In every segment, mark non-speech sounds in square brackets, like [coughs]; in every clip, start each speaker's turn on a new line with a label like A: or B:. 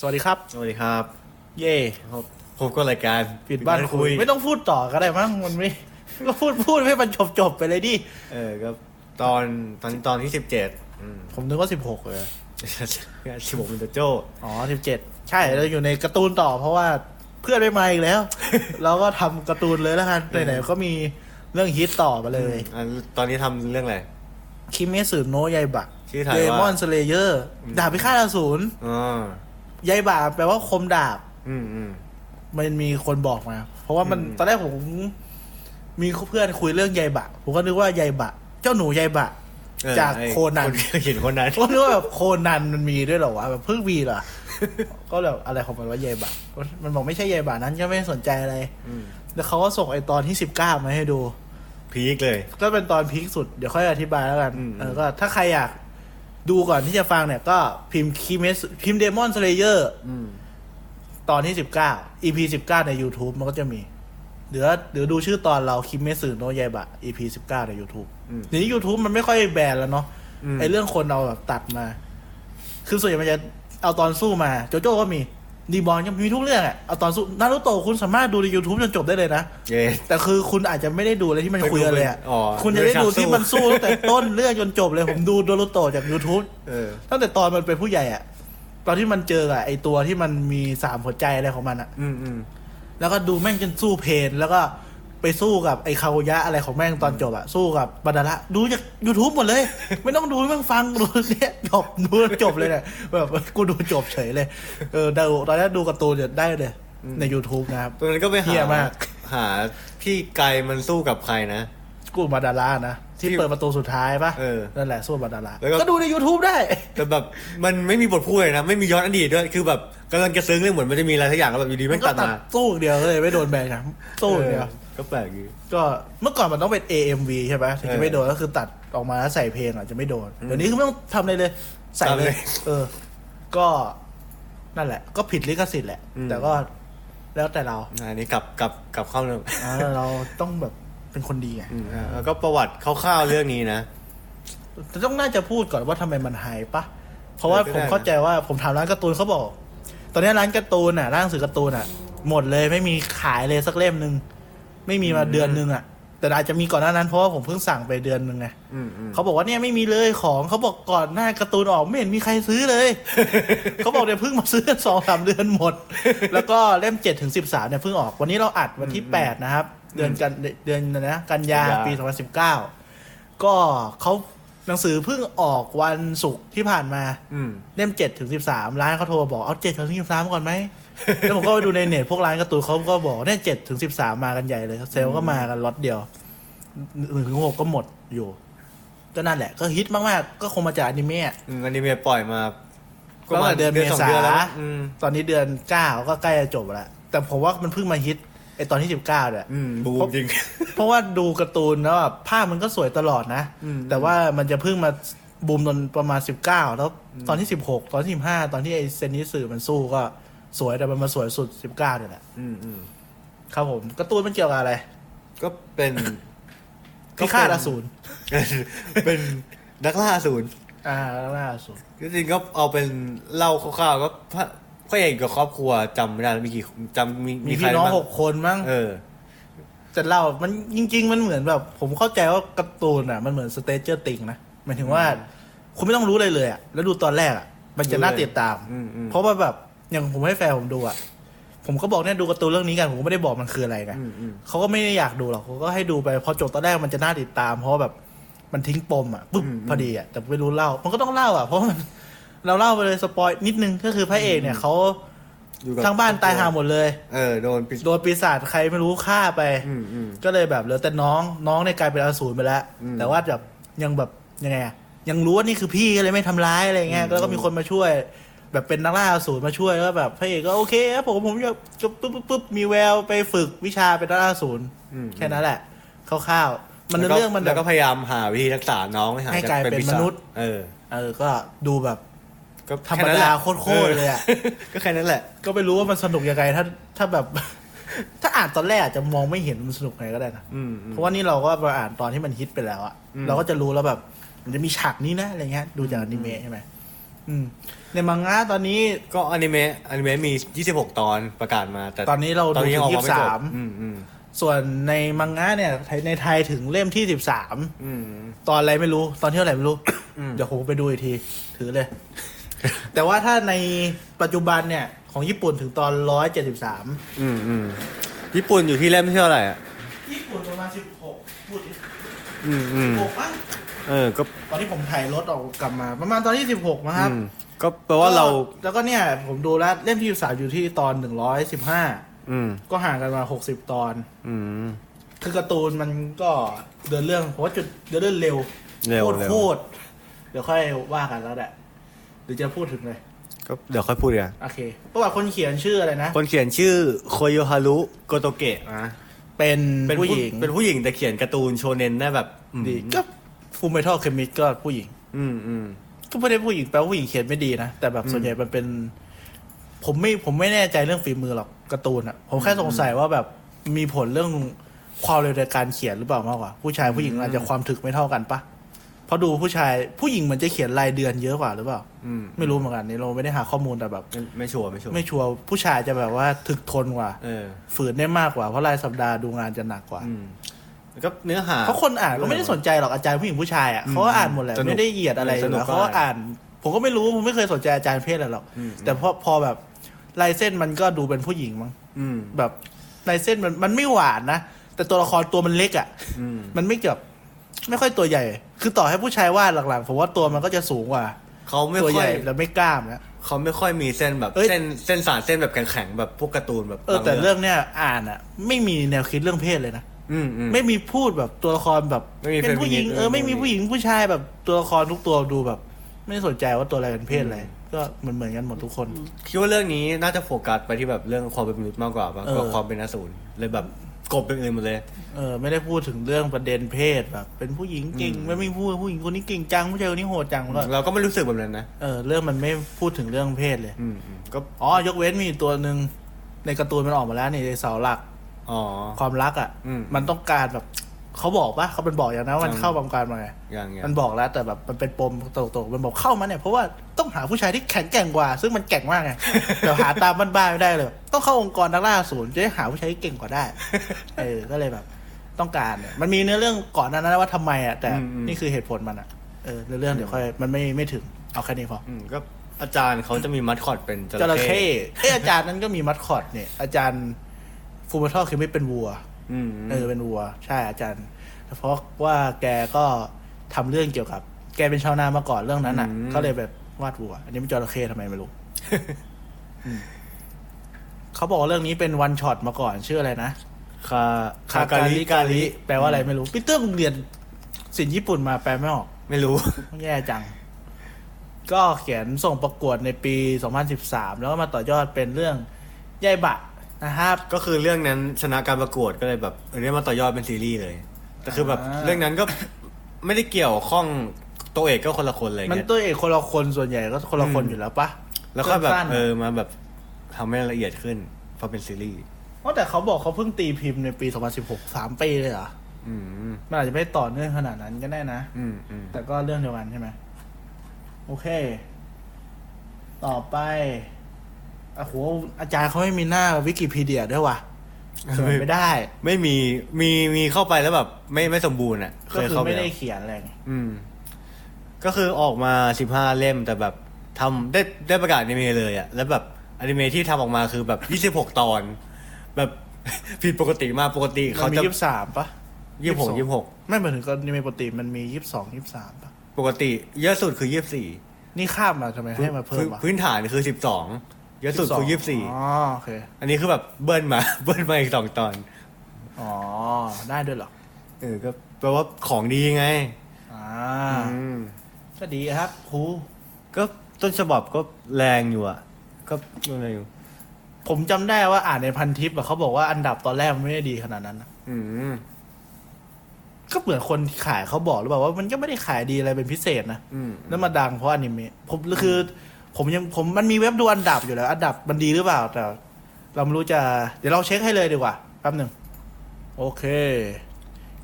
A: สวัสดีครับ
B: สวัสดีครับ
A: เย่
B: ครับพบกับรายการ
A: ปิดบ้านคุย ไม่ต้องพูดต่อก็ได้มั้งมันไม่ [laughs] ก็พูดพูดให้มันจบจบไปเลยดิ
B: เออก็ตอนตอนตอนที่สิบเจ็ด
A: ผมนึกว่าสิบหกเลย
B: [laughs] สิบหกมินโจโจ้
A: อ๋อสิบเจ็ดใช่เราอยู่ในการ์ตูนต่อเพราะว่าเพื่อนไม่มาอีกแล้ว [laughs] เราก็ทำการ์ตูนเลยแล้วกันไหนๆก็มีเรื่องฮิตต่อมาเลย
B: อันตอนนี้ทำเรื่องอะไร
A: คิเมสึโนะยายบะ
B: ชื่อไทย
A: เด
B: ว่า
A: มอนสเลเยอร์ดาบพิฆาตอสูร
B: อ๋อย
A: ายบะแปลว่าคมดาบ
B: อืมอืม
A: มันมีคนบอกมา เพราะว่ามัน
B: อืม
A: ตอนแรกผมมีเพื่อนคุยเรื่องยายบะ ผมก็นึกว่ายายบะ เจ้าหนูยายบะ
B: เออ
A: จาก
B: ไอ้
A: โคนัน
B: เห็นคนนั้น
A: ก็นึกว่าแบบโคนันมันมีด้วยเหรอวะแบบเพิ่งมีเหรอ ก็แบบอะไรของมันว่ายายบะมันบอกไม่ใช่ยายบะนั้นก็ไม่สนใจอะไร
B: อืม
A: แล้วเขาก็ส่งไอตอนที่สิบเก้ามาให้ดู
B: พีคเลย
A: ก็เป็นตอนพีคสุดเดี๋ยวค่อยอธิบายแล้วกัน
B: อืม
A: เออก็ถ้าใครอยากดูก่อนที่จะฟังเนี่ยก็พิมพ์คีเมสพิมพ์เดมอนสเลเยอร์
B: อืม
A: ตอนที่สิบเก้า EP สิบเก้าใน YouTube มันก็จะมีเดี๋ยวเดี๋ยวดูชื่อตอนเราคิมเมสึโนยายบะ EP สิบเก้าใน YouTube
B: อืม
A: ทีนี้ YouTube มันไม่ค่อยแบนแล้วเนาะ
B: อืม
A: ไอเรื่องคนเอาแบบตัดมา คือส่วนใหญ่มันจะเอาตอนสู้มา โจโจ้ก็มี ดีบอลก็มีทุกเรื่องอะเอาตอนสู้นารูโตะคุณสามารถดูใน YouTube จนจบได้เลยนะ
B: เย้
A: แต่คือคุณอาจจะไม่ได้ดูอะไรที่มัน
B: ไม่ดู
A: คุยกันเลยอะ
B: เป็นอ๋อ
A: คุณจะได้ดู
B: เรื่องการสู้
A: ที่มันสู้ตั้งแต่ต้นเรื่องจนจบเลย ผมดูโดโรโตะจาก YouTube
B: เออ
A: ตั้งแต่ตอนมันเป็นผู้ใหญ่อะตอนที่มันเจออะไอตัวที่มันมีสามหัวใจอะไรของมันอะ
B: อืมอืม
A: แล้วก็ดูแม่งจนสู้เพนแล้วก็ไปสู้กับไอคาโอยะอะไรของแม่งตอนจบอะสู้กับบาดาระดูจาก YouTube หมดเลย ไม่ต้องดูแม่งฟังดูเนี่ยจบดูจบเลยเนี่ยแบบกูดูจบเฉยเลยเออดูตอนนี้ดูการ์ตูนเนี่ยได้เลย ใน YouTube นะครับ
B: ตอนนั้นก็ไปหา
A: เหี้ยมาก
B: หาพี่ไกลมันสู้กับใครนะ
A: กูมาดารานะที่
B: ที่
A: เปิดประตูสุดท้ายปะ
B: เออ
A: นั่นแหละสู้มาดารา
B: แล้วก็
A: ก็ดูใน YouTube ได้
B: แต่แบบมันไม่มีบทพูดเลยนะไม่มีย้อนอดีตด้วยคือแบบกำลังจะซึ้งเรื่องเหมือนมันจะมีอะไรสักอย่างแล้วแบบอยู่ดีแม่ง
A: ก็
B: ตัด
A: ตัด
B: มา
A: สู้อย่างเดียวเลยไม่โดนแบนครับสู้อย่างเดียว
B: เออก็แปลกดี
A: ก็เมื่อก่อนมันต้องเป็น AMV ใช่ไหมถึง
B: เอ
A: จะ
B: อ
A: ไม่โดนก็คือตัดออกมาแล้วใส่เพลงอ่ะจะไม่โดน
B: อืม
A: เดี๋ยวนี้คือไม่ต้องทำอะไรเลย ใส่เล
B: ทำเลย ย
A: เออ ก็นั่นแหละ ก็ผิดลิขสิทธิ์แหละ
B: อืม
A: แต่ก็แล้วแต่เรา
B: อันนี้กลับกลับกลับเข้าเรื่อง
A: อ่าเราต้องแบบเป็นคนดีไง
B: อืมฮะแล้วก็ประวัติคร่าวๆเรื่องนี้นะ
A: แต่ต้องน่าจะพูดก่อนว่าทำไมมันหายปะเพราะว่า
B: เออก็
A: ผม
B: ได้นะ
A: เข้าใจว่าผมถามร้านการ์ตูนเขาบอก ตอนนี้ร้านการ์ตูนอ่ะร้านหนังสือการ์ตูนอ่ะ หมดเลยไม่มีขายเลยสักเล่มหนึ่งไม่มีมาเดือนหนึ่งอ่ะ แต่อาจจะมีก่อนหน้านั้นเพราะว่าผมเพิ่งสั่งไปเดือนหนึ่งไง
B: อืมอืม
A: เขาบอกว่าเนี่ยไม่มีเลยของเขาบอกก่อนหน้าการ์ตูนออกไม่เห็นมีใครซื้อ [laughs] เลย เขาบอกเนี่ยเพิ่งมาซื้อสองสามเดือนหมด แล้วก็เล่มเจ็ดถึงสิบสามเนี่ยเพิ่งออกวันนี้เราอัดวันที่แปดนะครับ เดือนกันเดือนนะกันยาปีสองพันสิบเก้าก็เขาหนังสือเพิ่งออกวันศุกร์ที่ผ่านมา
B: อืม
A: เล่มเจ็ดถึงสิบสามร้านเขาโทรมาบอกเอาเจ็ดถึงสิบสามก่อนไหม แล้วผมก็ไปดูในเน็ตพวกร้านการ์ตูนเขาก็บอกเนี่ยเจ็ดถึงสิบสามมากันใหญ่เลยเซลล์ก็มากันล็อตเดียวหนึ่งถึงหกก็หมดอยู่ ก็นั่นแหละ ก็ฮิตมากๆ ก็คงมาจากอนิเมะ
B: อืมอันนี้เมียปล่อยมา
A: ตั้งแต่เดือน
B: สงดือนแล้ว
A: เมษา
B: อืม
A: ตอนนี้เดือนเก้าก็ใกล้จะจบแล้ว แต่ผมว่ามันเพิ่งมาฮิตไอตอนที่สิบเก้าเนี่ย
B: อืมบูมจริง
A: เพราะว่าดูการ์ตูนแล้วแบบภาพมันก็สวยตลอดนะ
B: อืม
A: แต่ว่ามันจะเพิ่งมาบูมตอนประมาณสิบเก้าแล้วตอนที่สิบหกตอนที่สิบห้าตอนที่ไอเซนนิสือมันสู้ก็สวยแต่มันมาสวยสุดสิบเก้าเนี่ยแหละ
B: อืมอืม
A: ครับผมการ์ตูนมันเกี่ยวกับอะไร
B: ก็เป็น
A: พิฆาตอสูร
B: เออเป็นนักล่าอสูร
A: อ่าแล้วล่าอสูร
B: จริงๆก็เอาเป็นเล่าคร่าวๆก็พระพระเอกกับครอบครัวจำไม่ได้แล้วมีกี่จำมี
A: มี
B: ใคร
A: พี่น้อง
B: บ้า
A: หกคนมั้ง
B: เออ
A: แต่เล่ามันจริง ๆ มันเหมือนแบบ ผมเข้าใจว่าการ์ตูนอ่ะมันเหมือนสเตเจอร์ติงนะหมายถึงว่า คุณไม่ต้องรู้อะไรเลยอ่ะแล้วดูตอนแรกอ่ะมันจะน่าติดตาม
B: อืมอืม
A: เพราะว่าแบบอย่างผมให้แฟนผมดูอ่ะผมก็บอกเนี่ยดูการ์ตูนเรื่องนี้กันผมก็ไม่ได้บอกมันคืออะไรนะ
B: อืมอืม
A: เขาก็ไม่ได้อยากดูหรอกเขาก็ให้ดูไป พอจบตอนแรกมันจะน่าติดตาม เพราะว่าแบบมันทิ้งปมอ่ะปุ๊บ
B: อืมอืม
A: พอดีอ่ะแต่ไม่รู้เล่า มันก็ต้องเล่าอ่ะ เพราะมัน เราเล่าไปเลยสปอยนิดนึงก็คือพระเอกเนี่ยเขา
B: อยู่กั
A: ทั้งบ้านตายหาหมดเลย
B: เออโดนปิด
A: โดนปีศาจใครไม่รู้ฆ่าไป
B: อืมอืม
A: ก็เลยแบบเหลือแต่น้องน้องเนี่ยกลายเป็นอสูรไปแล้ว
B: อืม
A: แต่ว่าแบบยังแบบยังไงอะยังรู้ว่านี่คือพี่ก็เลยไม่ทำร้ายอะไรเงี้ย
B: อืม
A: แล้วก็มีคนมาช่วย แบบเป็นนักล่าอสูรมาช่วยแล้วแบบพระเอกก็โอเคครับผมผมจะจะปุ๊บปุ๊บปุ๊บมีแววไปฝึกวิชาเป็นนักล่าอสูร
B: อืม
A: แค่นั้นแหละคร่าวๆ มัน
B: แล้
A: เนื้อ
B: วก็
A: เรื่องมันแบ
B: แล้ว
A: บ
B: ก็พยายามหาวิธีรักษาน้องให้หาย
A: ให้กลายเป็น
B: จปีศาม จ
A: นุษย์
B: เออ
A: เออก็ดูแบบ
B: ก็
A: ธรรมดา
B: แนั้นแหละ
A: โคตรๆเลยอะ
B: [laughs] ก็แค่นั้นแหละ
A: ก็ไม่รู้ว่ามันสนุกยังไงถ้าถ้าแบบ [laughs] ถ้าอ่านตอนแรกอาจจะมองไม่เห็นมันสนุกไงก็ได้นะ
B: อืมอืม
A: เพราะว่านี่เราก็มาอ่านตอนที่มันฮิตไปแล้วอะ
B: อืม
A: เราก็จะรู้แล้วแบบ มันจะมีฉากนี้นะอะไรเงี้ยดูจากอนิเมะใช่ไหม อืมในมังงะตอนนี้
B: ก็อนิเมะอนิเมะมี 26 ตอนประกาศมา แต่
A: ตอนนี้เรา
B: ตอนนี้
A: ดู
B: ยังออก
A: ถึง
B: มาไม่จบ
A: 23
B: อืมอืม
A: ส่วนในมังงะเนี่ยในไทยถึงเล่มที่สิบสาม
B: อืม
A: ตอนอะไรไม่รู้ตอนเที่ยวอะไรไม่รู้
B: อืม
A: เดี๋ยวผมไปดูอีกที ถือเลย แต่ว่าถ้าในปัจจุบันเนี่ย ของญี่ปุ่นถึงตอนร้อยเจ็ดสิบสาม
B: อืมอืมญี่ปุ่นอยู่ที่เล่มที่เท่าไหร่อ่ะ
A: ญี่ปุ่นประมาณสิบหกพูด
B: อืมอืม
A: หกมั้ง
B: เออก็
A: ตอนที่ผมถ่ายรถออกกลับมา ประมาณตอนที่สิบหกมั้งครับ
B: อืมก็แปลว่าเรา
A: ก็แล้วก็เนี่ย ผมดูแล้วเล่มที่สามอยู่ที่ตอนหนึ่งร้อยสิบห้า
B: อืม
A: ก็ห่างกันมาหกสิบตอน
B: อืม
A: คือการ์ตูนมันก็เดินเรื่องผมว่าจุดเดินเรื่องเร็ว
B: เร็ว
A: โคตร
B: เร็ว
A: โคตรเดี๋ยวค่อยว่ากันแล้วแหละหรือจะพูดถึงเลย
B: ก็เดี๋ยวค่อยพูดกัน
A: โอเค ประวัติคนเขียนชื่ออะไรนะ
B: คนเขียนชื่อโคโยฮารุโกโตเกะนะ
A: เป็น
B: เป็น
A: ผู้หญิง
B: เป็นผู้หญิงแต่เขียนการ์ตูนโชเนนได้แบบอืม
A: ดีก็ฟูเมทัลเคมิก็ผู้หญิง
B: อืมอืม
A: ก็ไม่ได้ผู้หญิงแปลว่าผู้หญิงเขียนไม่ดีนะ แต่แบบส่วนใหญ่มันเป็น ผมไม่ผมไม่แน่ใจเรื่องฝีมือหรอกการ์ตูนอะผมแค่สงสัยว่าแบบมีผลเรื่องความเร็วในการเขียนหรือเปล่ามากกว่า ผู้ชายผู้หญิงอาจจะความถึกไม่เท่ากันปะเพราะดูผู้ชายผู้หญิงเหมือนจะเขียนรายเดือนเยอะกว่าหรือเปล่า
B: อืม
A: ไม่รู้เหมือนกันนี่เราไม่ได้หาข้อมูลแต่แบบ
B: ไม่ไม่ชัวร์ไม่ชัวร์
A: ไม่ชัวร์ผู้ชายจะแบบว่าถึกทนกว่า
B: เออ
A: ฝืนได้มากกว่าเพราะรายสัปดาห์ดูงานจะหนักกว่า
B: อืมแล้วก็เนื้อหา
A: เพราะคนอ่านก็ไม่ได้สนใจหรอกอาจารย์ผู้หญิงผู้ชายอ่ะเขาก็อ่านหมดแหละ
B: สนุก
A: ไม่ได้เหยียดอะไรอ
B: ส
A: ยู่
B: นุก
A: แล้ว
B: ก็
A: เขาก็อ่าน ผมก็ไม่รู้ผมไม่เคยสนใจอาจารย์เพศอะไรหรอก
B: อืม
A: แต่พอพอแบบลายเส้นมันก็ดูเป็นผู้หญิงมั้ง
B: อืม
A: แบบลายเส้นมันมันไม่หวานนะแต่ตัวละครตัวมันเล็กอ่ะ
B: อืม
A: มันไม่เกือบไม่ค่อยตัวใหญ่ คือต่อให้ผู้ชายวาดหลังๆผมว่าตัวมันก็จะสูงกว่า
B: เขาไม่
A: ตัว
B: ค่
A: ให
B: อย
A: ญ่แล้วไม่กล้ามนะ
B: เขาไม่ค่อยมีเส้นแบบ
A: เอ้ย
B: เส้นเส้นสารเส้นแบบแข็งๆแบบพวกการ์ตูนแบบ
A: เออแต่เรื่องเนี้ยอ่านอ่ะ ไม่มีแนวคิดเรื่องเพศเลยนะ
B: อืมอืม
A: ไม่มีพูดแบบตัวละครแบบ
B: ไม่มี
A: เป็นผู้หญิง
B: feminist
A: เออไม่มี
B: ไม่มี
A: ผู้หญิงผู้ชายแบบตัวละครทุกตัวดูแบบ ไม่สนใจว่าตัวอะไรเป็นเพศอะไรก็เหมือนเหมือนๆกันหมดทุกคน
B: คิดว่าเรื่องนี้น่าจะโฟกัสไปที่แบบเรื่องความเป็นมนุษย์มากกว่าป่ะ
A: เออ
B: กว่าความเป็นอสูรเลยแบบกบเป็นอื่นหมดเลย
A: เออไม่ได้พูดถึงเรื่องประเด็นเพศแบบ เป็นผู้หญิงเก่งไม่มีผู้ผู้หญิงคนนี้เก่งจังผู้ชายคนนี้โหดจังก็
B: เราก็ไม่รู้สึกแบบนั้นนะ
A: เออเรื่องมันไม่พูดถึงเรื่องเพศเลย
B: อืมอืมก็
A: อ๋อยกเว้นมีตัวหนึ่งในการ์ตูนมันออกมาแล้วนี่ในเสาหลัก
B: อ๋อ
A: ความรักอ่ะ
B: อืม
A: มันต้องการแบบเขาบอกปะเขาเป็นบอกอย่างนั้นว่ามัน
B: อืม
A: เข้าบังการมาไง
B: อย่างเงี้ย
A: มันบอกแล้วแต่แบบมันเป็นปมตกๆมันบอกเข้ามาเนี่ยเพราะว่าต้องหาผู้ชายที่แข็งแกร่งกว่า ซึ่งมันแกร่งมากไง [laughs] แต่หาตามบ้านๆไม่ได้เลย ต้องเข้าองค์กรนักล่าศูนย์จะได้หาผู้ชายที่เก่งกว่าได้ เออก็เลยแบบ ต้องการเนี่ยมันมีเนื้อเรื่องก่อนหนานั้นว่าทำไมอ่ะแต่นี่คือเหตุผลมันอ่ะเออเนื้อเรื่องเดี๋ยวค่อยมันไม่ไม่ถึงเอาแค่นี้พอ
B: อืมก็อาจารย์เขาจะมีมัดคอดเป็นจ
A: จ
B: ระ
A: ระ
B: เข้
A: เข้เอออาจารย์นั้นก็มีมัดคอตเนี่ย อาจารย์ฟูม a ทอลคือไม่เป็นวัว
B: อืม
A: เออเป็นวัว ใช่อาจารย์ เพราะว่าแกก็ทำเรื่องเกี่ยวกับ แกเป็นชาวนามาก่อนเรื่องนั้นอ่ะก็เลยแบบวาดวัว อันนี้มันจระเข้ทำไมไม่รู้ [laughs] อืมเขาบอกว่าเรื่องนี้เป็นวันช็อตมาก่อนชื่ออะไรนะ
B: คาคากาลิกาลิ
A: แปลว่าอะไรไม่รู้พี่เตื้องเรียนสินญี่ปุ่นมาแปลไม่ออก
B: ไม่รู้
A: แย่จัง ก็เขียนส่งประกวดในปี 2013 แล้วก็มาต่อยอดเป็นเรื่องยายบะนะครับ
B: ก็คือเรื่องนั้นชนะการประกวดก็เลยแบบเออเนี่ยมาต่อยอดเป็นซีรีส์เลย แต่คือแบบ
A: อ่า
B: เรื่องนั้นก็ ไม่ได้เกี่ยวข้องตัวเอกก็คนละคนอะไร
A: มัน
B: เงี้ย
A: ตัวเอกคนละคนส่วนใหญ่ก็คนละคนอยู่แล้วปะ
B: แล้วก็แบบ
A: สั้นๆ
B: เออมาแบบทำให้ละเอียดขึ้นเพราะเป็นซีรีส์
A: เพราะแต่เขาบอกเขาเพิ่งตีพิมพ์ในปี 2016 สามปีเลยเหรอ
B: อืม
A: มันอาจจะไม่ต่อเนื่องขนาดนั้นก็ได้นะ
B: อืมอืม
A: แต่ก็เรื่องเดียวกันใช่ไหม โอเค ต่อไปอะโหอาจารย์เขาไม่มีหน้าวิกิพีเดียด้วยว่ะเขียนไม่ได้
B: ไม่มีมีมีเข้าไปแล้วแบบไม่ไม่สมบูรณ์อ่ะเค
A: ก็
B: ย
A: คือ
B: เข้าไป
A: ไม่
B: แล้
A: ได้
B: ว
A: เขียนอะไรไง
B: อืม ก็คือออกมาสิบห้าเล่มแต่แบบทำได้ได้ประกาศอนิเมะเลยอ่ะแล้วแบบอนิเมะที่ทำออกมาคือแบบยี่สิบหกตอน แบบ [laughs] ผิดปกติมากปกติ
A: มั
B: เขา
A: นมี
B: จะ
A: ยี่สิบสามปะ
B: ยี่สิบหกยี่สิบหก
A: ไม่เหมือนถึงกรณีปกติมันมียี่สิบสองยี่สิบสามปะ
B: ปกติเยอะสุดคือยี่สิบสี่
A: นี่ข้ามมาทำไมให้มาเพิ่มวะ
B: พื้นฐานคือสิบสองเยอะสุดคือยี่สิบสี่
A: อ๋อโอเค
B: อันนี้คือแบบเบิ้ลมา [laughs] เบิ้ลมาอีกสองตอน
A: อ๋อ ได้ด้วยเหรอ
B: เออก็แปลว่าของดีไง
A: อ่า
B: อืม
A: ก็ดีครับครู
B: ก็ต้นฉบับก็แรงอยู่อ่ะ ก็อะไรอยู่
A: ผมจำได้ว่าอ่านในพันทิปอะเขาบอกว่าอันดับตอนแรกมันไม่ได้ดีขนาดนั้นนะ
B: อืม
A: ก็เหมือนคนขายเขาบอกหรือเปล่าว่ามันก็ไม่ได้ขายดีอะไรเป็นพิเศษนะ
B: อืม
A: แล้วมาดังเพราะอนิเมะผมคือ ผมยังผมมันมีเว็บดูอันดับอยู่แล้ว อันดับมันดีหรือเปล่า แต่ เราไม่รู้จะ เดี๋ยวเราเช็คให้เลยดีกว่าแป๊บหนึ่งโอเค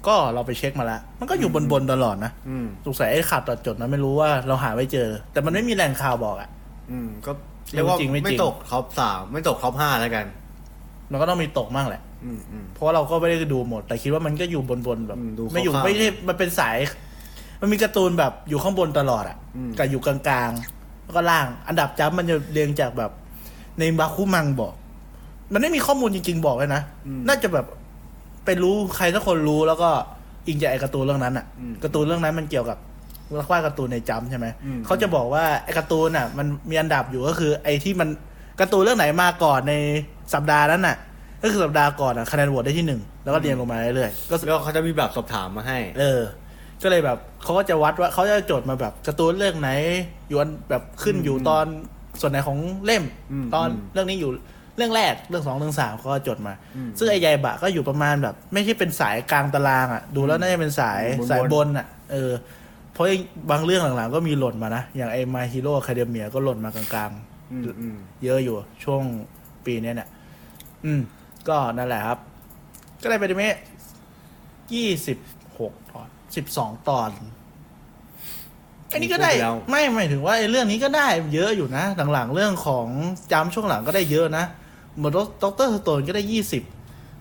A: ก็เราไปเช็คมาแล้ว มันก็อยู่บนบนๆตลอดนะ
B: อืม
A: สงสัยไอ้ขาดตัดจดนะไม่รู้ว่าเราหาไม่เจอ แต่มันไม่มีแหล่งข่าวบอกอะ
B: อืม ก็เรียกว่า
A: จริงไม่จริง
B: ไม่ตกท็อปสามไม่ตกท็อปห้าแล้วกัน
A: มันก็ต้องมีตกมั่งแหละ
B: อืมอืม
A: เพราะเราก็ไม่ได้ดูหมด แต่คิดว่ามันก็อยู่บนบนๆแบบ
B: อืมดูคร่าวๆ
A: ไม่อยู่ไม่ได้มันเป็นสาย มันมีการ์ตูนแบบอยู่ข้างบนตลอดอะ
B: อืม
A: กับอยู่กลางๆแล้วก็ล่าง อันดับจับมันจะเรียงจากแบบในบาคุมังบอก มันไม่มีข้อมูลจริง ๆ บอกเลยนะ น่าจะแบบไปรู้ใครสักคนรู้แล้วก็อิงจากไอ้การ์ตูนเรื่องนั้นอะการ์ตูนเรื่องนั้นมันเกี่ยวกับละครการ์ตูนในจำใช่ไหมเขาจะบอกว่าไอ้การ์ตูนอะมันมีอันดับอยู่ก็คือ ไอ้ที่มันการ์ตูนเรื่องไหนมาก่อนในสัปดาห์นั้นน่ะ ก็คือสัปดาห์ก่อนอะคะแนนโหวตได้ที่หนึ่งแล้วก็เรียงลงมาเรื่อยๆก็
B: แล้วเขาจะมีแบบสอบถามมาให้
A: เออ ก็เลยแบบเขาก็จะวัดว่าเขาจะโจทย์มาแบบการ์ตูนเรื่องไหน อยู่อันแบบขึ้นอยู่ตอนส่วนไหนของเล่ม
B: อืม
A: ตอน
B: อืม
A: เรื่องนี้อยู่เรื่องแรกเรื่องสองเรื่องสามเขาก็จดมา
B: อืม
A: ซึ่งไอ้ยายบะก็อยู่ประมาณแบบ ไม่ใช่เป็นสายกลางตารางอ่ะ ดูแล้วน่าจะเป็นสาย
B: บนๆ
A: สายบนอ่ะ เออ เพราะบางเรื่องหลังๆ ก็มีหล่นมานะ อย่างไอ้ My Hero Academia ก็หล่นมากลาง
B: อืมอืม
A: ๆ เยอะอยู่ช่วงปีเนี้ยเนี่ยอืม ก็นั่นแหละครับ ก็เลยเป็นอนิเมะยี่สิบหกตอนสิบสองตอน อันนี้ก็ได้
B: พูปแล้ว
A: ไม่หมายถึงว่าไอ้เรื่องนี้ก็ได้เยอะอยู่นะ หลังๆ เรื่องของจามช่วงหลังก็ได้เยอะนะเหมือนด็อกเตอร์สโตนก็ได้ยี่สิบ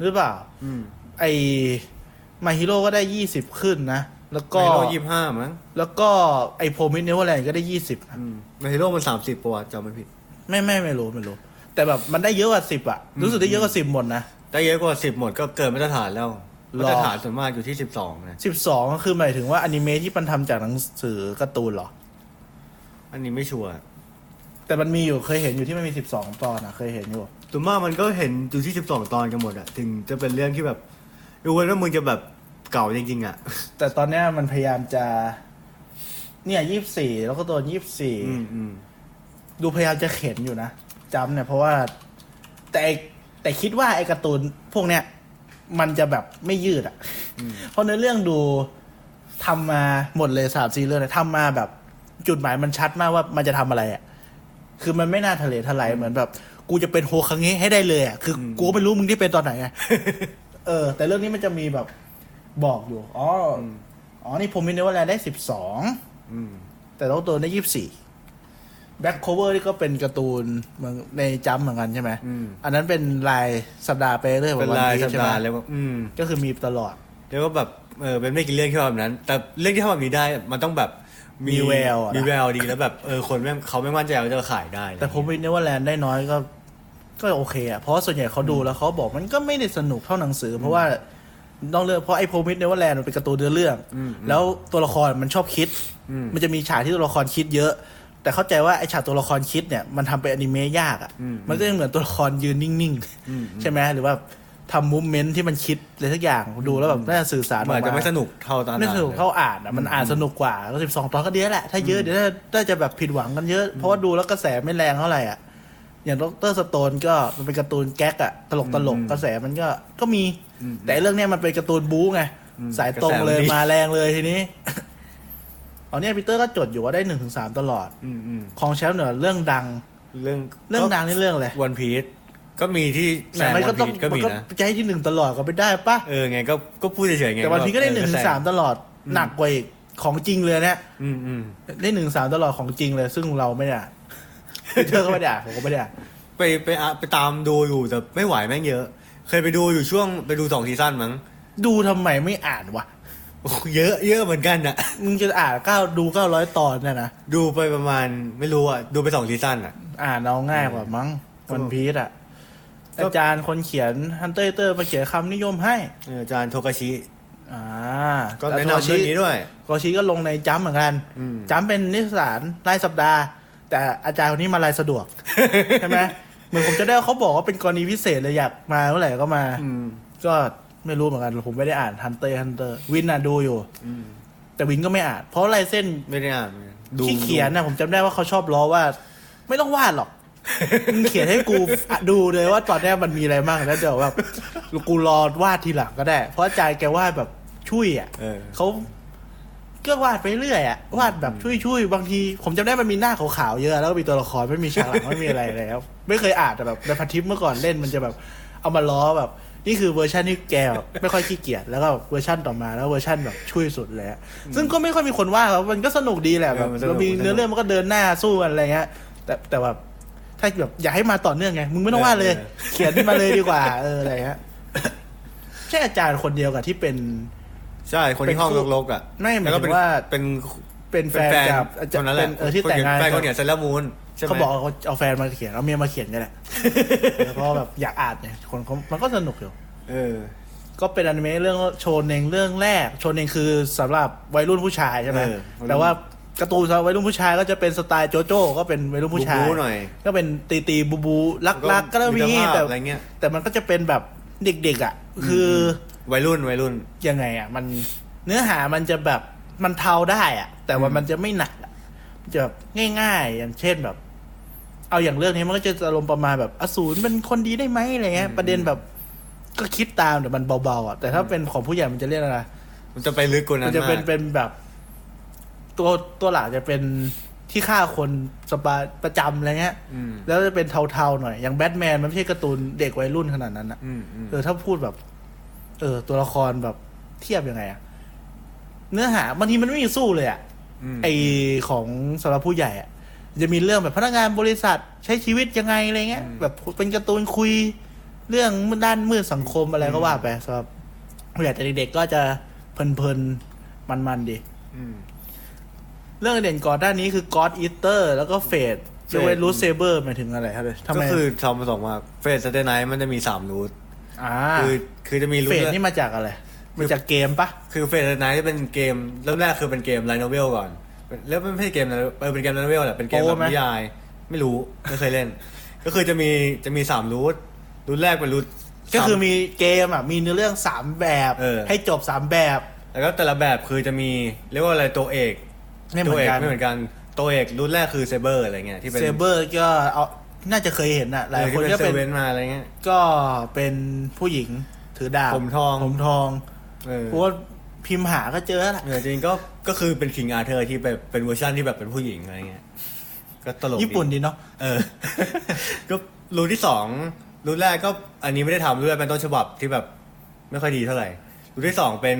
A: หรือเปล่า
B: อืม
A: ไอ้มาฮิโร่ก็ได้ยี่สิบขึ้นนะ แล้ว
B: ก็
A: ก็
B: ยี่ห้ามั้ง
A: แล้วก็ไอ้โพมิเนวแลนด์ก็ได้ยี่สิบ
B: อืมในโลกมันสามสิบปะวะจำไม่ผิด
A: ไม่ไม่ไม่รู้ไม่รู้ แต่แบบมันได้เยอะกว่าสิบอะรู้สึกได้เยอะกว่าสิบหมดนะ
B: แต่เยอะกว่าสิบหมดก็เกินมาตรฐานแล้ว
A: หรอ
B: มาตรฐานส่วนมากอยู่ที่สิบสองนะ
A: สิบสองก็คือหมายถึงว่าอนิเมะที่มันทำจากหนังสือการ์ตูนเหรอ
B: อันนี้ไม่ชัวร์
A: แต่มันมีอยู่เคยเห็นอยู่ที่มันมีสิบสองตอนอะเคยเห็นอยู่
B: ส่วนมากมันก็เห็นอยู่ที่สิบสองตอนกันหมดอะถึงจะเป็นเรื่องที่แบบดูไว้แล้วมึงจะแบบเก่าจริงๆอะ
A: แต่ตอนเนี้ยมันพยายามจะ เนี่ยยี่สิบสี่แล้วก็ตัวยี่สิบสี่
B: อืมอืม
A: ดูพยายามจะเข็นอยู่นะจำเนี่ยเพราะว่า แต่ไอ้แต่คิดว่าไอ้การ์ตูนพวกเนี้ยมันจะแบบไม่ยืดอะเพราะเนื้อเรื่องดูทำมาหมดเลยสามสี่เรื่องเลยทำมาแบบ จุดหมายมันชัดมากว่ามันจะทำอะไรอะคือมันไม่น่าทะเลทลายเหมือนแบบ กูจะเป็นโฮคังเงะให้ได้เลยอะคือกูก็ไม่รู้มึงที่เป็นตอนไหนไง [laughs] เออ แต่เรื่องนี้มันจะมีแบบบอกอยู่อ๋อออ๋อนี่ผมมินเนวแลนด์ได้สิบสอง
B: อืม
A: แต่ต้องตัวได้ยี่สิบสี่แบ็คโคเวอร์นี่ก็เป็นการ์ตูนเมืองในจัมป์เหมือนกันใช่ไหม
B: อืม
A: อันนั้นเป็นรายสัปดาห์ไปเรื่อย
B: เป็น
A: วั
B: ราย
A: พีช
B: สัปดาห์
A: ใช่ไหม
B: แล้วก็อืม
A: ก็คือมีตลอด
B: เรียกว่าแบบเออเป็นไม่กี่เรื่องที่ทำแบบนั้น แต่เรื่องที่ทำแบบนี้ได้มันต้องแบบ
A: มีแววอะนะ
B: มีแววดีแล้วแบบเออคนแม่งเขาไม่มั่นใจว่าจะขายได้
A: แต่ผมมินเนวแลนด์ได้น้อยก็ ก็โอเคอะเพราะส่วนใหญ่เขาดูแล้วเขาบอกมันก็ไม่ได้สนุกเท่าหนังสือ เพราะว่าต้องเลือกเพราะไอ้โพมิดเนวแลนด์มันเป็นการ์ตูนเนื้อเรื่อง แล้วตัวละครมันชอบคิด
B: อืม
A: มันจะมีฉากที่ตัวละครคิดเยอะ แต่เข้าใจว่าไอฉากตัวละครคิดเนี่ยมันทำเป็นอนิเมะยากอะ่ะ
B: อืม
A: มันก็ยังเหมือนตัวละครยืนนิ่ง
B: อืม
A: ๆ ใช่ไหมหรือว่าทำมูฟเมนต์ที่มันคิดอะไรสักอย่างดูแล้วแบบน่าจะสื่อสารอ
B: มั
A: อก
B: น
A: มา
B: อาจจะไม่สนุกเท่าตอน
A: ไม่
B: นั้น
A: สนุกเท่าอ่านอะมันอ่านสนุกกว่าก็สิบสองตอนก็เดียวแหละ ถ้าเยอะเดี๋ยวน่าจะแบบผิดหวังกันเยอะ เพราะว่าดูแล้วกระแสไม่แรงเท่าไหร่อ่ะ อย่างดรสโตนก็มันเป็นการ์ตูนแก๊กอะตลกตลกๆกระแสมันก็ก็มี แต่ไอ้เรื่องเนี้ยมันเป็นการ์ตูนบู๊ไงสายตรงเลยมาแรงเลยทีนี้ [coughs] เอาเนี่ยปีเตอร์ก็จดอยู่ว่าได้หนึ่งถึงสามตลอด
B: อืมอืม
A: ของแชมป์เหนือเรื่องดัง
B: เรื่อง
A: เรื่องดังนี่เรื่องอะไร
B: วันพีชก็มีที่แซ
A: แต่
B: ง
A: มั
B: วัน น
A: ก็ต้อง
B: พีชก็
A: มัน
B: มี
A: ก็
B: นะ
A: จะให้ที่หนึ่งตลอดก็ไม่ได้ปะ
B: เออไงก็ก็พูดเฉยๆไง
A: แต่วันพีชก็ได้
B: เออ
A: หนึ่งถึง
B: แซ
A: สามตลอดหนักกว่าอีกของจริงเลยเนี่ย
B: อืมอืม
A: ได้หนึ่งสามตลอดของจริงเลย ซึ่งเราไม่ได้อ่าน [laughs] ปีเตอร์ก็ไม่ได้อ่านผมก็ไม่ได้อ่าน
B: ไปไปอ่ะไปตามดูอยู่แต่ไม่ไหวแม่งเยอะ เคยไปดูอยู่ช่วงไปดูสองซีซั่นมั้ง [laughs]
A: ดูทำไมไม่อ่านวะ
B: โอ้โหเยอะเยอะเหมือนกันอะ
A: มึงจะอ่านเก้าดูเก้าร้อยตอนเนี่ยนะ
B: ดูไปประมาณไม่รู้อะดูไปสองซีซั่นอะ
A: อ่านเอาง่ายกว่ามั้งวันพีซอ่ะ
B: ก็
A: อาจารย์คนเขียนฮันเตอร์เตอร์มาเขียนคำนิยมให้
B: เอออาจารย์โทกาชิ
A: อ่า
B: ก็
A: ล้ว
B: แนะ
A: โท
B: นำเรื่องนี้ด้วย
A: โกชิก็ลงในจัมป์เหมือนกัน
B: อืม
A: จัมป์เป็นนิสสารรายสัปดาห์ แต่อาจารย์คนนี้มารายสะดวก ใช่ไหมเหมือนผมจะได้เขาบอกว่าเป็นกรณีพิเศษเลยอยากมาเมื่อไหร่ก็มา
B: อืม
A: ก็ไม่รู้เหมือนกัน ผมไม่ได้อ่านฮันเตอร์ฮันเตอร์วินน่ะดูอยู่
B: อืม
A: แต่วินก็ไม่อ่านเพราะลายเส้น
B: ไม่ได้อ่านดู
A: ที่เขียนนะผมจำได้ว่าเขาชอบล้อว่า ไม่ต้องวาดหรอก มึงเขียนให้กูอ่ะดูเลยว่าตอนเนี้ยมันมีอะไรบ้างแล้วเดี๋ยวแบบกูรอวาดทีหลังก็ได้ เพราะอาจารย์แกวาดแบบช่วยอ่ะ
B: เออ
A: เขาก็วาดไปเรื่อยอ่ะวาดแบบช่วยๆบางที ผมจำได้มันมีหน้าขาวๆเยอะ แล้วก็มีตัวละครไม่มีฉากหลังไม่มีอะไรแล้ว ไม่เคยอ่านแต่แบบในพันทิปเมื่อก่อนเล่นมันจะแบบ เอามาล้อแบบ นี่คือเวอร์ชันที่แกแบบไม่ค่อยขี้เกียจแล้วก็เวอร์ชันต่อมาแล้วเวอร์ชันแบบช่วยสุดเลยอะซึ่งก็ไม่ค่อยมีคนว่าครับมันก็สนุกดีแหละแบบ
B: เออมันสนุก
A: เรามี
B: มันสนุก
A: เนื้อเรื่องมันก็เดินหน้าสู้กันอะไรเงี้ยแต่แต่แบบถ้าแบบอยากให้มาต่อเนื่องไงมึงไม่ต้องว่าเลย เขียนมาเลยดีกว่าเอออะไรเงี้ย [coughs] ใช่อาจารย์คนเดียวกับที่เป็น
B: ใช่คนที่ห้องรกๆอ่ะ
A: ไม่หมายถึง
B: แล้วก็เป็น
A: ว่า
B: เป็น
A: เป็นแฟนกับอาจาร
B: คน
A: ย์
B: นั้นแห
A: เป็
B: ละ
A: นเออที่แต่งงาน
B: แฟน
A: กั
B: ค
A: บ
B: นเขียนเซเลอร์มูนใช่ไหม
A: เขาบอกเอาเอาแฟนมาเขียนเอาเมียมาเขียนกันแหละ [laughs] เออเพราะว่าแบบอยากอ่านเนี่ยคนเขามันก็สนุกอยู่
B: เออ
A: ก็เป็นอนิเมะเรื่องโชนเองเรื่องแรก โชนเองคือสำหรับวัยรุ่นผู้ชายใช่ไหม
B: เออ
A: แต่ว่าการ์ตูนสำหรับวัยรุ่นผู้ชายก็จะเป็นสไตล์โจโจ้ก็เป็นวัยรุ่นผู้ชาย
B: บูบูหน่อย
A: ก็เป็นตีตีบูบูรักรักก็มี
B: ตรภาพ
A: แต่
B: อะไรเงี้ย
A: แต่มันก็จะเป็นแบบเด็กๆอ่ะ คืออ
B: วัยรุ่นวัยรุ่น
A: ยังไงอ่ะมันเนื้อหามันจะแบบมันเทาได้อ่ะ แต่ว่า
B: อืม
A: มันจะไม่หนักอะมันจะแบบง่าย ๆ อย่างเช่นแบบ เอาอย่างเรื่องนี้มันก็จะอารมณ์ประมาณแบบอสูรเป็นคนดีได้ไหมอะไรเงี้ยประเด็นแบบก็คิดตามแต่มันเบาๆอ่ะแต่ถ้าเป็นของผู้ใหญ่มันจะเรียกอะไร
B: มันจะไปลึกกว่านั้
A: มัน
B: น
A: จะเป็น
B: มาก
A: เป็นแบบตัวตัวหลักจะเป็นที่ฆ่าคนสปาประจำอะไรเงี้ย
B: อืม
A: แล้วจะเป็นเทาๆหน่อย อย่างแบทแมนมันไม่ใช่การ์ตูนเด็กวัยรุ่นขนาดนั้นอ่ะ
B: อืมอืม
A: เออถ้าพูดแบบ เออ ตัวละครแบบเทียบยังไงอะเนื้อหาบางทีมันไม่มีสู้เลยอะ
B: ม
A: ไอของสำหรับผู้ใหญ่อะจะมีเรื่องแบบพนักงานบริษัทใช้ชีวิตยังไงอะไรเงี้ย
B: อืม
A: แบบเป็นการ์ตูนคุย เรื่องด้านมืดสังคมอะไรก็ว่าไปสำหรับผู้ใหญ่แต่เด็กๆก็จะเพลินๆมันๆดี
B: อืม
A: เรื่องเด่นก่อนด้านนี้คือ God Eater แล้วก็เฟดจะไว้รูทเซเบอร์หมายถึงอะไรครับเลยทำ
B: ก็
A: ไม
B: คือทำผสมมาเฟสเซตไนท์มันจะมีสามรูท
A: อ่า
B: คือคือจะมีรู
A: เฟ
B: ท
A: ดนี่มาจากอะไรมาจากเกมปะ
B: คือเฟสเซตไนท์จะเป็นเกมเริ่มแรกคือเป็นเกมไลโนเวลก่อนแล้วมันไม่ใช่เกม Lino- เออเป็นเกมไลโนเวลแหละเป็นเกมแบ
A: โอ้
B: บ
A: ไหม
B: นิยาย ไม่รู้ ไม่เคยเล่น [laughs] ก็คือจะมีจะมีสามรูทรูทแรกเป็นรูท
A: ก็คือมีเกมอ่ะ มีเนื้อเรื่องสามแบบ
B: เออ
A: ให้จบสามแบบ
B: แล้วก็แต่ละแบบคือจะมีเรียกว่าอะไรตัวเอก
A: ไม่เหมื
B: ตัว
A: อ
B: เอนก
A: กัน
B: ไม่เหมือนกันตัวเอกรูทแรกคือเซเบอร์อะไรเงี้ยที่เป็น
A: เซเบอร์ก็เอาน่าจะเคยเห็นอ่ะ หลายคน
B: ที่
A: ก็
B: เซ
A: เป็น
B: เว่นมาอะไรเงี้ย
A: ก็เป็นผู้หญิงถือดาบ
B: ผมทอง
A: ผมทอง
B: เออ
A: เพราะว่าพิมพ์หาก็เจอแหละ
B: เออจริงๆก็ก็คือเป็นคิงอาเธอร์ที่แบบเป็นเวอร์ชันที่แบบเป็นผู้หญิงอะไรเงี้ยก็ตลกดี
A: ญี่ปุ่นดีเนาะ
B: เอ [laughs] อ ก็รูทที่สองรูทแรกก็อันนี้ไม่ได้ทำรูทแรกเป็นต้นฉบับที่แบบ ไม่ค่อยดีเท่าไหร่รูทที่สองเป็น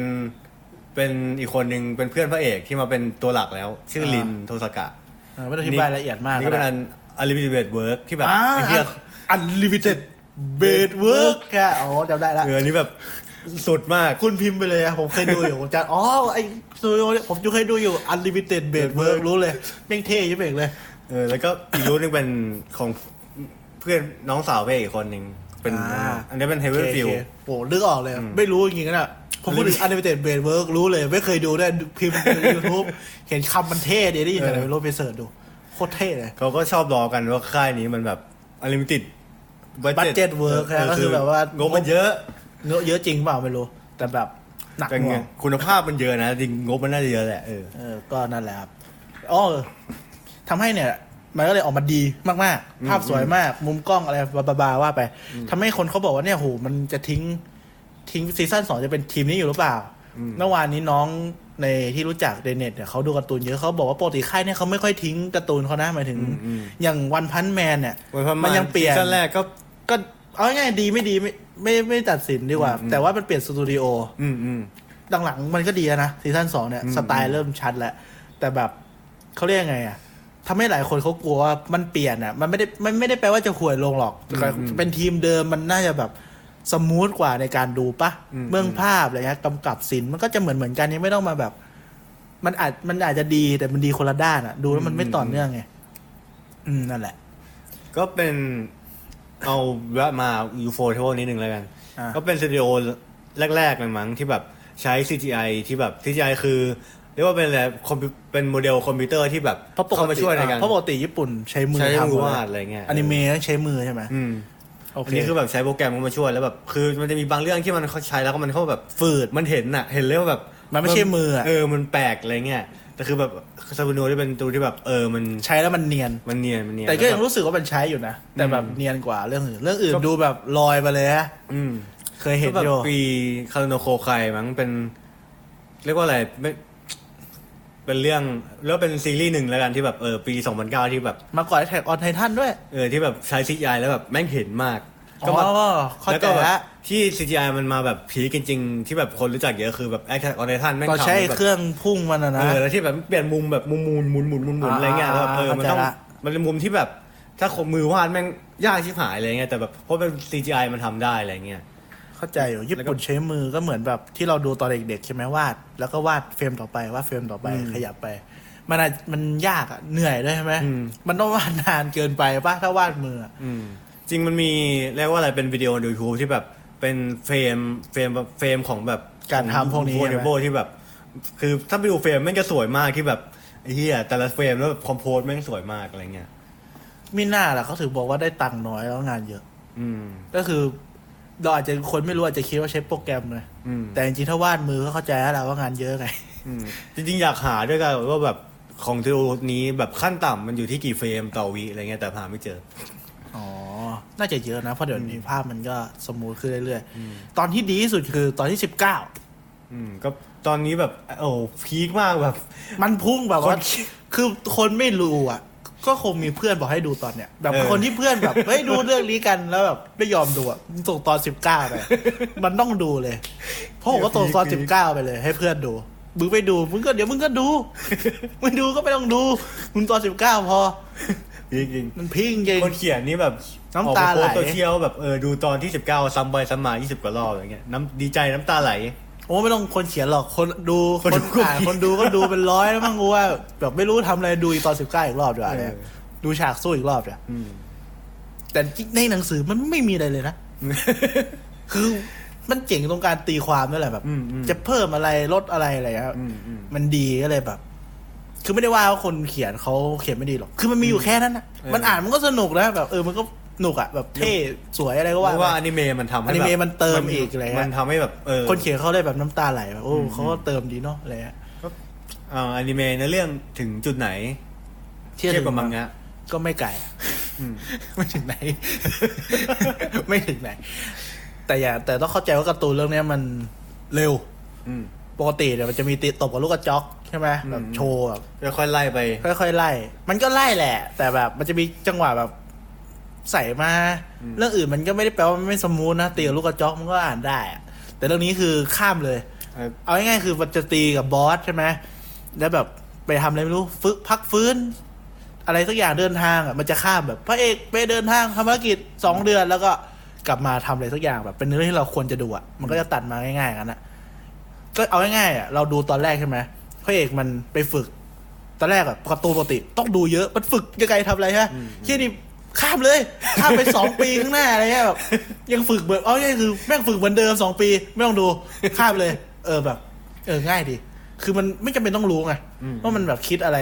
B: เป็นอีกคนหนึ่งเป็นเพื่อนพระเอกที่มาเป็นตัวหลักแล้ว ชื่อ
A: อ่า
B: ลินโทสกะ
A: เออไม่ต้องอธิบายละเอียดมาก
B: นี่ก็เป็นอันอลิมิเบตเวิร์กที่แบบ
A: อ่า
B: ไอ้เหี้ย
A: อันลิมิเต็ดเบดเวิร์กอ่ะอ๋อจำได้ละ
B: เอออนนี่แบบสุดมาก
A: คุณพิมพ์ไปเลยอะผมเคยดูอยู่ [laughs] ผมจำอ๋อไอสตูดิโอเนี่ยผมยังเคยดูอยู่อันลิมิเต็ดเบดเวิร์กรู้เลยแม่งเท่ยิ่งเอกเลย
B: เออแล้วก็อีกรูทหนึงเป็นของเพื่อนน้องสาวพระเอกอีกคนหนึ่งเป็น
A: อ่า
B: อันนี้เป็นเฮเวอ
A: โอ
B: ร์
A: เค
B: ฟิล
A: โอเคโหนึกออกเลย ไม่รู้จริงๆนะผมพูดถึง Unlimited b r a i n Work รู้เลย ไม่เคยดูได้วยพิมพ์ใน YouTube เห็นคำมันเท่ดีได้ยินแต่ไหน
B: เออ
A: ไม่รู้ไปเสิร์ชดู โคตรเท่เลย
B: เขาก็ชอบรอกันว่าค่ายนี้มันแบบอลิมิติด
A: บัตเจ็ตเวิร์กนะก็คือแบบว่าง ง
B: บมันเยอะ
A: เนื้อเยอะจริงเปล่าไม่รู้ แต่แบบหนัก
B: แต่
A: หน่ว
B: เงิ
A: ง
B: นคุณภาพมันเยอะนะจริงงบมันน่าจะเยอะแหละเออ
A: เออก็นั่นแหละครับอ๋อทำให้เนี่ย มันก็เลยออกมาดีมากๆ ภาพสวยมาก มุมกล้องอะไรบาบาๆว่าไปทำให้คนเขาบอกว่าเนี่ยโหมันจะทิ้ง ทิ้งซีซั่นสองจะเป็นทีมนี้อยู่หรือเปล่า เมื่อวานนี้น้องในที่รู้จักในเน็ตเนี่ยเขาดูการ์ตูนเยอะเขาบอกว่าปกติค่ายเนี่ยเขาไม่ค่อยทิ้งการ์ตูนเขานะหมายถึง อย่างวันพันแมนเนี่ย
B: ไว้ประาณ
A: ยังเปลี่ยน
B: ซีซั่นแรกก็
A: ก็เอาง่ายๆดีไม่ดีไม่ไม่ไม่ตัดสินดีกว่า
B: อืม
A: แต่ว่ามันเปลี่ยนสตูดิโอ
B: อืมอืม
A: หลังๆมันก็ดีแล้วนะซีซั่นสองเนี่ย
B: อืม
A: สไตล์เริ่มชัดแล้ว แต่แบบเขาเรียกไงอะทำให้หลายคนเขากลัวว่ามันเปลี่ยนอะมันไม่ได้มันไม่ได้แปลว่าจะห่วยลงหรอกแต่เป็นทีมเดิมมันน่าจะแบบสมูทกว่าในการดูปะ
B: อืม
A: เบื้องภาพอะไรเงี้ยกำกับสินมันก็จะเหมือนเหมือนกันยังไม่ต้องมาแบบ มันอาจมันอาจจะดีแต่มันดีคนละด้านอะดูแล้วมันไม่ต่อเนื่องไงอืมนั่นแหละ
B: ก็เป็นเอาแวะมายูโฟเทเบิลนิดนึงแล้วกัน
A: อ่ะ
B: ก็เป็นสตูดิโอแรกๆเลยมั้งที่แบบใช้ CGI ที่แบบ CGI คือเรียกว่าเป็นอะไรคอมพิวเป็นโมเดลคอมพิวเตอร์ที่แบบ
A: เพราะปก
B: เข้ามา
A: ติ
B: ช่วยในการ
A: เพราะปกติญี่ปุ่นใช้มือ
B: ใช้
A: ทำ
B: มือ
A: หมด
B: วาด
A: เล
B: อะไร
A: ย
B: เงี้ย
A: อนิเมะต้องใช้มือใช่ไหม
B: อืม
A: โอ
B: อั
A: เคน
B: นี้คือแบบใช้โปรแกรมเข้ามาช่วยแล้วแบบคือมันจะมีบางเรื่องที่มันเขาใช้แล้วก็มันเข้าแบบ
A: ฝืด
B: มันเห็นน่ะ เห็นเลยว่าแบบ
A: มันไม่ใช่มืออะ
B: เออมันแปลกอะไรเงี้ยแต่คือแบบซาบูโนที่เป็นตัวที่แบบเออมัน
A: ใช้แล้วมันเนียน
B: มันเนียนมันเนียน
A: แต่ก็ยัง
B: ล้วบบ
A: รู้สึกว่ามันใช้อยู่นะ แต่แบบ
B: อืม
A: เนียนกว่าเรื่องอื่น เรื่องอื่น
B: ก็
A: ดูแบบลอยไปเลยฮะ
B: อืม
A: เคยเห็น
B: ก็
A: โย
B: แบบปีคารุโนโคไคมั้งเป็น เรียกว่าอะไรไม่เป็นเรื่องแล้วเป็นซีรีส์หนึ่งแล้วกันที่แบบเออปี 2009 ที่แบบ
A: มาก่อนแท็กออนไททันด้วย
B: เออที่แบบใช้ซีไอแล้วแบบแม่งเห็นมาก
A: อ๋
B: ก็มา
A: อเข้า
B: แล้ว
A: ใจ
B: ก็แบบ
A: แล้ว
B: ที่ CGI มันมาแบบพีคจริงๆ ที่แบบคนรู้จักเยอะคือแบบแอคออนไททันแม่ง
A: ก็
B: ทำ
A: ใช้
B: แบบ
A: เครื่องพุ่งมันนะ
B: เอ
A: นะ
B: อแล้วที่แบบเปลี่ยนมุมแบบมุมหมุนหมุนหมุนหมุนหมุน
A: อ่า
B: อะไรเงี้ยแล้วแบบเออ
A: เข้า
B: มัน
A: ใจ
B: ต้อง
A: ละ
B: มันเป็นมุมที่แบบ ถ้าคนมือวาดแม่งยากชิบหายอะไรเงี้ยแต่แบบเพราะเป็น CGI มันทำได้อะไรเงี้ย
A: เข้าใจอยู่ญี่ปุ่นใช้มือก็เหมือนแบบที่เราดูตอนเด็กๆใช่ไหมวาด แล้วก็วาดเฟรมต่อไปวาดเฟรมต่อไป
B: อืม
A: ขยับไป มันอาจมันยากอะเหนื่อยด้วยใช่ไหม
B: อืม
A: มันต้องวาดนานเกินไปป่ะถ้าวาดมืออะ
B: อืมจริงมันมีเรียกว่าอะไรเป็นวิดีโอดูทูบที่แบบเป็นเฟรมเฟรมแบบเฟรมของแบบ
A: การทำพวกนี้
B: โฟ
A: ใช่
B: เท
A: ไหม
B: เบิลที่แบบ คือถ้าไปดูเฟรมแม่งจะสวยมากที่แบบไอ้เหี้ยแต่ละเฟรมแล้วแบบคอมโพสแม่งสวยมากอะไรเงี้ย
A: มิน่าล่ะเขาถึงบอกว่าได้ตังค์น้อยแล้วงานเยอะ
B: อืม
A: ก็คือเราอาจจะคนไม่รู้อาจจะคิดว่าใช้โปรแกรมเลย
B: อืม
A: แต่จริงๆถ้าวาดมือก็เข้าใจแล้วล่ะว่างานเยอะไง
B: อืมจริงๆ อยากหาด้วยกันว่าแบบของที่รูนี้แบบขั้นต่ำมันอยู่ที่กี่เฟรมต่อวิอะไรเงี้ยแต่หาไม่เจอ
A: อ๋อ น่าจะเยอะนะ เพราะเดี๋ยวนี้ภาพมันก็สมูทขึ้นเรื่อยๆ ตอนที่ดีที่สุดคือตอนที่สิบเก้า
B: อืมก็ตอนนี้แบบโอ้โหพีคมากแบบ
A: มันพุ่งแบบว่า
B: คน
A: คือคนไม่รู้อ่ะ ก็คงมีเพื่อนบอกให้ดูตอนเนี้ย แบบ
B: เออ
A: คนที่เพื่อนแบบ [laughs] เฮ้ย ดูเรื่องนี้กันแล้วแบบไม่ยอมดูอ่ะส่งตอนสิบเก้าไป มันต้องดูเลย เพราะผมก็ส่งตอนสิบเก้าไปเลย ให้เพื่อนดู มึงไปดู มึงก็เดี๋ยวมึงก็ดู มึงดูก็ไม่ต้องดู มึงตอนสิบเก้าพอ
B: พีคจริง
A: มันพิงจริง
B: คนเขียนนี่แบบ
A: น้ำตาไหล
B: ตัวเชียวแบบเออดูตอนที่ 19 ซ้ำไปซ้ำมา 20 กว่ารอบอะไรเงี้ยน้ำดีใจน้ำตาไหล
A: โอ้ไม่ต้องคนเขียนหรอกคนดูค
B: คน
A: น
B: ดูก็
A: อ่าน
B: ผิด
A: คนดูก็ดูเป็นร้อยแล้วมั้งกูว่า แบบไม่รู้ทำอะไรดูอีกตอนสิบเก้าอีกรอบดีกว่าเนี่ย
B: เออ
A: ดูฉากสู้อีกรอบเนี่ย
B: อืม
A: แต่ในหนังสือมันไม่มีอะไรเลย
B: [laughs]
A: นะ คือมันเจ๋งตรงการตีความนั่นแหละแบบ
B: อืมอืม
A: จะเพิ่มอะไรลดอะไรอะไรอะ
B: อืมอืม
A: มันดีก็เลยแบบ คือไม่ได้ว่าว่าคนเขียนเขาเขียนไม่ดีหรอก คือมันมีอยู่แค่นั้นนะ
B: เออ
A: มันอ่านมันก็สนุกนะแบบเออมันก็สนุกอะแบบเท่สวยอะไรก็
B: เพ
A: ว่า
B: ราะว่า
A: ไป
B: อนิเมะมันทำให้
A: อนิเมะ
B: แบบ
A: มันเติมอีกอะไรเงี้ย
B: มันทำให้แบบเออ
A: คนเขียนเขาเลยแบบน้ำตาไหลแบบโอ้เขาก็เติมดีเนาะอะไรอะ
B: อ่าอนิเมะในเรื่องถึงจุดไหนเทียบกับมังงะ
A: ก็ไม่ไกล
B: อืม
A: ไม่ถึงไหน [laughs] ไม่ถึงไหน แต่อย่าแต่ต้องเข้าใจว่าการ์ตูนเรื่องเนี้ยมันเร็ว
B: อืม
A: ปกติเนี่ยมันจะมีตีตบกับลูกกระจอกใช่ไหม
B: อืม
A: แบบโชว์แบบ
B: จะค่อยไล่ไป
A: ค่อยๆไล่ มันก็ไล่แหละ แต่แบบมันจะมีจังหวะแบบใส่มา เรื่องอื่นมันก็ไม่ได้แปลว่ามันไม่สมูทนะตีกับลูกกระจอกมันก็อ่านได้อะแต่เรื่องนี้คือข้ามเลย
B: เออ
A: เอาง่ายๆคือมันจะตีกับบอสใช่ไหมแล้วแบบไปทำอะไรไม่รู้ฟึพักฟื้น อะไรสักอย่างเดินทางอ่ะมันจะข้ามแบบพระเอกไปเดินทางทำภารกิจสองเดือน แล้วก็กลับมาทำอะไรสักอย่างแบบเป็นเรื่องที่เราควรจะดูอ่ะมันก็จะตัดมาง่ายๆกันอ่ะก็เอาง่ายๆอ่ะเราดูตอนแรกใช่ไหมพระเอกมันไปฝึก ตอนแรกอะการ์ตูนปกติต้องดูเยอะมันฝึกยังไงทำอะไรฮะเที่ยนี่ข้ามเลยข้ามไป [laughs] สอง ปีข้างหน้าอะไรเงี้ยแบบยังฝึกเหมือนเอ๋อนี่คือแม่งฝึกเหมือนเดิมสองปี ไม่ต้องดูข้ามเลย เออแบบ เออง่ายดี คือมันไม่จำเป็นต้องรู้ไงว่ามันแบบคิดอะไร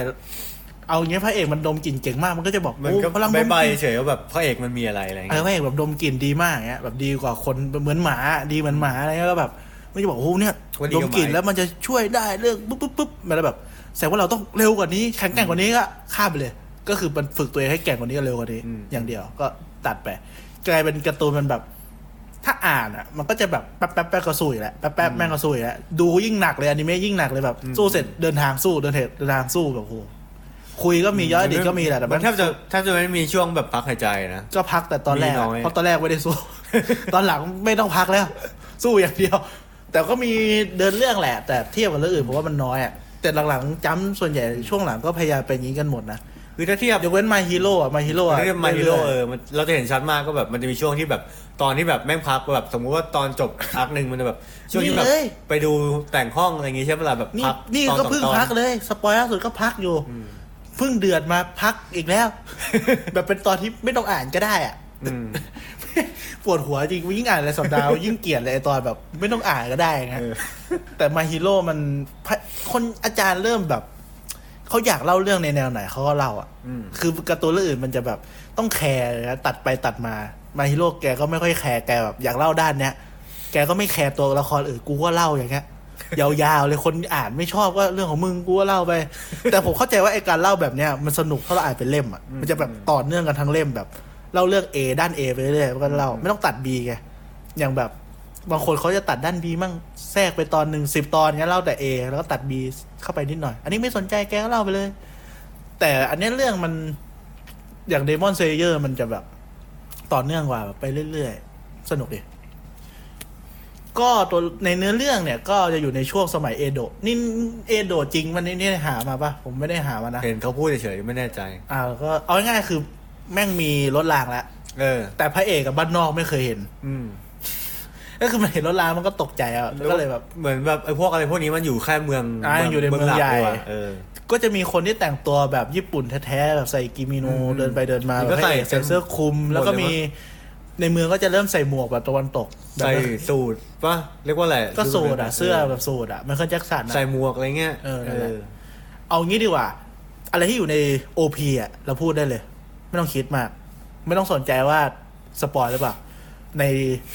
A: เอาอย่างเงี้ยพระเอกมันดมกลิ่นเก่งมากมันก็จะบอก
B: มัน
A: โอ้
B: ก็
A: พลังด
B: บาย
A: ม
B: บาก ย
A: ลิ่น
B: เฉยว่าแบบพระเอกมันมีอะไรอะไร
A: เออ
B: เงี้ย
A: พระเอกแบบดมกลิ่นดีมากเงี้ยแบบดีกว่าคนเหมือนหมาดีเหมือนหมาอะไรเงี้ยก็แบบมันจะบอกโอ้เนี่ยดมกลิ่นแล้วมันจะช่วยได้เรื่องปุ๊บปุ๊บปุ๊บมันแล้วแบบแสดงว่าเราต้องเร็วกว่านี้แข็งแกร่งกว่านี้ก็ข้ามไปเลย ก็คือมันฝึกตัวเองให้แกร่งกว่านี้ก็เร็วกว่านี้ อย่างเดียวก็ตัดไปกลายเป็นการ์ตูนมันแบบ ถ้าอ่านอ่ะมันก็จะแบบแป๊บแป๊บแป๊บก็สู้อีกแล้วแป๊บแป๊บแม่งก็สู้อีกแล้วดูยิ่งหนักเลยอนิเมะยิ่งหนักเลยแบบสู้เสร็จเดินทางสู้เดินเหตุเดินทางสู้แบบโอ้โหคุยก็มีย้อยอดีตก็มีแหละแต่
B: มั
A: มัน น
B: แทบจะแทบจะไม่มีช่วงแบบพักหายใจนะ
A: ก็พักแต่ตอนแรก
B: มีน้อย
A: อะเพราะตอนแรกไม่ได้สู้ [laughs] ตอนหลังไม่ต้องพักแล้ว สู้อย่างเดียว แต่ก็มีเดินเรื่องแหละ แต่เทียบกับเรื่องอื่นผมว่ามันน้อยอ่ะแต่หลังๆจำส่วนใหญ่ช่วงหลังก็พยายามเป็นอย่างนี้กันหมดนะ
B: คือถ้าเทียบ
A: ยกเว้นมาฮีโร่อะมาฮีโร่อะ
B: ถ้าเทียบมาฮิโร่
A: เรื่อยๆ
B: เออมันเราจะเห็นชัดมากก็แบบมันจะมีช่วงที่แบบตอนที่แบบแม่งพักแบบสมมุติว่าตอนจบ อาร์คหนึ่งมันจะแบบช่วงที่แบ
A: นี่
B: บ
A: เลย
B: ไปดูแต่งห้องอะไรอย่างงี้ใช่เวลาแบบ
A: นี่
B: พัก
A: นี่
B: ตอ
A: ก็
B: สอ
A: เพิ่ง
B: ตอน
A: พักเลย สปอยล่าสุดก็พักอยู่เพิ่งเดือดมาพักอีกแล้ว [laughs] แบบเป็นตอนที่ไม่ต้องอ่านก็ได้อะ
B: อืม
A: [laughs] ปวดหัวจริงยิ่งอ่านอะไรสัปดาห์ [laughs] ยิ่งเกลียดเลยไอ้ตอนแบบ ไม่ต้องอ่านก็ได้นะ
B: เออ
A: แต่มาฮีโร่มันพะคนอาจารย์เริ่มแบบเขาอยากเล่าเรื่องในแนวไหนเขาก็เล่าอ่ะคือการ์ตูนเรื่องอื่นมันจะแบบต้องแคร์เลยนะตัดไปตัดมามาฮีโร่แกก็ไม่ค่อยแคร์แกแบบอยากเล่าด้านเนี้ยแกก็ไม่แคร์ตัวละครอื่นกูก็เล่าอย่างเงี้ย ยาวๆเลยคนอ่านไม่ชอบก็เรื่องของมึงกูก็เล่าไป แต่ผมเข้าใจว่าไอการเล่าแบบเนี้ยมันสนุกถ้าเราอ่านเป็นเล่มอ่ะมันจะแบบต่อเนื่องกันทั้งเล่มแบบเล่าเรื่อง A ด้าน A ไปเรื่อยๆแล้วก็เล่าไม่ต้องตัด B ไงอย่างแบบบางคนเขาจะตัดด้าน B มั่งแทรกไปตอนหนึ่งสิบตอนเงี้ยเล่าแต่ A แล้วก็ตัด B เข้าไปนิดหน่อย อันนี้ไม่สนใจแกก็เล่าไปเลย แต่อันเนี้ยเรื่องมันอย่างเดมอนเซเยอร์มันจะแบบ ต่อเนื่องกว่าแบบไปเรื่อยๆ สนุกดี ก็ตัวในเนื้อเรื่องเนี่ย ก็จะอยู่ในช่วงสมัยเอโดะนี่เอโดะจริงมันนี่หามาปะผมไม่ได้หามานะ
B: เห็นเขาพูดเฉยๆไม่แน่ใจ
A: อ่าแล้วก็เอาง่ายๆคือแม่งมีรถรางแล้ว
B: เออ
A: แต่พระเอกกับบ้านนอกไม่เคยเห็น
B: อืม
A: ก็คือมันเห็นรถรางมันก็ตกใจอ่ะแล้วก็เลยแบบ
B: เหมือนแบบไอ้พวกอะไรพวกนี้มันอยู่แค่เมือง
A: อ่าอยู่ในเมือง
B: ลัก
A: ใหญ่
B: ดีกว่าเออ
A: ก็จะมีคนที่แต่งตัวแบบญี่ปุ่นแท้ๆแบบใส่กิมิโน
B: อืม
A: เดินไปเดินมา
B: นี่
A: แบ
B: ก็
A: บ
B: ใส่
A: ใส่
B: เต็ม
A: เสื้อคลุม แล้วก็
B: หมดเลย
A: มี
B: วะ
A: ในเมืองก็จะเริ่มใส่หมวกแบบตะวันตกแบบ
B: ใส่
A: นั้น
B: สูตรปะเรียกว่าอะไร
A: ก็สูทอ่ะเสื้อแบบสูทอ่ะมันก็แจ็คสัน
B: ใส่
A: อ่ะ
B: หมวกอะไรเงี้ย
A: เออนั่นแหละ เอางี้ดีกว่า อะไรที่อยู่ในโอพอ่ะเราพูดได้เลย ไม่ต้องคิดมาก ไม่ต้องสนใจว่าสปอยหรือเปล่าใน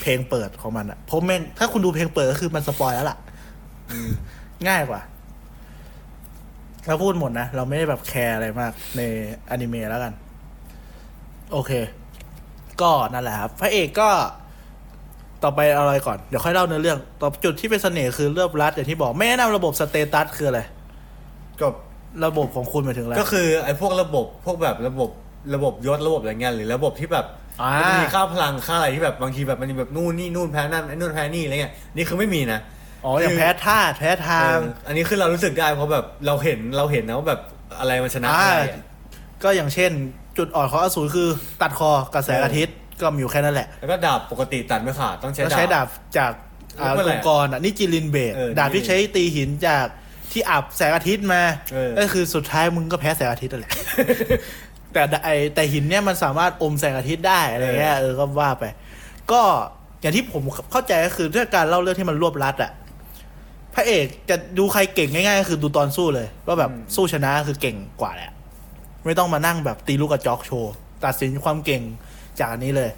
A: เพลงเปิดของมันอ่ะเพราะแม่งถ้าคุณดูเพลงเปิดก็คือมันสปอยแล้วล่ะ ง่ายกว่า เราพูดหมดนะ เราไม่ได้แบบแคร์อะไรมาก ในอนิเมะแล้วกัน โอเค ก็นั่นแหละครับ พระเอกก็ต่อไปเอาอะไรก่อน เดี๋ยวค่อยเล่าเนื้อเรื่อง ต่อจุดที่เป็นเสน่ห์คือเลือบรัดอย่างที่บอก ไม่แนะนำระบบสเตตัสคืออะไร
B: จบ
A: ระบบของคุณหมายถึงอะไร
B: ก็คือไอ้พวกระบบพวกแบบระบบระบบยศระบบอะไรเงี้ยหรือระบบที่แบบ
A: อ่ามั
B: นมีค่าพลังค่าอะไรที่แบบบางทีแบบมันมีแบบนู่นนี่นู่นแพ้นั่นไอ้นู่นแพ้นี่อะไรเงี้ยนี่คือไม่มีนะ
A: อ๋ออย่างแพ้ธาตุแพ้ทาง
B: เอออันนี้คือเรารู้สึกได้เพราะแบบเราเห็นเราเห็นนะว่าแบบอะไรมันชนะ
A: อ่า
B: อะไรอะ
A: ก็อย่างเช่น จุดอ่อนของอสูรคือตัดคอกระแสอาทิตย์ก็มีอยู่แค่นั้นแหละ
B: แล้วก็ดาบปกติตัดไม่ขาดต้องใช้
A: แล้ว
B: ดาบ
A: ใช้ดาบจากอ่า
B: แล้วก็อะไร
A: อุปกรณ์อ่ะนี่จิลินเบด
B: เออ
A: ดาบที่ใช้ตีหินจากที่อาบแสงอาทิตย์มา
B: เออ
A: ก็คือสุดท้ายมึงก็แพ้แสงอาทิตย์นั่นแหละ แต่ไอแต่หินเนี่ยมันสามารถอมแสงอาทิตย์ได้อะไรเงี้ยเออก็ว่าไป ก็อย่างที่ผมเข้าใจก็คือด้วยการเล่าเรื่องที่มันรวบรัดอะพระเอกจะดูใครเก่งง่ายๆก็คือดูตอนสู้เลยว่าแบบสู้ชนะคือเก่งกว่าแหละ ไม่ต้องมานั่งแบบตีลูกกระจอกโชว์ ตัดสินความเก่งจากอันนี้เลย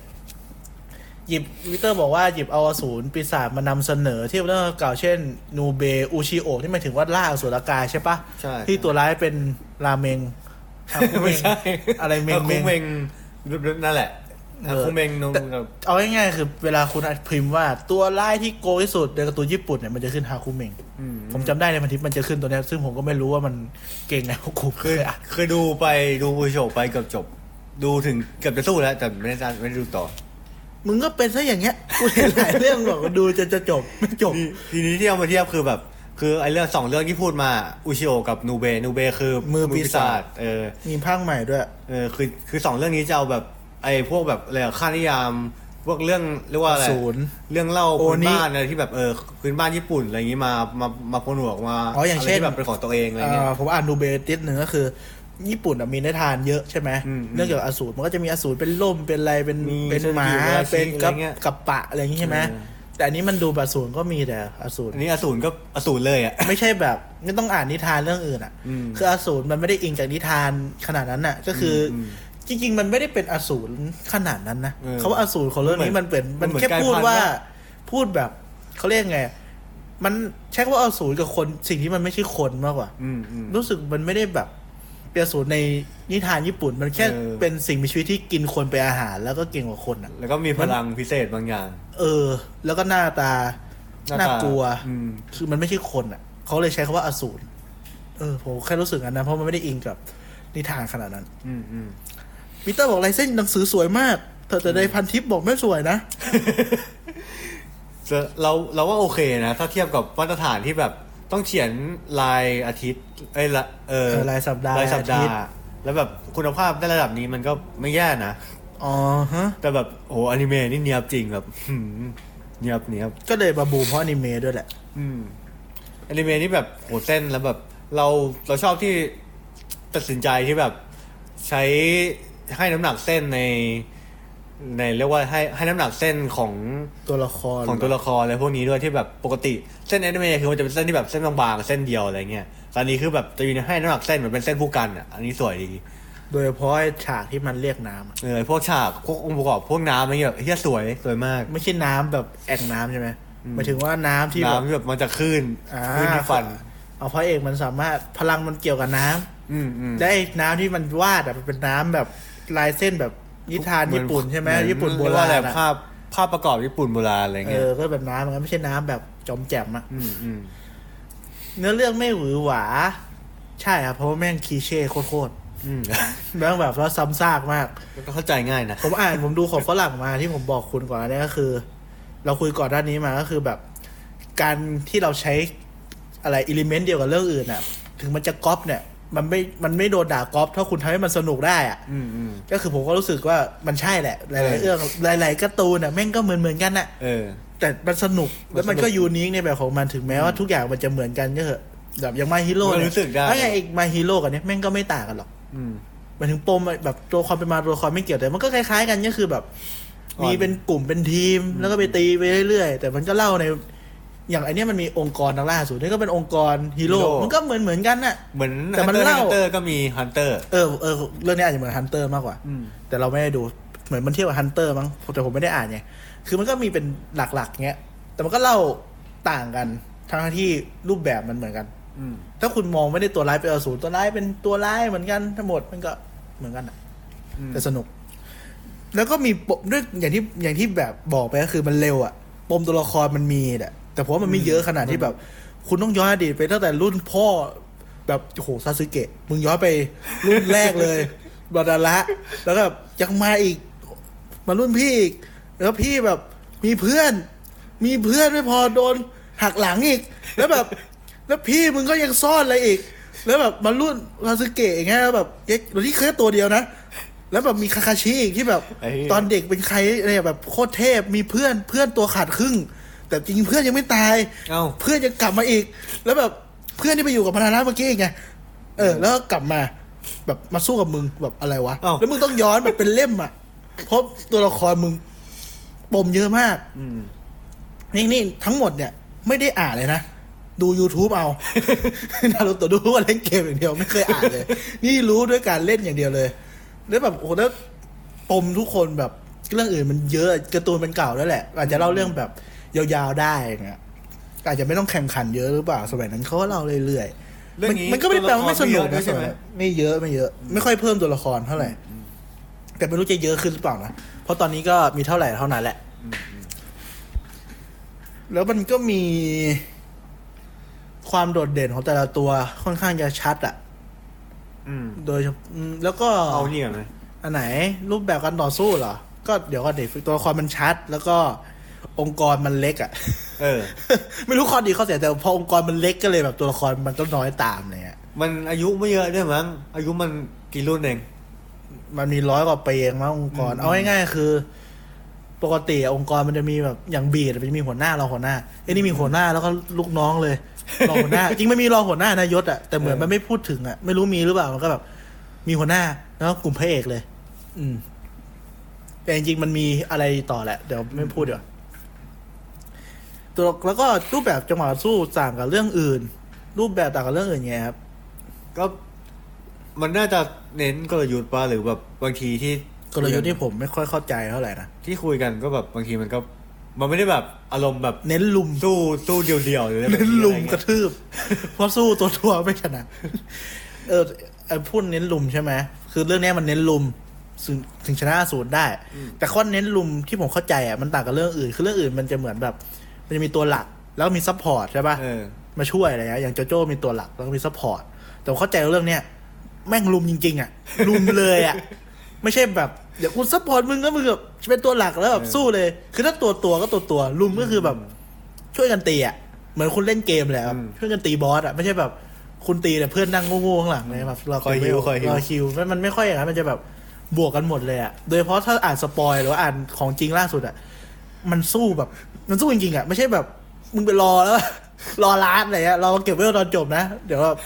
A: หยิบวิเตอร์บอกว่าหยิบเอาอสูรปีศาจมานำเสนอที่เรื่องเก่าเช่น นูเบอูชิโอนี่หมายถึงว่าล่าอสุรกายใช่ปะ
B: ใช่
A: ที่ตัวร้ายเป็นราเมง
B: [laughs] ไม่ใช่
A: อะไรเมง
B: คุเม
A: เม
B: งนั่นแหละ
A: เออ
B: คุเมงนงกับ
A: เอาง่ายๆคือเวลาคุณพิมพ์ว่าตัวร้ายที่โกงที่สุดในการ์ตูนญี่ปุ่นเนี่ยมันจะขึ้นฮาคุเมง
B: อืม
A: ผมจำได้ในพันทิปมันจะขึ้นตัวเนี้ยซึ่งผมก็ไม่รู้ว่า [laughs] มันเก่งไงเพราะกูเค
B: คือย
A: อ่ะ
B: คือดูไปดูบูโชไปเกือบจบ ดูถึงเกือบจะสู้แล้วแต่ไม่ได้ไม่ได้ดูต่อ
A: มึงก็เป็นซะอย่างเงี้ย [laughs] กูเห็นหลายเรื่องบอกว่าดูจะจะจบไม่จบ
B: ทีทีนี้ที่เอามาเทียบคือแบบ คือไอ้เรื่องสองเรื่องที่พูดมาอุชิโอกับนูเบนูเบคือ
A: มือปีศาจ
B: เออ
A: มีภาคใหม่ด้วย
B: เออคือคือสองเรื่องนี้จะเอาแบบไอ้พวกแบบอะไรอะค่านิยาม พวกเรื่องเรียกว่าอะไร
A: อสูร
B: เรื่องเล่าพื้น
A: โอนิ
B: บ้านอะไรที่แบบเออพื้นบ้านญี่ปุ่นอะไรอย่างนี้มามามาพนวกมา
A: อ๋ออย่างเช่น
B: ะไรที่แบบเป็นของตัวเองอะไรเงี้ย
A: อ่าผมอ่านดูเบติสหนึ่งก็คือ ญี่ปุ่นอะมีนิทานเยอะใช่ไหม
B: อืม
A: เรื่องเกี่ยวกับอสูรมันก็จะมีอสูรเป็นล่มเป็นอะไรเป็น
B: มี
A: เป็นหมา
B: เจ้าหน้าที่
A: เป็นกับ
B: อะไรเงี้ย
A: กับปะอะไรอย่างงี้ใช่ไหม
B: เออ
A: แต่อันนี้มันดูแบบอสูรก็มีแต่อสูร
B: อันนี้อสูรก็อสูรเลยอ่ะ
A: ไม่ใช่แบบไม่ต้องอ่านนิทานเรื่องอื่นอ่ะ
B: อืม
A: คืออสูรมันไม่ได้อิงจากนิทานขนาดนั้นน่ะ ก็คืออ
B: ม
A: จริง ๆ มันไม่ได้เป็นอสูรขนาดนั้นนะ
B: เออ
A: เขาว่าอสูรของเรื่องนี้มันเป็น
B: มั
A: มัน น
B: เหมือน
A: แค่พูดว่า
B: กลายพันธุ์
A: พูดแบบเขาเรียกไง มันใช้คำว่าอสูรกับคนสิ่งที่มันไม่ใช่คนมากกว่า
B: อืมอืม
A: รู้สึกมันไม่ได้แบบเป็นอสูรในนิทานญี่ปุ่น มันแค่
B: เออ
A: เป็นสิ่งมีชีวิตที่กินคนเป็นอาหาร แล้วก็เก่งกว่าคนอ่ะ
B: แล้วก็มีพลังพิเศษบางอย่าง
A: เออ แล้วก็หน้าตา
B: หน้าตา
A: น่ากลัว
B: อืม
A: คือมันไม่ใช่คนอ่ะ เขาเลยใช้คำว่าอสูร เออ ผมแค่รู้สึกงั้นนะ เพราะมันไม่ได้อิงกับนิทานขนาดนั้น
B: อืมอืม
A: ปีเตอร์บอกลายเส้นหนังสือสวยมาก เธอแต่ในพันทิปบอกไม่สวยนะ
B: เราเราว่าโอเคนะ ถ้าเทียบกับมาตรฐานที่แบบต้องเขียนรายอาทิตย์เอ้ยละเออ
A: เออรายสัปดาห์
B: รายสัปดา
A: อาทิต
B: ห์
A: ย์
B: แล้วแบบคุณภาพได้ระดับนี้มันก็ไม่แย่นะ
A: อ๋อฮะ
B: แต่แบบโอ้อนิเมะนี่เนียบจริงแบบ [laughs] หืมเนียบเนียบ
A: ก็เลยมาบูมเพราะอนิเมะด้วยแหละ
B: อืมอนิเมะนี่แบบโหเส้นแล้วแบบ เราเราชอบที่ตัดสินใจที่แบบใช้ให้น้ำหนักเส้นใน ในเรียกว่าให้ให้น้ำหนักเส้นของ
A: ตัวละคร
B: ของตัวละครอะไรพวกนี้ด้วยที่แบบปกติเส้นแอนิเมะคือมันจะเป็นเส้นที่แบบเส้นบางๆเส้นเดียวอะไรเงี้ยแตอนนี้คือแบบจะอยู่ในให้น้ำหนักเส้นเหมือนเป็นเส้นผู้กันอ่ะอันนี้สวยดี
A: โดยเฉพาะไอ้ฉากที่มันเรียกน้ำอะ
B: เออพวกฉากพวกองค์ประกอบพวกน้ำอะไรเงี้ยเฮียสวยสวยมาก
A: ไม่ใช่น้ำแบบแอ่งน้ำใช่ไหมหมายถึงว่าน้ำที่แบบ
B: น้ำที่แบบมันจะขึ้น
A: อ่า
B: ขึ้นที่ฟัน
A: เอาพระเอกมันสามารถพลังมันเกี่ยวกับน้ำ
B: อืมอืม
A: ได้น้ำที่มันวาดอะมันเป็นน้ำแบบลายเส้นแบบนิทานญี่ปุ่นใช่ไหม
B: เอ
A: ญี่ปุ่นโบ
B: เยก
A: รา
B: ว่
A: ณ
B: อะ
A: อะ
B: ไภาพภาพประกอบญี่ปุ่นโบราณอะไร
A: เอ
B: เงี้ย
A: อก็แบบน้ำมันไม่ใช่น้ำแบบจอมแจ่มอะ
B: อืมอืม
A: เนื้อเรื่องไม่หวือหวา ใช่ครับเพราะว่าแม่งคลีเช่โคตร
B: อืม
A: แม่งแบบว่าซ้ำซากมาก
B: ก็เข้าใจง่ายนะ
A: ผมอ่านผมดูของฝรั่งมาที่ผมบอกคุณก่อนอันนี้ก็คือ เราคุยก่อนด้านนี้มาก็คือแบบ การที่เราใช้อะไรอิเลเมนต์เดียวกับเรื่องอื่นอ่ะ ถึงมันจะก๊อปเนี่ย มันไม่มันไม่โดนด่าก๊อปถ้าคุณทำให้มันสนุกได้อ่ะ
B: อืมอืม
A: ก็คือผมก็รู้สึกว่ามันใช่แหละ ห
B: เอ
A: ลายๆ
B: อ
A: เรื่องหลาย ๆการ์ตูนอ่ะแม่งก็เหมือนเหมือนๆกันอ่ะ
B: เออ
A: แต่มันสนุกแล้วมัน
B: มันสนุก
A: ก็ยูนิคในแบบของมันถึงแม้ว่าทุกอย่างมันจะเหมือนกันก็เถอะแบบอย่างมาฮีโร่
B: มันรู้สึกได้
A: ไอ้ไงอีกมาฮีโร่กันเนี่ยแม่งก็ไม่ต่างกันหรอก
B: อืม
A: หมันถึงปมแบบตัวความเป็นมาตัวละครไม่เกี่ยวแต่มันก็คล้าย ๆ กันก็คือแบบ
B: อ่อน
A: มีเป็นกลุ่มเป็นทีม แล้วก็ไปตีไปเรื่อยๆ แต่มันก็เล่าใน อย่างไอนเนี้ยมันมีองค์กรทางล่าสุดนี่ก็เป็นองค์กรฮีโร่มันก็เหมือนเหมือนๆกันน่ะ
B: เหมือน
A: แต่มันเล่า
B: ฮันเตอร์ก็มีฮันเตอร์
A: เออเออเรื่องนี้อาจจะเหมือนฮันเตอร์มากกว่า
B: อืม
A: แต่เราไม่ได้ดูเหมือนมันเทียบกับฮันเตอร์มั้งแต่ผมไม่ได้อ่านไงคือมันก็มีเป็นหลักๆเงี้ยแต่มันก็เล่าต่างกันทั้งที่รูปแบบมันเหมือนกัน
B: อืม
A: ถ้าคุณมองไม่ได้ตัวร้ายเป็นอสูรตัวร้ายเป็นตัวร้ายเหมือนกันทั้งหมดมันก็เหมือนกันอะ
B: อืม
A: แต่สนุก แล้วก็มีปมด้วยอย่างที่อย่างที่แบบบอกไปก็คือมันเร็วอะปมตัวละครมันมีแหละแต่ผมว่ามันไม่เยอะขนาดที่แบบ คุณต้องย้อนอดีตไปตั้งแต่รุ่นพ่อ แบบโอ้โหซาสึเกะมึงย้อนไปรุ่นแรกเลย [laughs] บาดาระแล้วก็ยังมาอีก มารุ่นพี่อีก แล้วพี่แบบมีเพื่อน มีเพื่อนไม่พอโดนหักหลังอีก แล้วแบบ แล้วพี่มึงก็ยังซ่อนอะไรอีก แล้วแบบมารุ่นราซึเกะอย่างเงี้ยแล้วแบบเอ๊ะเราที่เคยตัวเดียวนะ แล้วแบบมีคาคาชิอีกที่แบบ
B: ไอ้เหี้ย
A: ตอนเด็กเป็นใครอะไรแบบโคตรเทพมีเพื่อนเพื่อนตัวขาดครึ่ง แต่จริงเพื่อนยังไม่ตาย
B: เอ้า
A: เพื่อนยังกลับมาอีก แล้วแบบเพื่อนที่ไปอยู่กับพนาราเมื่อกี้ไง เออ แล้วก็กลับมา แบบมาสู้กับมึงแบบอะไรวะ
B: อ้าว
A: แล้วมึงต้องย้อนแบบเป็นเล่มอ่ะ เพราะตัวละครมึงปมเยอะมาก
B: อืม
A: นี่นี่ทั้งหมดเนี่ย ไม่ได้อ่านเลยนะ ดู YouTube เอา [laughs] นารูโตะดูว่าเล่นเกมอย่างเดียวไม่เคยอ่าน
B: [laughs]
A: เลย นี่รู้ด้วยการเล่นอย่างเดียวเลย แล้วแบบโอ้โหแล้วปมทุกคนแบบเรื่องอื่นมันเยอะการ์ตูนมันเก่าแล้วแหละ อาจจะเล่าเรื่องแบบยาวๆได้อย่างเงี้ยอาจจะไม่ต้องแข่งขันเยอะหรือเปล่าสมัยนั้นเขาก็เล่าเรื่อยๆ
B: เรื่องนี้
A: มันมันก็ไม่ได้แปลว่าไม่สนุก
B: ตัว
A: นะ
B: ละครไม่เยอะด้วยใช่ไหม
A: สยไม่เยอะไม่เยอะ ไม่ค่อยเพิ่มตัวละครเท่าไหร่ แต่ไม่รู้จะเยอะขึ้นหรือเปล่านะเพราะตอนนี้ก็มีเท่าไหร่เท่านั้นแหละ แล้วมันก็มีความโดดเด่นของแต่ละตัวค่อนข้างจะชัดอะ
B: อืม
A: โดยเฉพาะอืมแล้วก็
B: เอาเนี่ยไหม
A: อันไหนรูปแบบการต่อสู้เหรอ ก็เดี๋ยวก็เด็กตัวละครมันชัด แล้วก็องค์กรมันเล็กอะ [laughs]
B: เออ
A: ไม่รู้ข้อดีข้อเสียแต่พอองค์กรมันเล็กก็เลยแบบตัวละครมันก็น้อยตามเลยอะ
B: มันอายุไม่เยอะด้วยมั้ง อายุมันกี่รุ่นเอง
A: มันมีร้อยกว่าปีเองมั้งองค์กร
B: อืม
A: เอาง่ายๆคือ ปกติองค์กรมันจะมีแบบอย่างบีดมันจะมีหัวหน้ารองหัวหน้าไอ้นี่มีหัวหน้าแล้วก็ลูกน้องเลยรองหัวห [laughs] น้า จริงไม่มีรองหัวหน้านายศอะแต่เหมือนมันไม่พูดถึงอะไม่รู้มีหรือเปล่ามันก็แบบ มีหัวหน้าแล้วก็กลุ่มพระเอกเลย อืม แต่จริงๆมันมีอะไรต่อแหละ เดี๋ยวไม่พูดเดี๋ยวาตัวแล้วก็รูปแบบจังหวะสู้ต่างกับเรื่องอื่น รูปแบบต่างกับเรื่องอื่นไงครับ
B: ก็มันน่าจะเน้นกลยุทธ์ป่ะหรือแบบบางทีที่
A: กลยุทธ์ที่ผมไม่ค่อยเข้าใจเท่าไหร่นะ
B: ที่คุยกันก็แบบบางทีมันก็ มันไม่ได้แบบอารมณ์แบบ
A: เน้นลุม
B: สู้สู้เดียวๆหรืออะไรแบบ
A: เน้นลุมก
B: ก็
A: ระทืบ [laughs] เพราะสู้ตัวทัวไม่ชนะ เออไอ้พูดเน้นลุมใช่ไหมคือเรื่องเนี้ยมันเน้นลุมถึงถึงชนะอสูรได้ แต่ข้อเน้นลุมที่ผมเข้าใจอ่ะมันต่างกับเรื่องอื่น คือเรื่องอื่นมันจะเหมือนแบบ มันจะมีตัวหลัก แล้วมีซัพพอร์ตใช่ปะ
B: เออ
A: มาช่วยอะไรเงี้ยอย่างโจโจ้มีตัวหลักแล้วก็มีซัพพอร์ต แต่ผมเข้าใจว่าเรื่องเนี้ยแม่งลุมจริง ๆ อ่ะ ลุมเลยอ่ะ [laughs] ไม่ใช่แบบเดี๋ยวกูซัพพอร์ตมึงก็มึงแบบเป็นตัวหลักแล้วแบบ
B: เออ
A: สู้เลย คือถ้าตัวตัวก็ตัวตัวลุมก็คือแบบ ช่วยกันตีอ่ะ เหมือนคุณเล่นเกมแหละครับช่วยกันตีบอสอ่ะไม่ใช่แบบคุณตีแต่เพื่อนนั่งโง่ๆข้างหลังเลยแบบรอ
B: คอยฮิวคอยฮิ
A: ร
B: ว
A: อคิวมันมันไม่ค่อยอย่างนั้นมันจะแบบบวกกันหมดเลยอ่ะโดยเฉพาะถ้าอ่านสปอยหรือว่าอ่านของจริงล่าสุดอ่ะ มันสู้แบบ มันสู้จริงๆอ่ะ ไม่ใช่แบบ มึงไปรอแล้ว [laughs] รอร้านอะไรเงี้ยรอเก็บไว้ตอนจบนะ เดี๋ยวแบบ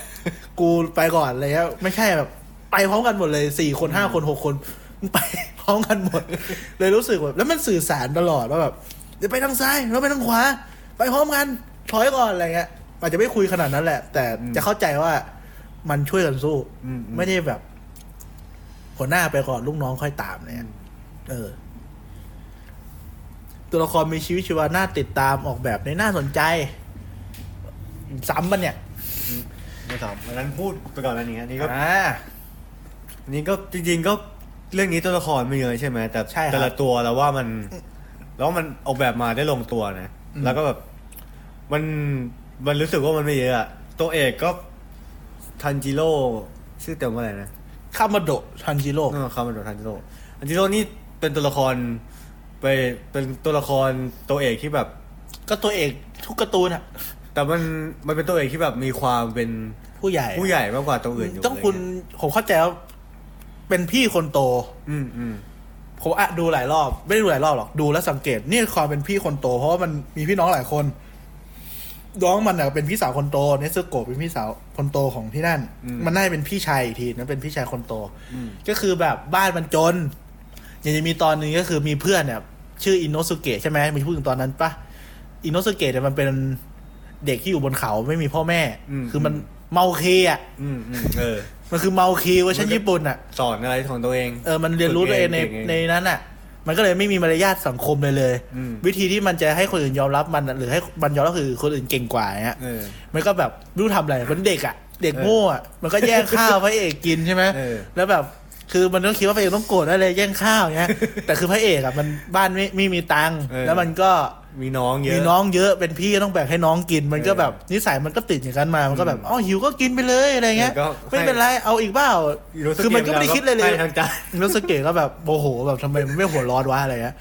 A: กูไปก่อนอะไรเงี้ยไม่ใช่แบบ ไปพร้อมกันหมดเลยสี่คนห้าคนหกคนมึงไป พร้อมกันหมด เลยรู้สึกแบบแล้วมันสื่อสารตลอดว่าแบบเดี๋ยวไปทางซ้ายแล้วไปทางขวา ไปพร้อมกันถอยก่อนอะไรเงี้ยอาจจะไม่คุยขนาดนั้นแหละ แต่จะเข้าใจว่ามันช่วยกันสู้
B: อืมอืม
A: ไม่ได้แบบหัวหน้าไปก่อนลูกน้องค่อยตามเนี่ยเออ ตัวละครมีชีวิตชีวาน่าติดตามออกแบบในน่าสนใจ ซ้ำปะเนี่ย
B: ไม่ถามอันนั้นพูดไปก่อนแล้วนี้อันนี้ก็
A: อ่า
B: อันนี้ก็จริงๆก็เรื่องนี้ตัวละครไม่เยอะใช่ไหมแต่
A: ใช่ครับ
B: แต่ละตัวเราว่ามันแล้วมันออกแบบมาได้ลงตัวนะ
A: อืม
B: แล้วก็แบบมันมันรู้สึกว่ามันไม่เยอะอะตัวเอกก็ทันจิโร่ชื่อเต็มว่าอะไรนะ
A: คามาโดะทันจิโร่
B: เออคามาโดะทันจิโร่ทันจิโร่นี่เป็นตัวละครไปเป็นตัวละครตัวเอกที่แบบ
A: ก็ตัวเอกทุกการ์ตูนอ่ะ
B: แต่มันมันเป็นตัวเอกที่แบบมีความเป็น
A: ผู้ใหญ่
B: ผู้ใหญ่มากกว่าตัวอื่นอยู่
A: ต้องคุณ
B: ะไรเงี้ย
A: ผมเข้าใจว่าเป็นพี่คนโต
B: อืมอืม
A: ผมอะดูหลายรอบ ไม่ได้ดูหลายรอบหรอกดูแล้วสังเกตนี่คือความเป็นพี่คนโต เพราะว่ามันมีพี่น้องหลายคนน้องมันน่ะเป็นพี่สาวคนโตเนซึโกะเป็นพี่สาวคนโตของที่นั่น มันน่าจะเป็นพี่ชายอีกทีนะเป็นพี่ชายคนโต ก็คือแบบบ้านมันจนอย่างจะมีตอนหนึงก็คือมีเพื่อนเนี่ยชื่ออินโนสุเกะใช่ไหมมีพูดถึงตอนนั้นปะอินโนสุเกะเนี่ยมันเป็นเด็กที่อยู่บนเขาไม่มีพ่อแม่ คือมันเมาเคอะ
B: อืมอืมเออ
A: มันคือเมาเคเวอร์ชันญี่ปุ่นอะ
B: สอนอะไรของตัวเอง
A: เออ มันเรียนรู้ตัวเองใน
B: เก่งๆ
A: ในนั้นอ่ะ มันก็เลยไม่มีมารยาทสังคมเลยเลย
B: อืม
A: วิธีที่มันจะให้คนอื่นยอมรับมันน่ะหรือให้มันยอมรับคือคนอื่นเก่งกว่าอย่างเงี้ย
B: เออ
A: มันก็แบบไม่รู้ทำอะไรมันเด็กอ่ะ เด็กโง่อ่ะ มันก็แย่งข้าวพระเอกกินใช่ไหม
B: เออ
A: แล้วแบบ คือมันต้องคิดว่าพระเอกต้องโกรธอะไรแย่งข้าว
B: [laughs]
A: อย่างเงี้ย แต่คือพระเอกอ่ะมันบ้านไม่ไม่มีตังค์ แล้วมันก็
B: มีน้องเยอะ
A: มีน้องเยอะเป็นพี่ก็ต้องแบ่งให้น้องกิน มันก็
B: เออ
A: แบบนิสัยมันก็ติดอย่างนั้นมา มันก็แบบอ๋อหิวก็กินไปเลยอะไรเงี้ย
B: เออก็
A: ไม่เป็นไรเอาอีกเปล่า
B: รู้สึก
A: คือมันก็ไม่ได้คิดเลยเลย
B: ไปทางใจ
A: รู้สึกเก๋ก็แบบโมโหแบบทำไมมันไม่หัวร้อนวะอะไร
B: [laughs]
A: เงี้ย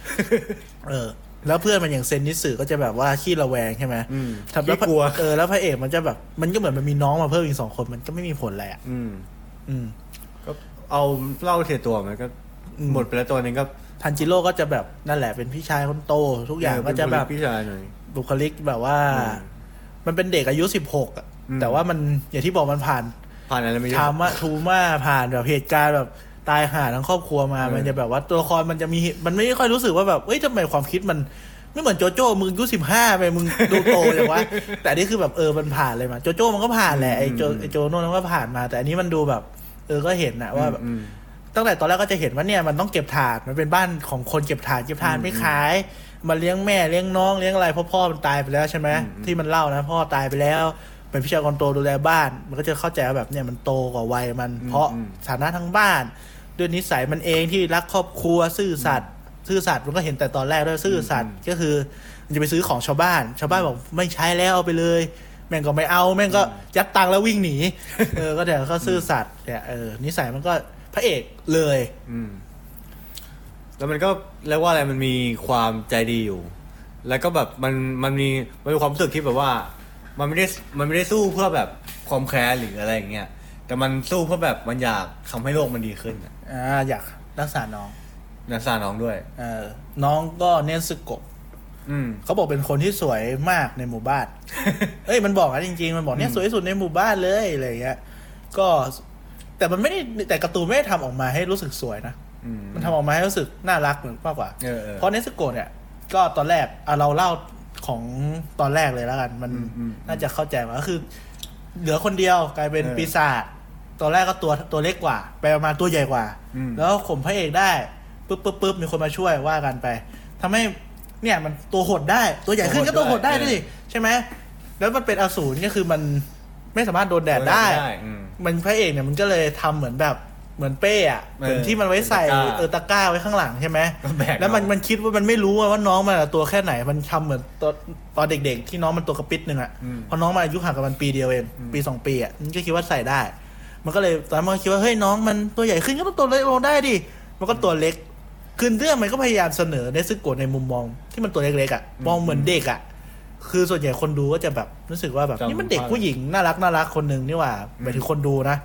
A: เออ แล้วเพื่อนมันอย่างเซนนิสึก็จะแบบว่าขี้ระแวงใช่ไหม
B: อืม
A: ทำแล้ว
B: ขี้กลัว
A: เออแล้วพระเอกมันจะแบบมันก็เหมือนมันมีน้องมาเพิ่มอีกสองคนมันก็ไม่มีผลอะไรอ่ะ
B: อืม
A: อืม
B: ก็เอาเหล่าเทตัวมันก็
A: อืม
B: หมดไปแล้วตัวหนึงก็
A: ทันจิโร่ก็จะแบบนั่นแหละเป็นพี่ชายคนโต ทุกอย่างก็จะแบบ
B: เป็นคนเล็พี่ชายหน่อย
A: บุคลิกแบบว่า
B: อืม
A: มันเป็นเด็กอายุสิบหก
B: อืม
A: แต่ว่ามันอย่างที่บอกมันผ่าน
B: ผ่านอะไรไม่เยอะ
A: ทามะทูมาผ่านแบบเหตุการณ์แบบตายห่าทั้งครอบครัวมา
B: เออ
A: มันจะแบบว่าตัวละครมันจะมี มันไม่ค่อยรู้สึกว่าแบบเอ้ยทำไมความคิดมัน ไม่เหมือนโจโจ้มึงอายุสิบห้าไปมึงดูโตเลยวะ [laughs] แต่อันนี่คือแบบเออมันผ่านเลยมาโจโจ้มันก็ผ่านแหละไอโจไอโจโน่นมันก็ผ่านมา แต่อันนี้มันดูแบบ เออก็เห็นนะว่าแบบ
B: อืม
A: ตั้งแต่ตอนแรกก็จะเห็นว่าเนี่ยมันต้องเก็บถาดมันเป็นบ้านของคนเก็บถาดเก็บถาดไม่ขายมันเลี้ยงแม่เลี้ยงน้องเลี้ยงอะไรเพราะพ่อมันตายไปแล้วใช่ไหมที่มันเล่านะ พ่อตายไปแล้ว เป็นพี่ชายคนโตดูแลบ้าน มันก็จะเข้าใจว่าแบบเนี่ยมันโตกว่าวัยมัน เพราะ
B: อืม
A: ฐานะทั้งบ้าน ด้วยนิสัยมันเองที่รักครอบครัวซื่อสัตย์ซื่อสัตย์มันก็เห็นแต่ตอนแรกด้วยซื่อสัตย์ก็คือมันจะไปซื้อของชาวบ้าน ชาวบ้านบอกไม่ใช้แล้วเอาไปเลย แม่งก็ไม่เอา แม่งก็ยัดตังค์แล้ววิ่งหนี เออ ก็เดี๋ยวก็ซื่อสัตย์เนี่ยเออนิสัยมันก็พระเอกเลย
B: อืม แล้วมันก็เรียกว่าอะไรมันมีความใจดีอยู่ แล้วก็แบบมันมันมีมันมีความรู้สึกที่แบบว่า มันไม่ได้มันไม่ได้สู้เพื่อแบบความแค้นหรืออะไรอย่างเงี้ยแต่มันสู้เพื่อแบบมันอยากทำให้โลกมันดีขึ้นน่ะ
A: อ่าอยากรักษาน้อง
B: นักสาน้องด้วย
A: เออน้องก็เนซึโกะ
B: อืม
A: เขาบอกเป็นคนที่สวยมากในหมู่บ้าน เอ้ยมันบอกนะจริงๆ มันบอกเนี่ยสวยที่สุดในหมู่บ้านเลยอะไรอย่างเงี้ยก็แต่มันไม่ได้แต่การ์ตูนไม่ได้ทำออกมาให้รู้สึกสวยนะ
B: อืม
A: มันทำออกมาให้รู้สึกน่ารักเหมือนมากกว่า
B: เออเออ
A: เพราะเนสโกะเนี่ย ก็ตอนแรกอ่ะเราเล่าของตอนแรกเลยแล้วกัน มัน
B: อืมอืม
A: น่าจะเข้าใจมาก็คือ เหลือคนเดียวกลายเป็น
B: เออ
A: ปีศาจตอนแรกก็ตัวตัวเล็กกว่า ไปมาตัวใหญ่กว่า
B: อืม
A: แล้วข่มพระเอกได้ปุ๊บปุ๊บปุ๊บมีคนมาช่วยว่ากันไปทำให้เนี่ยมันตัวหดได้ ตัวใหญ่ขึ้นก็ตัวหดได้ด้วยดิใช่ไหมแล้วมันเป็นอสูรก็คือมันไม่สามารถโดนแดดได้
B: อืม
A: มันพระเอกเนี่ยมันก็เลยทำเหมือนแบบเหมือนเป้อะเหมือนที่มันไว้ใส่
B: ตะกร้า
A: เออตะกร้าไว้ข้างหลังใช่ไหม
B: แบกเอา
A: แล้วมันมันคิดว่ามันไม่รู้ว่าน้องมันอะตัวแค่ไหน มันทำเหมือนตอนตอนเด็ก ๆ ที่น้องมันตัวกระปิดหนึ่งอะเพราะน้องมันอายุห่างกับมันปีเดียวเองปีสองปีอะมันก็คิดว่าใส่ได้ มันก็เลยตอนนั้นมันก็คิดว่าเฮ้ยน้องมันตัวใหญ่ขึ้นก็ต้องตัวเล็กลงได้ดิมันก็ตัวเล็กคือเรื่องมันก็พยายามเสนอในซึโกะในมุมมอง ที่มันตัวเล็กๆอะมองเหมือนเด็กอะคือส่วนใหญ่คนดูก็จะแบบรู้สึกว่าแบบนี่มันเด็กผู้หญิงน่ารักน่ารักคนหนึ่งนี่หว่าหมายถึงคนดูนะ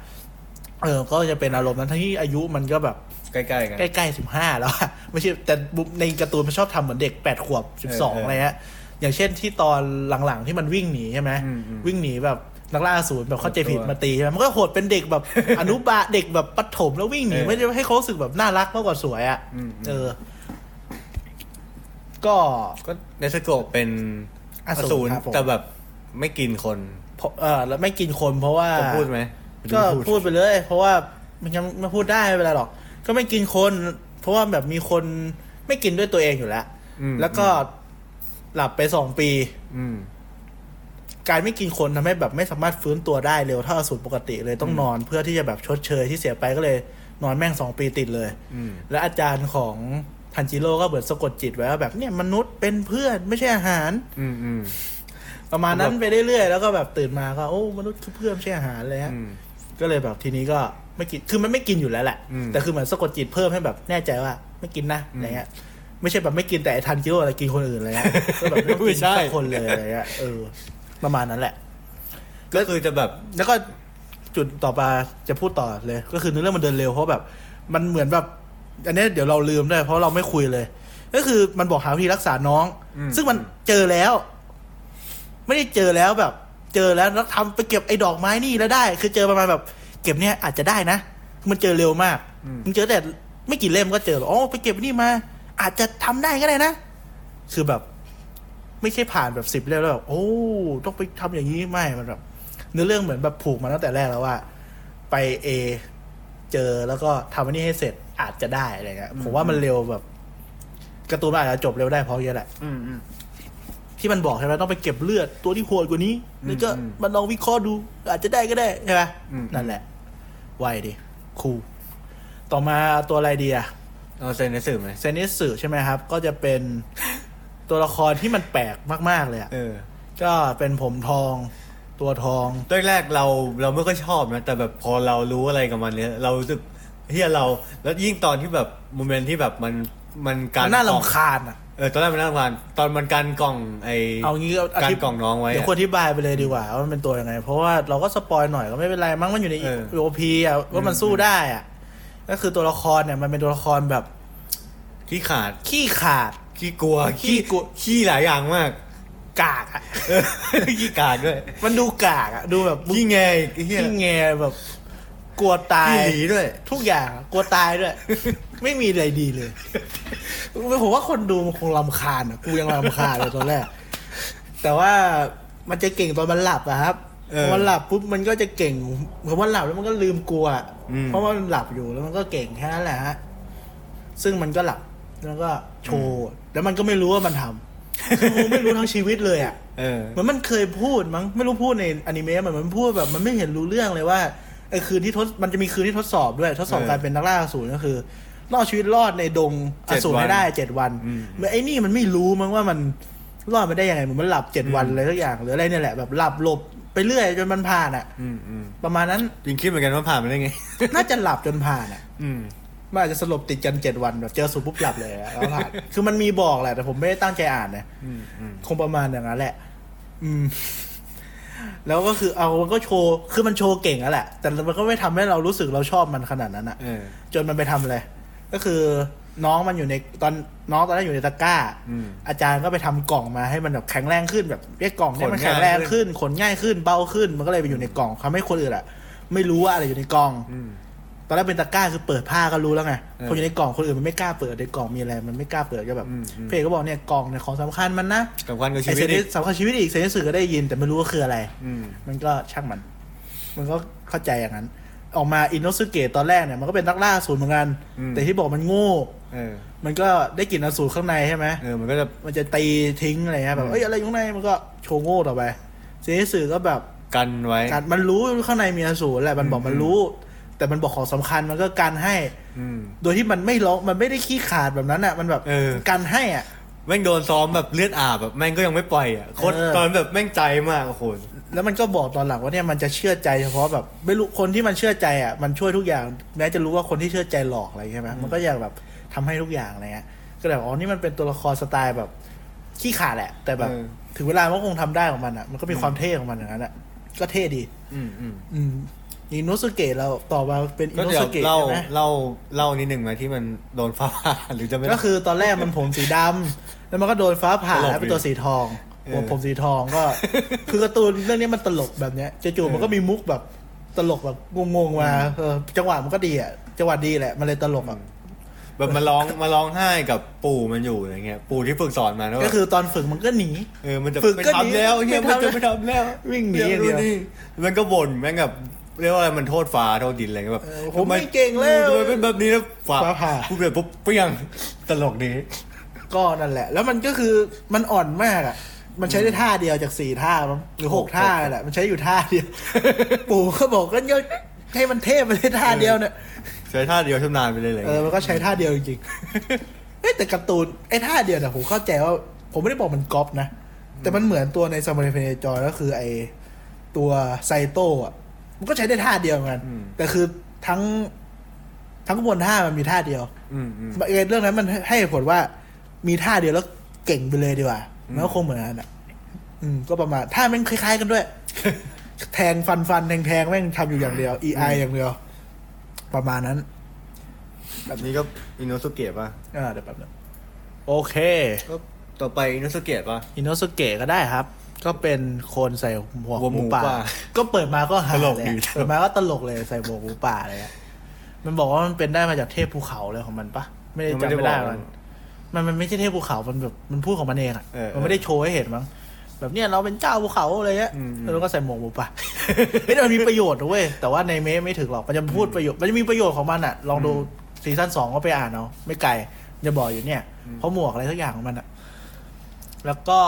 A: เออ ก็จะเป็นอารมณ์นั้นทั้งที่อายุมันก็แบบ
B: ใกล้ๆกัน
A: ใกล้ๆสิบห้าแล้วอะ [laughs] ไม่ใช่แต่บุ๊มในการ์ตูนมันชอบทำเหมือนเด็กแปดขวบสิบสอง
B: เออ
A: อะไรฮะ อย่างเช่นที่ตอนหลังๆที่มันวิ่งหนีใช่ไหม
B: อืมอืม
A: วิ่งหนีแบบนักล่าอสูรแบบเข้าใจผิด
B: ตัว
A: มาตีใช่ไหมมันก็โหดเป็นเด็กแบบ [laughs] อนุบาลเด็กแบบปฐมแล้ววิ่งหนีไม่ได้ให้เขารู้สึกแบบน่ารักมากกว่าสวยอ่ะเออ ก็
B: ก็เนสโกะเป็น
A: อสูรครับผม
B: แต่แบบไม่กินคน
A: เพราะเออแล้วไม่กินคนเพราะว่า
B: จะพูดไหม
A: ก็พูดไปเลย เพราะว่ามันยังไม่พูดได้ไม่เป็นไรหรอก ก็ไม่กินคน เพราะว่าแบบมีคนไม่กินด้วยตัวเองอยู่แล้ว
B: อืม
A: แล้วก็หลับไปสองปี
B: อืม
A: การไม่กินคนทำให้แบบไม่สามารถฟื้นตัวได้เร็วเท่าอสูรปกติเลยต้องนอนเพื่อที่จะแบบชดเชยที่เสียไปก็เลย นอนแม่งสองปีติดเลย
B: อืม
A: และอาจารย์ของทันจิโร่ก็เหมือนสะกดจิตไว้ว่าแบบเนี่ยมนุษย์เป็นเพื่อนไม่ใช่อาหาร
B: อืมอืม
A: ประมาณนั้น
B: แบบ
A: ไปเรื่อยๆแล้วก็แบบตื่นมาก็โอ้มนุษย์คือเพื่อนไม่ใช่อาหารเลยฮะ
B: อืม
A: ก็เลยแบบทีนี้ก็ ไม่กินคือมันไม่กินอยู่แล้วแหละ
B: อืม
A: แต่คือเหมือนสะกดจิตเพิ่มให้แบบแน่ใจว่า ไม่กินนะอะไรเงี้ยไม่ใช่แบบไม่กินแต่ไอ้ทันคิดว่าอะไรกินคนอื่นอะไรเงี้ยก็แบบ [laughs] ไม่ต้อง
B: ไม่
A: กิน
B: ใช่
A: สักคนเลยอะไรเงี้ยเออประมาณนั้นแหละ
B: ก็คือจะแบบ
A: แล้วก็จุดต่อมาจะพูดต่อเลย ก็คือเนื้อเรื่องมันเดินเร็วเพราะแบบ มันเหมือนแบบ อันเนี้ยเดี๋ยวเราลืมได้เพราะเราไม่คุยเลย ก็คือมันบอกหาวิธีรักษาน้อง ซึ่งมันเจอแล้ว ไม่ได้เจอแล้วแบบ เจอแล้วแล้วทำไปเก็บไอ้ดอกไม้นี่แล้วได้ คือเจอประมาณแบบ เก็บเนี่ยอาจจะได้นะมันเจอเร็วมากมันเจอแต่ไม่กี่เล่มก็เจอแล้วอ๋อไปเก็บนี่มา อาจจะทำได้ก็ได้นะคือแบบ ไม่ใช่ผ่านแบบสิบ10เล่มแล้วแบบโอ้ต้องไปทำอย่างนี้ไม่มันแบบเนื้อเรื่องเหมือนแบบผูกมาตั้งแต่แรกแล้วว่า ไปเอเจอแล้วก็ทำอันนี้ให้เสร็จอาจจะได้อะไรเงี้ยผมว่ามันเร็วแบบการ์ตูนมันอาจจะจบเร็วได้เพราะเยอะแหละ
B: อืมอืม
A: ที่มันบอกใช่ไหมต้องไปเก็บเลือดตัวที่โหดกว่านี้
B: อืม
A: แล้วก็
B: อืม
A: มันลองวิเคราะห์ดู อาจจะได้ก็ได้ใช่ไหม
B: อืม
A: นั่นแหละไวดิคูลต่อมาตัวอะไรดีอะ
B: เอาเซ็นในสื่อไหม
A: เซนิสึใช่ไหมครับ ก็จะเป็นตัวละครที่มันแปลกมาก ๆ เลยอะ
B: เออ
A: ก็เป็นผมทอง ตัวทอง
B: ตอนแรกเราเราไม่ค่อยชอบนะแต่แบบพอเรารู้อะไรกับมันเนี่ยเรารู้สึกเฮียเราแล้วยิ่งตอนที่แบบโมเมนต์ที่แบบมันมันการ
A: มันน่า
B: ออก
A: ลำคาญอะ
B: เออตอนแรกมันน่ารำคาญตอนมันการกล่องไอ
A: เอางี้ก็
B: การ
A: ธิ
B: กล่องน้องไว้
A: เดี๋ยวควร
B: อะ
A: อธิบายไปเลยดีกว่าว่ามันเป็นตัวยังไง เพราะว่าเราก็สปอยหน่อยก็ไม่เป็นไรมั้งมันอยู่ใน
B: เออ
A: โอพีอะว่ามันสู้ได้อะก็คือตัวละครเนี่ยมันเป็นตัวละครแบบ
B: ขี้ขาด
A: ขี้ขาด
B: ขี้กลัว
A: ขี้กลัว
B: ขี้หลายอย่างมาก
A: กากอะ
B: เอ [laughs] อขี้กาดด้วย
A: มันดูกากอะดูแบบ
B: ขี้แงอีกไอ้เหี้ย
A: ขี้แงแบบ กลัวตาย
B: ขี้หลีด้วย
A: ทุกอย่างอะกลัวตายด้วย [laughs] ไม่มีอะไรดีเลยผมว่าคนดูมันคงรำคาญอะกูยังรำคาญ
B: [laughs]
A: เลยตอนแรก แต่ว่ามันจะเก่งตอนมันหลับอะครับ
B: เอ
A: พ
B: อ
A: อมันหลับปุ๊บมันก็จะเก่งพอมันหลับแล้วมันก็ลืมกลัวอะ
B: อืม
A: เพราะว่ามันหลับอยู่แล้วมันก็เก่งแค่นั้นแหละฮะซึ่งมันก็หลับแล้วก็โชว์แล้วมันก็ไม่รู้ว่ามันท
B: [laughs]
A: ำคือกูไม่รู้ทั้งชีวิตเลยอะ
B: เออ
A: เหมือนมันเคยพูดมั้งไม่รู้พูดในอนิเมะมันมันพูดแบบมันไม่เห็นรู้เรื่องเลยว่าไอ้คืนที่ทดมันจะมีคืนที่ทดสอบด้วย ทดสอบ
B: เออ
A: การเป็นนักล่าอสูรก็คือรอดชีวิตรอดในดงอ
B: เจ็ด
A: สูร
B: วัน
A: ให้ได้เจ็ดวัน
B: อืม
A: เหมื่อนไอ้นี่มันไม่รู้มั้งว่ามันรอดไปได้ยังไงเหมือนมันหลับเจ็ดวันเลยทุกอย่างหรืออะไรเนี่ยแหละแบบหลับหลบไปเรื่อยจนมันผ่านอะ
B: อืมอืม
A: ประมาณนั้น
B: ยิงคิดเหมือนกันว่าผ่านมาได้ไง
A: น่าจะหลับจนผ่านอะ
B: อืม
A: มันอาจจะสลบติดกันเจ็ดวันแบบเจอสูรปุ๊บหลับเลยอะแล้วผ่านคือมันมีบอกแหละแต่ผมไม่ได้ตั้งใจอ่านนะ
B: อืมอืม
A: คงประมาณอย่างนั้นแหละ อืม [laughs] แล้วก็คือเอามันก็โชว์ คือมันโชว์เก่งแล้วแหละ แต่มันก็ไม่ทำให้เรารู้สึกเราชอบมันขนาดนั้นอะ
B: เออ
A: จนมันไปทำอะไร ก็คือน้องมันอยู่ในตอนน้องตอนนั้นอยู่ในตะกร้า
B: อืม
A: อาจารย์ก็ไปทำกล่องมาให้มันแบบแข็งแรงขึ้นแบบเรียกกล่องให้มัน
B: ขนง่าย
A: แข็งแรง
B: ขึ้น
A: ขึ้น ขนง่ายขึ้น เบาขึ้น มันก็เลยไปอยู่ในกล่องทำให้คนอื่นอะไม่รู้ว่าอะไรอยู่ในกล่อง
B: อืม
A: ตอนแรกเป็นตะกร้าคือเปิดผ้าก็รู้แล้วไง
B: เออ
A: พออยู่ในกล่องคนอื่นมันไม่กล้าเปิดในกล่องมีอะไรมันไม่กล้าเปิดก็แบบ
B: อืมอืม
A: เพจก็บอกเนี่ยกล่องเนี่ยของสำคัญมันนะ
B: สำคัญกับชี
A: ไอ
B: วิ
A: เซ
B: ต
A: น
B: ดิ
A: สำคัญชีวิตอีกเซนสื่อก็ได้ยินแต่ไม่รู้ว่าคืออะไร
B: อืม
A: มันก็ช่างมัน มันก็เข้าใจอย่างนั้น ออกมาอินโนสุเกะตอนแรกเนี่ยมันก็เป็นนักล่าอสูรเหมือนกัน
B: อืม
A: แต่ที่บอกมันโง่
B: เออ
A: มันก็ได้กลิ่นอสูรข้างในใช่ไหม
B: เออ มันก็จะ
A: มันจะตีทิ้งอะไรเงี้ยแบ
B: อื
A: บ
B: ม
A: เอ้ยอะไรอยู่ข้างในมันก็โชว์โง่ต่อไปเซนสื่อก็แบบ
B: กันไว้
A: การมันรู้ข้างในมีอสูรแหละมันบอก
B: อืม
A: มันรู้ แต่มันบอกของสำคัญมันก็การให้
B: อืม
A: โดยที่มันไม่ร้องมันไม่ได้ขี้ขลาดแบบนั้นอ่ะ มันแบบ
B: เออ
A: การให้อ่ะ
B: แม่งโดนซ้อมแบบเลือดอาบแบบแม่งก็ยังไม่ปล่อยอ่ะโคตร
A: เออ
B: ตอนแบบแม่งใจมากโอ้โห
A: แล้วมันก็บอกตอนหลังว่าเนี่ยมันจะเชื่อใจเฉพาะแบบไม่รู้คนที่มันเชื่อใจอ่ะมันช่วยทุกอย่างแม้จะรู้ว่าคนที่เชื่อใจหลอกอะไรใช่ไหมมันก็อยากแบบทำให้ทุกอย่างอะไรเงี้ยก็แบบอ๋อนี่มันเป็นตัวละครสไตล์แบบขี้ขลาดแหละ แต่แบบ
B: เออ
A: ถึงเวลามันก็คงทำได้ของมันอ่ะมันก็มีความเท่ของมันอย่างนั้นอ่ะก็เท่ดี
B: อืมอืม
A: อืมอินโนสุเกะเราต่อมาเป็นอิ
B: ก็
A: นโน
B: เดี๋ยว
A: สุเกะ
B: เล่า
A: ใช่ไหม
B: เล่าเล่านิดหนึ่งไหมที่มันโดนฟ้าผ่าหรือจะไม่
A: ก็
B: เล่า
A: คือตอนแรก
B: [laughs]
A: มันผมสีดำแล้วมันก็โดนฟ้าผ่า
B: ตลก
A: แล้วเป็นตัวสีทอง
B: เออ
A: ผมผมสีทองก็
B: [laughs]
A: คือการ์ตูนเรื่องนี้มันตลกแบบเนี้ยจู่ๆมันก็มีมุกแบบตลกแบบงงๆมาเออจังหวะมันก็ดีอ่ะจังหวะดีแหละมันเลยตลกอ่ะ
B: อื แบบมาร้องมาร้องไห้กับปู่มันอยู่อะไรเงี้ย ปู่ที่ฝึกสอนมาแล้ว
A: ก็คือตอนฝึกมันก็หนี
B: เออมันจะ
A: ฝึกก็
B: ไม่
A: หนี
B: ทำแล้วเฮีย
A: ไม่
B: มัน
A: ทำ
B: จะไม่ทำแล้ว
A: วิ่งหนี
B: เดี๋
A: อย่างเดียว
B: นู่นนี่มันก็บ่นแม่งแบบเรียกว่าอะไรมันโทษฟ้าโทษดินอะไรเงี้ยแบบ
A: เออผม
B: ทำ
A: ไม่เก่งแล้ว
B: ทำไมเป็นแบบนี้นะฟ้า
A: ฟ้าผ่า
B: พูดแบบปุ๊บเปรี้ยงตลกดี
A: ก็นั่นแหละ แล้วมันก็คือมันอ่อนมากอ่ะ มันใช้ได้ท่าเดียวจากสี่ท่ามั้งหรือหกท่าแหละมันใช้อยู่ท่าเดียว
B: [laughs]
A: ปู่ก็บอกก็เยอะให้มันเทพมันได้ท่าเดียวเนี่ย
B: ใช้ท่าเดียวชำนาญไปเลยอะไร
A: เออ
B: เงี้ย
A: มันก็ใช้ท่าเดียวจริงๆ [laughs] เอ้ยแต่การ์ตูนไอ้ท่าเดียวเนี่ยผมเข้าใจว่า ผมไม่ได้บอกมันก๊อปนะ แต่มันเหมือนตัวในซามูไรเพเนจอยก็คือไอ้ตัวไซโตะอะมันก็ใช้ได้ท่าเดียวกัน แต่คือ ทั้ง ทั้งกระบวนท่ามันมีท่าเดียว
B: อืมอืม
A: ไอ้เรื่องนั้นมันให้เหตุผลว่ามีท่าเดียวแล้วเก่งไปเลยดีกว่ามันก็คงเหมือนกันอ่ะ อืม ก็ประมาณท่าแม่งคล้ายๆกัน [laughs] ด้วย แทงฟันฟันแทงแทงแม่งทำอยู่อย่างเดียว EI อย่างเดียว ประมาณนั้น
B: แบบนี้ก็อินโนสุเกะป่ะ
A: อ่าเดี๋ยวแป๊บนึงโอเค
B: ก็ต่อไปอินโนสุเกะป่ะ
A: อินโนสุเกะก็ได้ครับ ก็เป็นคนใส่หมวก
B: หัว
A: ห
B: หมู
A: มูป่า
B: ป่า
A: ก็เปิดมาก็หา
B: ตลก
A: เล
B: ดี
A: ยเปิดมาก็ตลกเลยใส่หมวกหมูป่าเลยอะมันบอกว่ามันเป็นได้มาจากเทพภูเขาเลยของมันปะไม่ได้จำไม่ได้
B: มั
A: มัน นมันมันไม่ใช่เทพภูเขา มันแบบมันพูดของมันเองอะ
B: เออเออ
A: มันไม่ได้โชว์ให้เห็นมั้งแบบเนี้ยเราเป็นเจ้าภูเขาอะไรเงี้ย
B: อืมอืม
A: แล้วก็ใส่หมวกหมูป่า [laughs] เฮ้ยแต่มันมีประโยชน์นะเว้ยแต่ว่าในเมะไม่ถึงหรอกมันจะพูดประโยชน์มันจะมีประโยชน์ของมันอะลองดูซีซั่นสองก็ไปอ่านเอาไม่ไกลมันจะบอกอยู่เนี่ยเพราะหมวกอะไรสักอย่างของมันอะ แล้วก็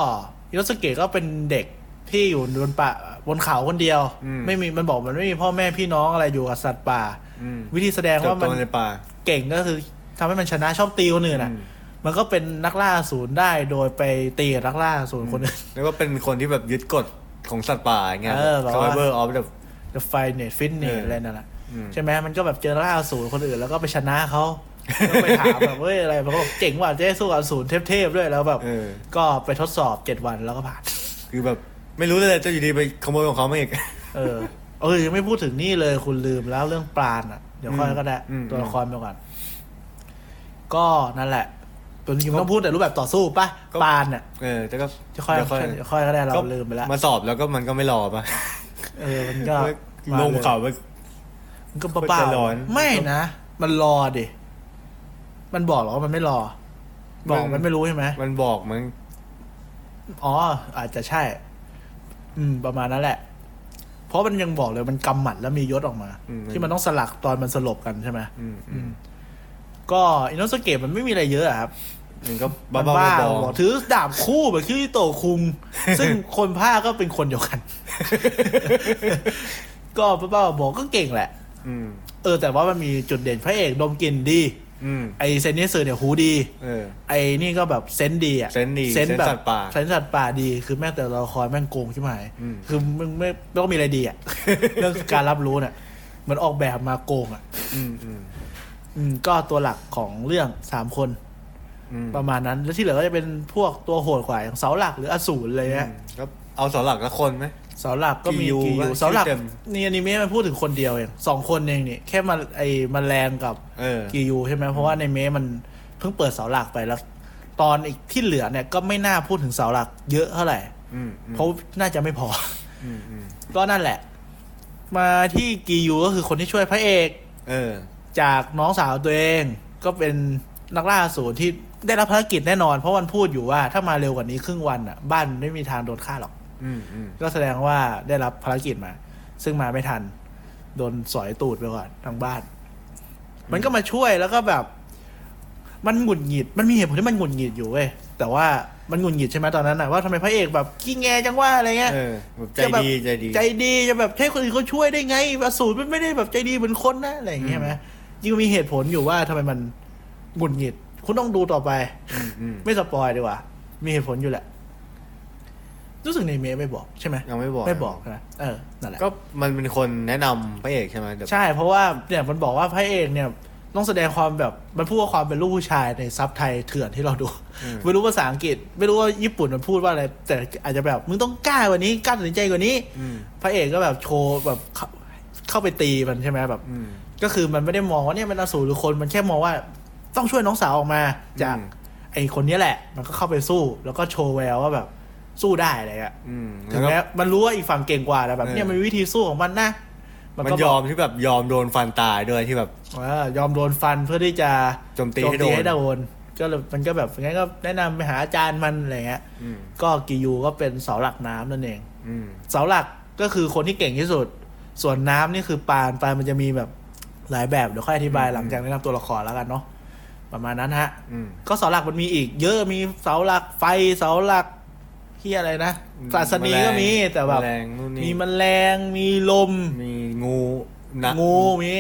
A: อิโนสเกะก็เป็นเด็กที่อยู่บนป่าบนเขาคนเดียว
B: อืม
A: ไม่มีมันบอกมันไม่มีพ่อแม่พี่น้องอะไรอยู่กับสัตว์ป่า
B: อืม
A: วิธีแสดง
B: เติบ
A: ว่า
B: โต
A: มัน
B: ในป่า
A: เก่งก็คือทำให้มันชนะชอบตีคนอื่นอ่ะ
B: อืม
A: มันก็เป็นนักล่าศูนย์ได้โดยไปตีกับนักล่าศูนย์คนอื่น
B: แล้วก็เป็นคนที่แบบยึดกฎของสัตว์ป่าไง
A: เออแบบ
B: ซอ
A: ว่า
B: ยเบอร์ออฟแบบ
A: จะไฟเน็ตฟินเน
B: เอออ
A: อะไรนั่นแหละ
B: อืม
A: ใช่ไหมมันก็แบบเจอล่าศูนย์คนอื่น แล้วก็ไปชนะ
B: [laughs]
A: เขาแล้วไปถามแบบเฮ้ยอะไรมันก็บอกเจ๋งว่ะจะได้สู้กับศูนย์เทพๆด้วยแล้วแบบ
B: เออ
A: ก็ไปทดสอบเจ็ดวันแล้วก็ผ่าน
B: คือแบบไม่รู้เลยจะอยู่ดีไปขโมยของเขามาอีก [laughs]
A: เออ เออยังไม่พูดถึงนี่เลยคุณลืมแล้วเรื่องปราณอ่ะ เดี๋ยวค่อยก็ได้
B: อืม
A: ตัวละครไปก่อน ก็นั่นแหละตัวนี้ต้องพูดแต่รูปแบบต่อสู้ป่ะปราณอ่ะ
B: เออแต่ก็
A: เดี๋ยวค่อย
B: ดี๋ว
A: เดี๋ยวค่อยก็ได้เรา
B: ก็
A: ลืมไปแล้ว
B: มาสอบแล้วก็มันก็ไม่รอป่ะ
A: เออมันก็
B: ลงเขาไป
A: มันก็เปล่า
B: มันจะร้อน
A: ๆไม่นะ มันรอดิ มันบอกเหรอว่ามันไม่รอ บอกมันไม่รู้ใช่ไหม
B: มันบอกมั้ง
A: อ๋อ อาจจะใช่ อืม ประมาณนั้นแหละ เพราะมันยังบอกเลยมันกำหมัดแล้วมียศออกมา
B: อืม
A: ที่มันต้องสลักตอนมันสลบกันใช่ไหม
B: อืมอืม
A: ก็อินโนสเกตมันไม่มีอะไรเยอะอะครับ
B: มันก็บ้า
A: มัน
B: บ้า
A: บ้า
B: บอ
A: บอกถือดาบคู่แบบคิริโตะ
B: [laughs]
A: คุง ซึ่งคนผ้าคก็เป็นคนเดียวกัน [laughs] ก็บ้าๆบอกก็เก่งแหละ
B: อืม
A: เออ แต่ว่ามันมีจุดเด่นพระเอกดมกลิ่นดี
B: อืม
A: ไอเซนนิสือเนี่ยหูดี
B: เออ
A: ไอนี่ก็แบบเซนส์ดีอะ
B: เซนส์ดี
A: เซนส์แบบ
B: เซนส์สัตว์ป่า
A: เซนส์สัตว์ป่าดี คือแม่งแต่ละครแม่งโกงใช่ไหม
B: อืม
A: คือมึงไม่ไม่ต้องมีอะไร
B: [laughs]
A: ดีอะ เรื่องการรับรู้เนี่ยเหมันออกแบบมาโกงอะ
B: อืมอืม
A: อืมก็ตัวหลักของเรื่องสามคน
B: อืม
A: ประมาณนั้น แล้วที่เหลือก็จะเป็นพวกตัวโหดกว่าอย่างเสาหลักหรืออสูรอะไรเงี้ย
B: ก็เอาเสาหลักละคนไหม
A: เสาหลักก็มี
B: กิยู
A: กิ
B: ก็
A: ยูเสาหลัก
B: ชื่อเต็ม
A: นี่อนิเมะมันพูดถึงคนเดียวเองสองคนเองนี่แค่มาไอ้มาแรงกับ
B: เออ
A: กิยูใช่ไหมเพราะว่าในเมะมันเพิ่งเปิดเสาหลักไปแล้ว ตอนอีกที่เหลือเนี่ยก็ไม่น่าพูดถึงเสาหลักเยอะเท่าไหร่
B: อืมอืม
A: เพราะน่าจะไม่พอ [laughs]
B: อืมอืม
A: ก็นั่นแหละ มาที่กิยูก็คือคนที่ช่วยพระเอก
B: เออ
A: จากน้องสาวตัวเอง ก็เป็นนักล่าอสูรที่ได้รับภารกิจแน่นอน เพราะมันพูดอยู่ว่าถ้ามาเร็วกว่านี้ครึ่งวันอ่ะบ้านไม่มีทางโดนฆ่าหรอก
B: อืมอืม
A: ก็แสดงว่าได้รับภารกิจมา ซึ่งมาไม่ทัน โดนสอยตูดไปก่อนทางบ้าน มันก็มาช่วยแล้วก็แบบ มันหงุดหงิด มันมีเหตุผลที่มันหงุดหงิดอยู่เว้ยแต่ว่ามันหงุดหงิดใช่ไหมตอนนั้นน่ะว่าทำไมพระเอกแบบขี้แงจังว่าอะไรเงี้ย
B: เออแบบใจ
A: ะแบบ
B: ดีใจดี
A: ใจดีจะแบบให้คนอื่นเขาช่วยได้ไงอสูรมันไม่ได้แบบใจดีเหมือนคนนะอะไรอย่างเงี้ยใช่ไหมจริงมีเหตุผลอยู่ว่าทำไมมันหงุดหงิด คุณต้องดูต่อไป [laughs]
B: อืมอืม
A: ไม่สปอยดีกว่า มีเหตุผลอยู่แหละ รู้สึกในเมย์ไม่บอกใช่ไหม
B: ยังไม่บอก
A: ไม่บอกนะเออ นั่นแหละ
B: ก็มันเป็นคนแนะนำพระเอกใช่ไหมเดี๋ยว
A: ใช่ เพราะว่าเนี่ยมันบอกว่าพระเอกเนี่ย ต้องแสดงความแบบ มันพูดว่าความเป็นลูกผู้ชายในซับไทยเถื่อนที่เราดู ไม่รู้ภาษาอังกฤษ ไม่รู้ว่าญี่ปุ่นมันพูดว่าอะไร แต่อาจจะแบบ มึงต้องกล้ากว่านี้กล้าตัดสินใจกว่านี้
B: อืม
A: พระเอกก็แบบโชว์แบบเข้าเข้าไปตีมันใช่ไหมแบบ
B: อืม
A: ก็คือมันไม่ได้มองว่าเนี่ยเป็นอสูรหรือคนมันแค่มองว่าต้องช่วยน้องสาวออกมาจาก
B: อืม
A: ไอ้คนเนี้ยแหละ มันก็เข้าไปสู้ แล้วก็โชว์แววว่าแบบสู้ได้อะไรเงี้ย
B: อืม
A: ถึง
B: แล้วก็
A: แม้มันรู้ว่าอีกฝั่งเก่งกว่าแต่แบบ
B: เออ
A: เนี่ยมันมีวิธีสู้ของมันนะ
B: มัน
A: ก็
B: ย
A: บ
B: อ
A: อ
B: ม
A: ก
B: ที่แบบยอมโดนฟันตายด้วยที่แบบ
A: เออยอมโดนฟันเพื่อที่จะ
B: โจมตีให้โดน
A: ให้โดนก็เลยมันก็แบบงั้นก็แนะนำไปหาอาจารย์มันอะไรเงี้ย
B: อืม
A: ก็กิยูก็เป็นเสาหลักน้ำนั่นเอง
B: อืม
A: เสาหลักก็คือคนที่เก่งที่สุด ส่วนน้ำนี่คือปานปานมันจะมีแบบหลายแบบเดี๋ยวค่อยอธิบายหลังจากแนะนำตัวละครแล้วกันเนาะประมาณนั้นฮะ
B: อืม
A: ก็เสาหลักมันมีอีก เยอะมีเสาหลักไฟเสาหลักที่อะไรนะศาสนีก็มีแต่แบบ
B: แมลงนู่นนี่
A: มีแมลงมีลม
B: มีงูนะ
A: งูมี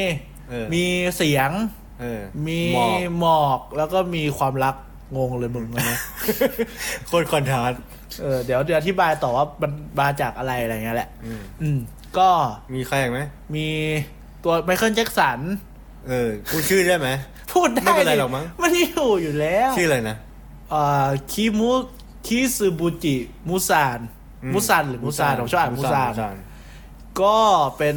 B: เออ
A: มีเสียง
B: เออ
A: มี
B: หม
A: [laughs]
B: อก
A: หมอกแล้วก็มีความรักงงเลย
B: [laughs]
A: มึงวันนี้
B: โคตรคอนทราสต์
A: เออเดี๋ยวเดี๋ยวอธิบายต่อว่ามันมาจากอะไรอะไรเงี้ยแหละ
B: อืม
A: อืม ก็
B: มีใครอีกไหม
A: มี ตัวไมเคิลแจ็คสัน
B: เออพูดชื่อได้ไหม
A: พูดได้
B: ไม่เป็นไร
A: ดิ
B: หรอกมั้ง
A: มันอยู่อยู่แล้ว
B: ชื่ออะไรนะ
A: เอ่อคิมุคิซูบุจิมูซานมูซานหรือมูซานผมชอบอ่านมูซานก็เป็น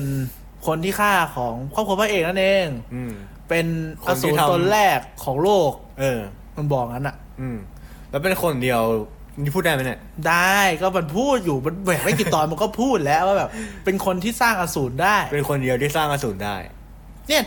A: คนที่ฆ่าของครอบครัวพระเอกนั่นเอง
B: อืม
A: เป็น
B: ค
A: อน
B: ที่
A: สูร
B: ทำ
A: ตนแรกของโลก
B: เออ
A: มันบอกงั้นอะ
B: อืม แล้วเป็นคนเดียวนี่พูดได้ไหมเนี่ย
A: ได้ก็มันพูดอยู่มันแหวกไม่กี่ตอนมันก็พูดแล้วว่าแบบ เป็นคนที่สร้างอสูรได้
B: เป็นคนเดียวที่สร้างอสูรได้
A: เนี่ย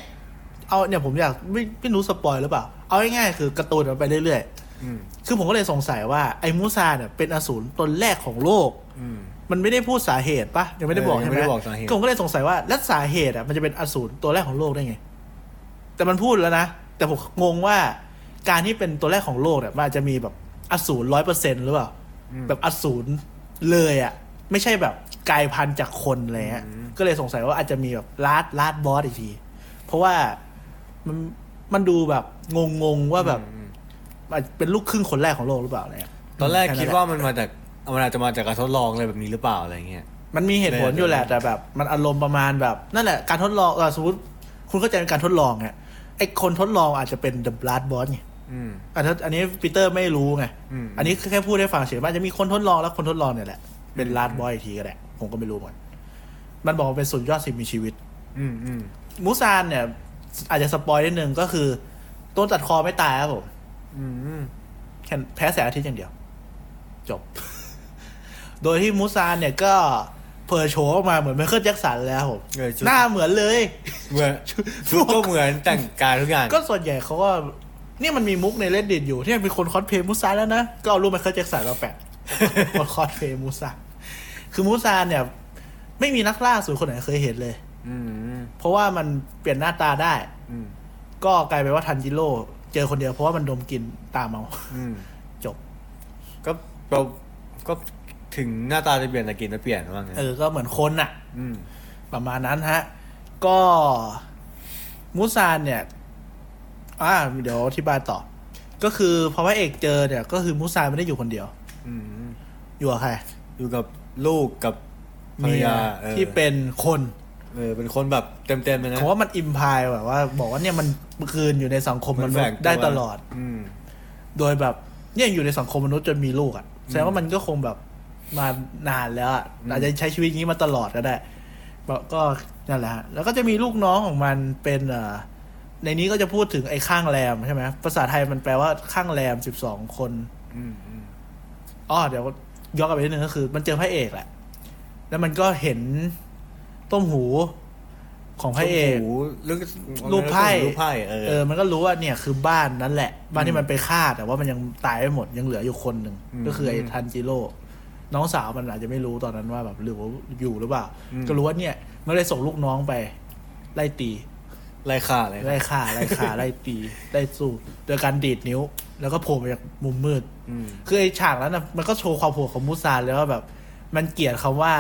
A: เอาเนี่ยผมอยากไม่ไม่รู้สปอยหรือเปล่า เอาง่ายๆคือการ์ตูนมันไปเรื่อย
B: อืม
A: ๆ คือผมก็เลยสงสัยว่าไอ้มูซาเนี่ยเป็นอสูรตนแรกของโลก
B: อืม
A: มันไม่ได้พูดสาเหตุปะยังไม่ได้บอก
B: เออยั
A: ใช่
B: ง
A: ไห
B: ไม่
A: ม
B: ได้บอกสาเหตุ
A: ผมก็เลยสงสัยว่าแล้วสาเหตุอ่ะมันจะเป็นอสูรตัวแรกของโลกได้ไง แต่มันพูดแล้วนะ แต่ผมงงว่าการที่เป็นตัวแรกของโลกเนี่ยมันอาจจะมีแบบอสูรร้อยเปอร์เซ็นต์หรือเปล่า แบบอสูรเลยอ่ะ ไม่ใช่แบบกลายพันธุ์จากคนอะไรเงี้ยก็เลยสงสัยว่าอาจจะมีแบบลาดลาดบอสอีกที เพราะว่ามันมันดูแบบงงงๆว่าแบบอาจจะเป็นลูกครึ่งคนแรกของโลกหรือเปล่าอะไรเงี้ย
B: ตอนแรก
A: ค่
B: คิดว่ามันมาจากมันอาจจะมาจากการทดลองอะไรแบบนี้หรือเปล่าอะไรเงี้ย
A: มันมีเหตุผลอยู่แหละ
B: ได้ได้
A: แต่แบบ มันอารมณ์ประมาณแบบ นั่นแหละการทดลองเออสมมติคุณเข้าใจเป็นการทดลองไงไอคนทดลองอาจจะเป็น The Blood Boss ไง
B: อืม
A: อันนั้นอันนี้ปีเตอร์ไม่รู้ไง
B: อืม
A: นนี้แค่พูดให้ฟังเฉยว่าจะมีคนทดลองแล้วคนทดลองเนี่ยแหละเป็น Blood Boss อีกทีก็ได้ผมก็ไม่รู้เหมือนกันมันบอกว่าเป็นสุดยอดสิ่งมีชีวิต
B: อืมอืม
A: มูซานเนี่ย อาจจะสปอยนิดนึงก็คือต้นตัดคอไม่ตายครับผม
B: อืมอืม
A: แค่แพ้แสงอาทิตย์อย่างเดียว จบ [laughs] โดยที่มูซานเนี่ยก็เผยโฉมออกมาเหมือนไมเคิลแจ็คสันแล้วครับผม
B: เออชุด
A: หน้าเหมือนเลย
B: [laughs] เหมือนชุดก็เหมือนแต่งกายทุกอย่าง
A: ก็ส่วนใหญ่เขาก็เนี่ยมันมีมุกในเลดดิตอยู่ที่มันมีคนคอสเพลย์มูซานแล้วนะ ก็เอารูปไมเคิลแจ็คสันมาแปะ [laughs] คนคอสเพลย์มูซานคือมูซานเนี่ย ไม่มีนักล่าสูตรคนไหนเคยเห็นเลย
B: อืมอืม
A: เพราะว่ามันเปลี่ยนหน้าตาได้
B: อืม
A: ก็กลายเป็นว่าทันจิโร่เจอคนเดียวเพราะว่ามันดมกลิ่นตามเอา [laughs]
B: อืม
A: จบ
B: ก็เราก็ถึงหน้าตาจะเปลี่ยนแต่กลินจะเปลี่ยนว่าไงน
A: เออ ก็เหมือนคนน่ะ
B: อืม
A: ประมาณนั้นฮะ ก็มูซานเนี่ย อ่าเดี๋ยวอธิบายต่อ ก็คือพอพระเอกเจอเนี่ย ก็คือมูซานไม่ได้อยู่คนเดียว
B: อืม
A: อยู่กับใคร
B: อยู่กับลูกกับภรร
A: เมีย
B: ยาเออ
A: ที่เป็นคน
B: เออเป็นคนแบบเต็มๆเลยนะ
A: ผมว่ามันอิมพายแบบว่า บอกว่าเนี่ยมันคืนอยู่ในสังคมมนุษย์
B: ว
A: ได้ตลอด
B: อืม
A: โดยแบบเนี่ยอยู่ในสังคมมนุษย์จนมีลูกอะ่ะแสดงว่ามันก็คงแบบมานานแล้วอะ
B: อืม
A: อาจจะใช้ชีวิตอย่างนี้มาตลอดก็ได้แบบก็นั่นแหละฮะแล้วก็จะมีลูกน้องของมันเป็นเอ่อในนี้ก็จะพูดถึงไอ้ข้างแรมใช่ไหมภาษาไทยมันแปลว่าข้างแรมสิบสองคน
B: อืมอืม
A: อ๋อเดี๋ยวย้อนกลับไปนิดนึงก็คือ มันเจอพระเอกแหละ แล้วมันก็เห็นต้มหูของพระเอก
B: โโหลูก
A: รูปไพ่
B: รูปไพ่เอ
A: เอ
B: อ
A: อ มันก็รู้ว่าเนี่ยคือบ้านนั้นแหละ บ้าน
B: อื
A: ที่
B: ม
A: มันไปฆ่าแต่ว่ามันยังตายไม่หมดยังเหลืออยู่คนหนึ่ง
B: อืม
A: ก็คือไอ้ทันจิโร่น้องสาวมันอาจจะไม่รู้ตอนนั้นว่าแบบหรือว่าอยู่หรือเปล่า
B: อืม
A: ก็รู้ว่าเนี่ยมันเลยส่งลูกน้องไป ไล่ตี
B: ไรค่าเลย
A: ไล่ฆ่าไล่
B: [laughs]
A: ฆ่าไล่ตีไล่สู้โดยการดีดนิ้ว แล้วก็โผล่มาจากมุมมืด
B: อืม
A: คือไอ้ฉากนั้นนะมันก็โชว์ความโหดของมูซานเลยว่าแบบ มันเกลียดคำว่า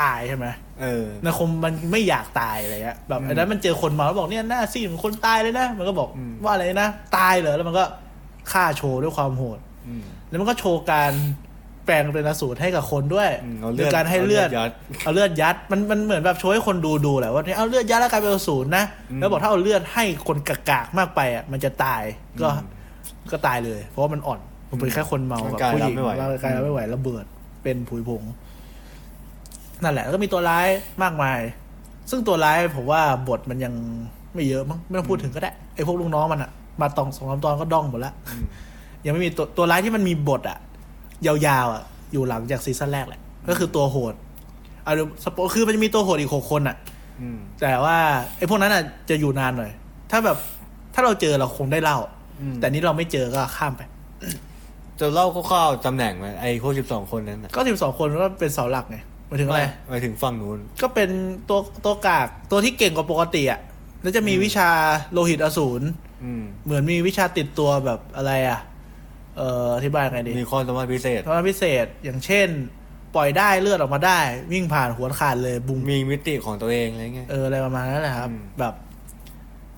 A: ตายใช่ไหม
B: เออ
A: นะคมมันไม่อยากตายอะไรเงี้ยแบบ
B: อืม
A: อันนั้นมันเจอคนเมาแล้วบอกเนี่ยหน้าซีดเหมือนคนตายเลยนะ มันก็บอก
B: อืม
A: ว่าอะไรนะตายเหรอแล้วมันก็ฆ่าโชว์ด้วยความโหด
B: อืม
A: แล้วมันก็โชว์การแปลงเป็นอสูรให้กับคนด้วย
B: อืมเอาเลื
A: โด
B: อด
A: ยการให้เลือด
B: เอาเลือดยัด
A: เอาเลือดยัดมันมันเหมือนแบบโชว์ให้คนดูดูแหละว่าเนี่ยเอาเลือดยัดแล้วกลายเป็นอสูรนะ
B: อืม
A: แล้วบอกถ้าเอาเลือดให้คนกากๆมากไปอ่ะมันจะตายก็
B: อืม
A: ก็ตายเลย เพราะว่ามันอ่อนผมเป็นแค่คนเมา
B: ร่าง
A: กับ
B: กาย
A: ผู้หญิง
B: รับไม่ไหว
A: ร่างกายรับไม่ไหวระเบิดเป็นผุยผงนั่นแหละแล้วก็มีตัวร้ายมากมาย ซึ่งตัวร้ายผมว่าบทมันยังไม่เยอะมั้งไม่ต้องพูดถึงก็ได้ไอ้พวกลูกน้องมันอะมาตองสองสามตอนก็ด้องหมดละ
B: อืม
A: ยังไม่มีตัวตัวร้ายที่มันมีบทอะยาวๆอะอยู่หลังจากซีซั่นแรกแหละ ก็คือตัวโหดเอาเดี๋ยวสปอยคือมันจะมีตัวโหดอีกหกคนอะ
B: อืม
A: แต่ว่าไอ้พวกนั้นอะจะอยู่นานหน่อย ถ้าแบบถ้าเราเจอเราคงได้เล่า
B: อืม
A: แต่นี้เราไม่เจอก็ข้ามไป
B: จะเล่าคร่าวๆตำแหน่งไหมไอ้พวกสิบสองคนนั้นน่ะ
A: ก็สิบสองคนก็เป็นเสาหลักไงหมายถึงอะไร
B: ไปถึงฝั่งนู้น
A: ก็เป็นตัวตัวกากตัวที่เก่งกว่าปกติอะแล้วจะมีวิชาโลหิตอสูร
B: อืม
A: เหมือนมีวิชาติดตัวแบบอะไรอะเอ่ออธิบายไงดี
B: มีความสามารถพิเศษ
A: ทำไมพิเศษอย่างเช่น ปล่อยได้เลือดออกมาได้ วิ่งผ่านหัวขาดเลยบุง
B: มีมิติของตัวเองอะไรเงี้ย
A: เอออะไรประมาณนั้นแหละครับ
B: อืม
A: แบบ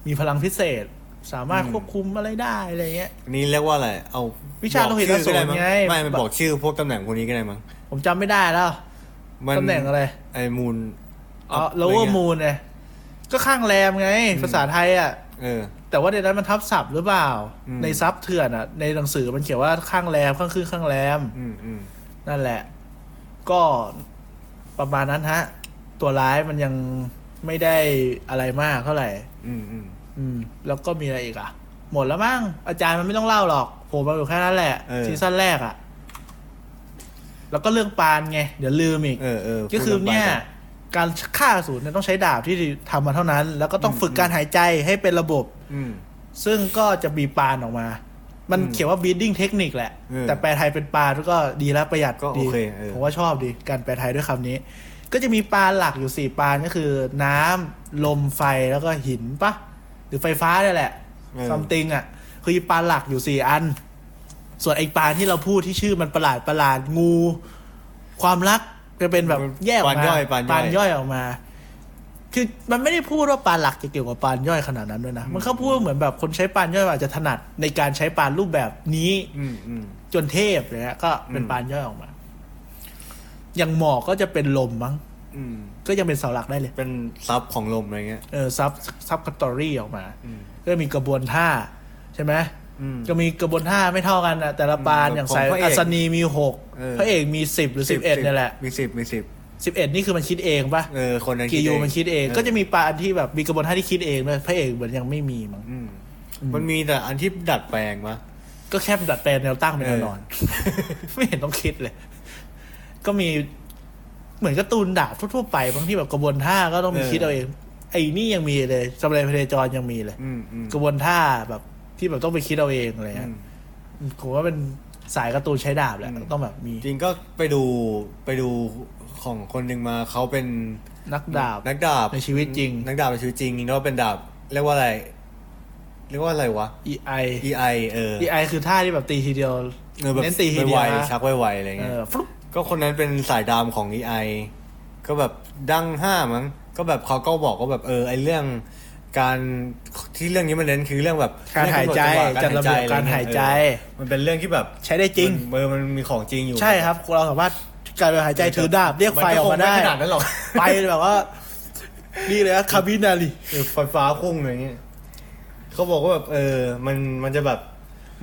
A: มีพลังพิเศษ สามารถ
B: อืม
A: ควบคุมอะไรได้อะไรเงี้ย
B: นี่เรียกว่าอะไร เอา
A: วิชา
B: บอก
A: โลหิต
B: ชื่อ
A: อ
B: ก็ด้
A: สูรไง
B: มั้ไม่มันบอกชื่อพวกตำแหน่งพวกนี้ก็ได้มั้ง
A: ผมจำไม่ได้แล้ว
B: มัน
A: ตำแหน่งอะไร
B: ไอ้มูล
A: อ๋อ lower moon เนี่ย ก็ข้างแรมไง ภาษาไทยอ่ะ
B: เออ
A: แต่ว่าในนั้นมันทับศัพท์หรือเปล่า
B: อืม
A: ในซับเถื่อนอ่ะ ในหนังสือมันเขียนว่าข้างแรมข้างคืนข้างแรม
B: อืมอืม
A: นั่นแหละ ก็ประมาณนั้นฮะ ตัวร้ายมันยังไม่ได้อะไรมากเท่าไหร่
B: อืมอืม
A: อืม แล้วก็มีอะไรอีกอ่ะ หมดแล้วมั้งอาจารย์มันไม่ต้องเล่าหรอกโผล่มาอยู่แค่นั้นแหละซีซั่นแรกอ่ะ แล้วก็เรื่องปานไง เดี๋ยวลืมอีก
B: เออเออ
A: ก็คือ
B: พูดลงไป
A: เนี่ย การฆ่าอสูรเนี่ยต้องใช้ดาบที่ทำมาเท่านั้น แล้วก็ต้องฝึกการหายใจให้เป็นระบบ
B: อืม
A: ซึ่งก็จะมีปานออกมา มัน
B: อืม
A: เขียนว่า breeding technique แหละ
B: เออ
A: แต่แปลไทยเป็นปานก็ดีแล้วประหยัด
B: ก็
A: ดี
B: โอเคเออ
A: ผมว่าชอบดีการแปลไทยด้วยคำนี้ ก็จะมีปานหลักอยู่สี่ปานก็คือ น้ำลมไฟแล้วก็หินปะหรือไฟฟ้าเนี่ยแหละซัมติงอ่ะ คือปานหลักอยู่สี่อัน ส่วนไอ้ปานที่เราพูดที่ชื่อมันประหลาดประหลาดงู ความรักจะเป็นแบบแยกออก
B: ปาน
A: มา
B: ย่อยปานย่อย
A: ย่อยออกมา คือมันไม่ได้พูดว่าปานหลักจะเกี่ยวกับปานย่อยขนาดนั้นด้วยนะ มันเขาพูดว่าเหมือนแบบคนใช้ปานย่อยอาจจะถนัดในการใช้ปานรูปแบบนี้
B: อืมอืม
A: จนเทพเลยนะก็เป็น
B: อืม
A: ปานย่อยออกมา อย่างหมอกก็จะเป็นลมมั้ง
B: อืม
A: ก็ยังเป็นเสาหลักได้เลย
B: เป็นซับของลมอะไรเงี้ย
A: เออซับซับคัตตอรี่ออกมา
B: อืม
A: ก็มีกระบวนท่าใช่ไหม
B: อืม
A: ก็มีกระบวนท่าไม่เท่ากันนะแต่ละปาน
B: อืม
A: อย่าง
B: ของ
A: สาย
B: พระเอก
A: อัศนีมีหก
B: เออ
A: พระเอกมีสิบหรือสิบเอ็ดนี่ยแหละ
B: มีสิบมีสิบ
A: สิบเอ็ดนี่คือมันคิดเองปะ
B: เออคนนั้น
A: กียูมันคิดเอง
B: ออ
A: ก็จะมีปานที่แบบมีกระบวนท่าที่คิดเองด้วยพระเอกเหมือนยังไม่มีมั้ง
B: อืมมันมีแต่อันที่ดัดแปลงมะ
A: ก็แค่ดัดแปลงแนวตั้งเป็นแนว
B: เออ [laughs]
A: นอน ไม่เห็นต้องคิดเลย ก็มีเหมือนการ์ตูนดาบทั่วๆไปบางที่แบบกระบวนท่าก็ต้องมีคิดเอาเอง ไอ้นี่ยังมีเลยสมัยพเนจรยังมีเลย
B: อืมอืม
A: กระบวนท่าแบบที่แบบต้องไปคิดเอาเองอะไร
B: อื
A: เงี้ย
B: ม
A: ผมว่าเป็นสายการ์ตูนใช้ดาบแหละ
B: อืม
A: ต้องแบบมี
B: จริงก็ไปดูไปดูของคนหนึ่งมาเขาเป็น
A: นักดาบ
B: นักดาบ
A: ในชีวิตจริง
B: นักดาบในชีวิตจริงจริงๆแล้วเป็นดาบ เรียกว่าอะไร เรียกว่าอะไรวะ
A: EI
B: EI เออ
A: EI คือท่าที่แบบตีทีเดียว
B: เออแบบ
A: เน้นตีทีเดี
B: ไว
A: ยว
B: ๆ
A: นะ
B: ชักไวๆอะไร
A: เอ
B: เงี้ย
A: อฟลุ๊ป
B: ก็คนนั้นเป็นสายดามของ EI ก็แบบดังห้ามั้งก็แบบเขาก็บอกว่าแบบเออไอเรื่อง การที่เรื่องนี้มันเน้นคือเรื่องแบบ
A: การหายใจ
B: เองกำหน
A: จัดระเบียบการหายใจ
B: มันเป็นเรื่องที่แบบ
A: ใช้ได้จริง
B: มันเออมันมีของจริงอยู่
A: ใช่ครับเราสามารถการหายใจถือดาบเรียกไฟออกมาได้
B: นคงขนาดนั้นหรอก
A: ไปแบบว่า นี่เลยนะคาบินาลี
B: เออไฟฟ้าคุ้งอะไรเงี้ยเขาบอกว่าแบบเออ มันมันจะแบบ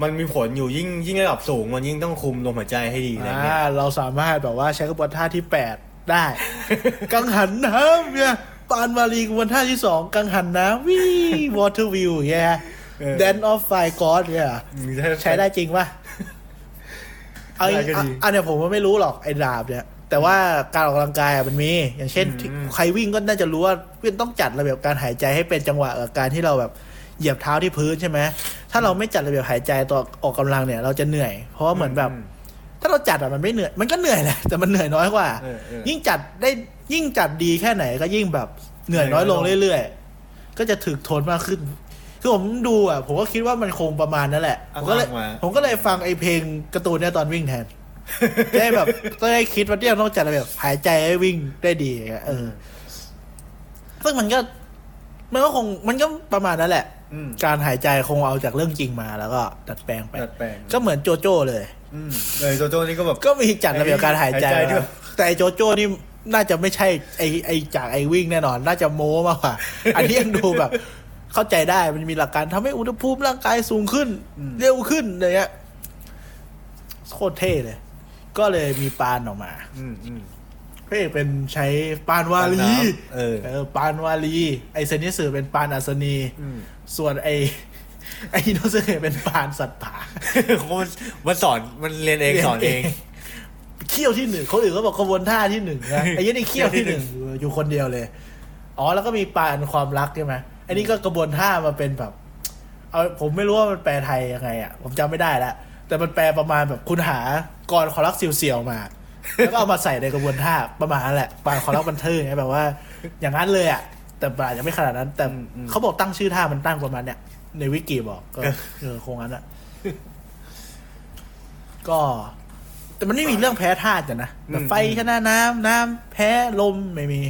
B: มันมีผลอยู่ยิ่งยิ่งระดับสูง มันยิ่งต้องคุมลมหายใจให้ดีอะไรเงี้ย
A: อ่าเราสามารถแบบว่าใช้กระบวนท่าที่ 8 ได้ [laughs] กังหันน้ำเนี่ยปานมารีกระบวนท่าที่ 2 กังหันน้ำ [laughs] วิ่งวอเตอร์วิวอย่างเงี้ยแดนออฟไฟกอสเนี่ย
B: [laughs]
A: ใช้ได้จริงป่ะ เอา
B: ได้ก็
A: อ่ะ
B: ดี
A: อันเนี้ยผมว่าไม่รู้หรอกไอ้ดาบเนี่ย แต่ว่าการออกกำลังกายอ่ะมันมี อย่างเช่น
B: อืม
A: ใครวิ่งก็น่าจะรู้ว่าวิ่งต้องจัดระเบียบการหายใจให้เป็นจังหวะกับการที่เราแบบเหยียบเท้าที่พื้นใช่ไหม ถ้าเราไม่จัดระเบียบหายใจตัวออกกำลังเนี่ย เราจะเหนื่อย เพราะว่าเหมือนแบบ ถ้าเราจัดอ่ะมันไม่เหนื่อย มันก็เหนื่อยแหละ [laughs] แต่มันเหนื่อยน้อยกว่า
B: เออเออ
A: ยิ่งจัดได้ยิ่งจัดดีแค่ไหนก็ยิ่งแบบเหนื่อยน้อยลง
B: เหนื่อยน้อยลง
A: เรื่อยๆ ก็จะถึกทนมากขึ้น คือผมดูอ่ะ ผมก็คิดว่ามันคงประมาณนั่นแหละ ผ
B: อ่ะ
A: มก็เลย
B: ฟังมา
A: ผมก็เลยฟังไอ้เพลงการ์ตูนเนี่ยตอนวิ่งแทน จะได้แบบ [laughs] จะได้คิดว่าเนี่ยต้องจัดแบบหายใจให้วิ่งได้ดีอ่ะเออ ซึ่งมันก็ มันก็คงมันก็ประมาณนั่นแหละ
B: อืม
A: การหายใจคงเอาจากเรื่องจริงมาแล้วก็ดัดแปลงไป
B: ดัดแปลง
A: ก็เหมือนโจโจ้เลย
B: อืมเออโจโจ้นี่ก็แบบ
A: ก็มีจัดระเบียบการหายใจ
B: หายใจด้วย
A: นะแต่ไอ้โจโจ้นี่น่าจะไม่ใช่ไอไอจากไอวิ่งแน่นอน น่าจะโม้มากกว่า [laughs] อันนี้ยังดูแบบ เข้าใจได้มันมีหลักการทำให้อุณหภูมิร่างกายสูงขึ้น เร็วขึ้นอะไรเงี้ยโคตรเท่เลย ก็เลยมีปานออกมา
B: อืมอืม
A: พระเอกเป็นใช้ปานวาลี
B: ปานน้ำเออ
A: ปานวาลี ไอเซนิสือเป็นปานอัศนี
B: อืม
A: ส่วนไอ [laughs] ไอฮิโนสึเกะเป็นปานสัตว์ป่า [laughs]
B: มันมันสอนมันเรียนเองสอนเอง
A: เขี้ยวที่หนึ่งเขาอื่นก็บอกขบวนท่าที่หนึ่ง [laughs] นะ ไอ้ยี่นี่เขี้ยวที่หนึ่งอยู่คนเดียวเลย อ๋อแล้วก็มีปานความรักใช่ไหมอันนี้ก็กระบวนท่ามาเป็นแบบ เอาผมไม่รู้ว่ามันแปลไทยยังไงอ่ะ ผมจำไม่ได้ละแต่มันแปลประมาณแบบคุณหากรขอรักเสียวๆมา แล้วก็เอามาใส่ในกระบวนท่าประมาณนั้นแหละปานขอรักมันเทอไงแบบว่า อย่างนั้นเลยอ่ะ แต่ปานยังไม่ขนาดนั้น แต่
B: อืมอืม
A: เขาบอกตั้งชื่อท่ามันตั้งประมาณเนี้ยในวิกิบอกก็เออคงงั้นอ่ะ ก็ แต่มันไม่มีเรื่องแพ้ธาตุกันนะแบบไฟชนะน้ำน้ำแพ้ลมไม่มี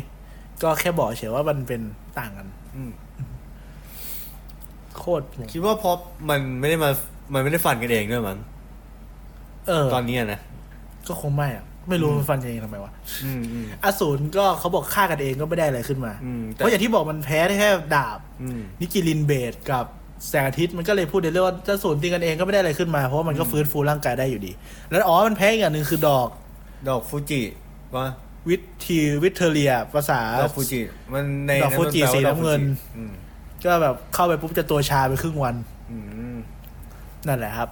A: ก็แค่บอกเฉยว่ามันเป็นต่างกัน
B: อืม
A: โคตรงง
B: คิดว่าเพราะมันไม่ได้มามันไม่ได้ฟันกันเองด้วยมั้ง
A: เออ
B: ตอนเนี้ยนะ
A: ก็คงไม่อะ ไม่รู้มันฟันกันเองทำไมวะ
B: อืมอืม
A: อสูรก็เขาบอกฆ่ากันเองก็ไม่ได้อะไรขึ้นมา
B: อืมแต่
A: เพราะอย่างที่บอกมันแพ้ได้แค่ดาบ
B: อืม
A: นิกิลินเบดกับแสงอาทิตย์มันก็เลยพูดในเรื่องว่าเจ้าสูนตีกันเองก็ไม่ได้อะไรขึ้นมา เพราะว่ามันก็ฟื้นฟูร่างกายได้อยู่ดี แล้วอ๋อมันแพ้อีกอย่างหนึ่งคือดอก
B: ดอกฟูจิวะ
A: วิทีวิเทเรียภาษา
B: ดอกฟูจิ มันใน
A: ดอกฟูจิ
B: แปลว่า
A: สี
B: ดอก
A: น้ำเงิน
B: ฟูจิอืม
A: ก็แบบเข้าไปปุ๊บจะตัวชาไปครึ่งวัน
B: อืม
A: นั่นแหละครับ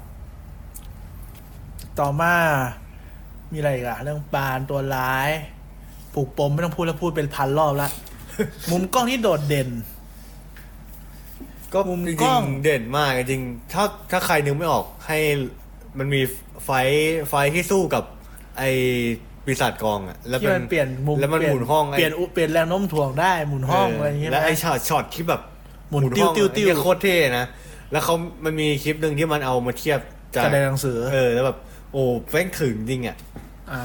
A: ต่อมามีอะไรอีกอะเรื่องปานตัวร้าย ผูกปมไม่ต้องพูดแล้วพูดเป็นพันรอบละ [laughs] มุมกล้องนี่โดดเด่น
B: ก็
A: มุม
B: จริง
A: กล้อง
B: ๆเด่นมากจริงๆถ้าถ้าใครนึกไม่ออกให้มันมีไฟท์ไฟท์ที่สู้กับไอปีศาจกองอะแล้ว
A: ที่มันเปลี่ยนมุม
B: แล้วมัน
A: เป
B: ห
A: ย
B: มุนห้องไอ้
A: เปลี่ยนอุเปลี่ยนแรงโน้มถ่วงได้หมุนห้องอะไรอย่างเงี้ย
B: และไอ
A: นะ
B: ช็อตช็อตที่แบบ
A: หมุน
B: ห้อง
A: ติ้วๆๆ
B: ไอ้เหี้ยโคตรเท่นะแล้วเขามันมีคลิปหนึ่งที่มันเอามาเทียบจา
A: แส
B: ก
A: ดงหนังสือ
B: เออแล้วแบบโอ้แม่งถึงจริงอะ
A: อ่า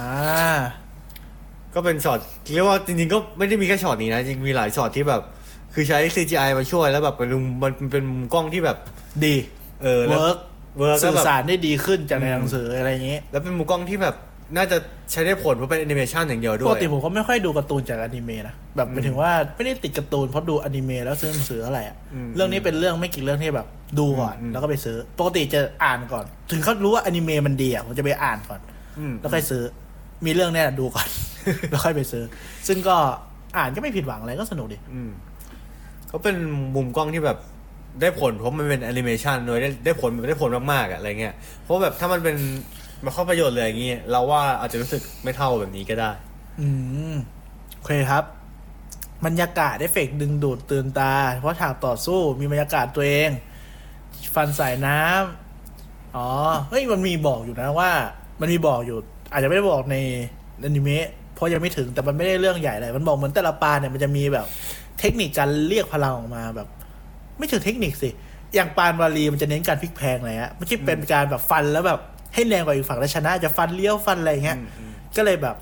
B: ก็เป็นช็อตเรียกว่าจริงๆก็ไม่ได้มีแค่ช็อตนี้นะจริงมีหลายช็อตที่แบบ คือใช้ CGI มาช่วยแล้วแบบเป็นมุมมันมันเป็นมุมกล้องที่แบบ
A: ดี
B: เออแล้ว
A: เวิร์ก
B: เวิร์ก
A: สื่
B: แล้
A: อ
B: วแบบ
A: สารได้ดีขึ้นจากในหนังสืออะไรอย่างเงี้ย
B: แล้วเป็นมุมกล้องที่แบบน่าจะใช้ได้ผลเพราะเป็นแอนิเมชันอย่างเดียวด้
A: ป
B: ว
A: ก
B: ย
A: ติผมก็ไม่ค่อยดูการ์ตูนจากอนิเมะนะแบบหมายถึงว่าไม่ได้ติดการ์ตูนเพราะดูอนิเมะแล้วซื้อหนังสืออะไรอะ
B: อืม
A: เรื่องนี้เป็นเรื่องไม่กี่เรื่องที่แบบดูก่อน
B: อืม
A: แล้วก็ไปซื้อ ปกติจะอ่านก่อน ถึงเขารู้ว่าอนิเมะมันดีอ่ะผมจะไปอ่านก่อน
B: อืม
A: แล้วค่อยซื้อ มีเรื่องเนี่ยดู
B: [laughs]
A: ก่อน แล้วค่อยไปซื้อ ซึ่งก็อ่านก็ไม่ผิดหวังอะไรก็สนุกดี
B: อืมก็เป็นมุมกล้องที่แบบได้ผลเพราะมันเป็นแอนิเมชันด้วยได้ได้ผลได้ผลมากๆอะอะไรเงี้ยเพราะแบบถ้ามันเป็นมาเข้าประโยชน์เลยอย่างเงี้ยเราว่าอาจจะรู้สึกไม่เท่าแบบนี้ก็ได้
A: อืมโอเคครับ บรรยากาศเอฟเฟกต์ดึงดูดตื่นตา เพราะฉากต่อสู้มีบรรยากาศตัวเอง ฟันสายน้ำอ๋อเฮ้ยมันมีบอกอยู่นะว่า มันมีบอกอยู่ อาจจะไม่ได้บอกในอนิเมะเพราะยังไม่ถึงแต่มันไม่ได้เรื่องใหญ่อะไรมันบอกเหมือนแต่ละปลาเนี่ยมันจะมีแบบ เทคนิคการเรียกพลังออกมาแบบ ไม่ถึงเทคนิคสิ อย่างปานวารีมันจะเน้นการพลิกแพลงอะไรฮะไม่ใช่เป็นการแบบฟันแล้วแบบ ให้แรงกว่าอีกฝั่งแล้วชนะจะฟันเลี้ยวฟันอะไรอย่างเงี้ย ก็เลยแบบ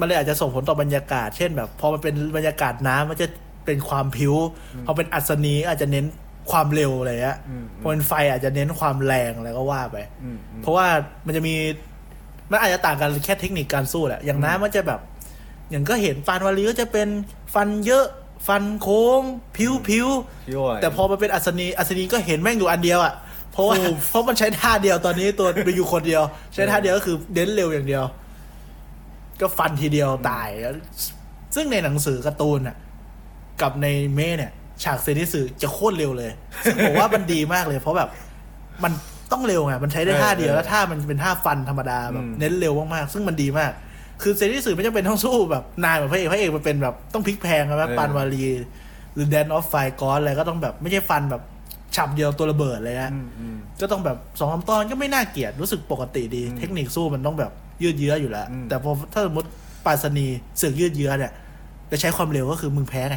A: มันเลยอาจจะส่งผลต่อบรรยากาศ เช่นแบบ พอมันเป็นบรรยากาศน้ำมันจะเป็นความผิว พอเป็นอัศนีอาจจะเน้นความเร็วอะไรฮะ
B: อืม
A: พอเป็นไฟอาจจะเน้นความแรงอะไรก็ว่าไป
B: อืมอืม
A: เพราะว่ามันจะมี มันอาจจะต่างกันแค่เทคนิคการสู้แหละ อย่างน้ำมันจะแบบ อย่างก็เห็นปานวารีก็จะเป็นฟันเยอะ ฟันโค้ง ผิวผิว
B: พี่อ้อย
A: แต่พอมันเป็นอัศนีอัศนีก็เห็นแม่งอยู่อันเดียวอะ่ะ เพราะว่า
B: ถูก
A: [laughs] เพราะมันใช้ท่าเดียวตอนนี้ตัวไปอยู่คนเดียว ใช้ท่าเดียวก็คือเด้นเร็วอย่างเดียว ก็ฟันทีเดียวตายแล้วซึ่งในหนังสือการ์ตูนอ่ะ กับในเมะเนี่ย ฉากเซนิสึจะโคตรเร็วเลยซึ่งผมว่ามันดีมากเลย เพราะแบบ มันต้องเร็วไงมันใช้ได้ท่าเดียวแล้วท่ามันเป็นท่าฟันธรรมดาแบบเน้นเร็วมากๆซึ่งมันดีมาก คือเซนิสึไม่จำเป็นต้องสู้แบบนานแบบพระเอกพระเอกมันเป็นแบบต้องพลิกแพลงใช่ไหม
B: เออ
A: ปานวารีหรือแดนออฟไฟกอนอะไรก็ต้องแบบไม่ใช่ฟันแบบฉับเดียวตัวระเบิดเลยนะ
B: อืมอืม
A: ก็ต้องแบบสองสามตอนก็ไม่น่าเกลียดรู้สึกปกติดี เทคนิคสู้มันต้องแบบยืดเยื้ออยู่แล้ว
B: อืม
A: แต่พอถ้าสมมติปาสนีเสือกยืดเยื้อเนี่ยจะใช้ความเร็วก็คือมึงแพ้
B: [laughs]
A: ไง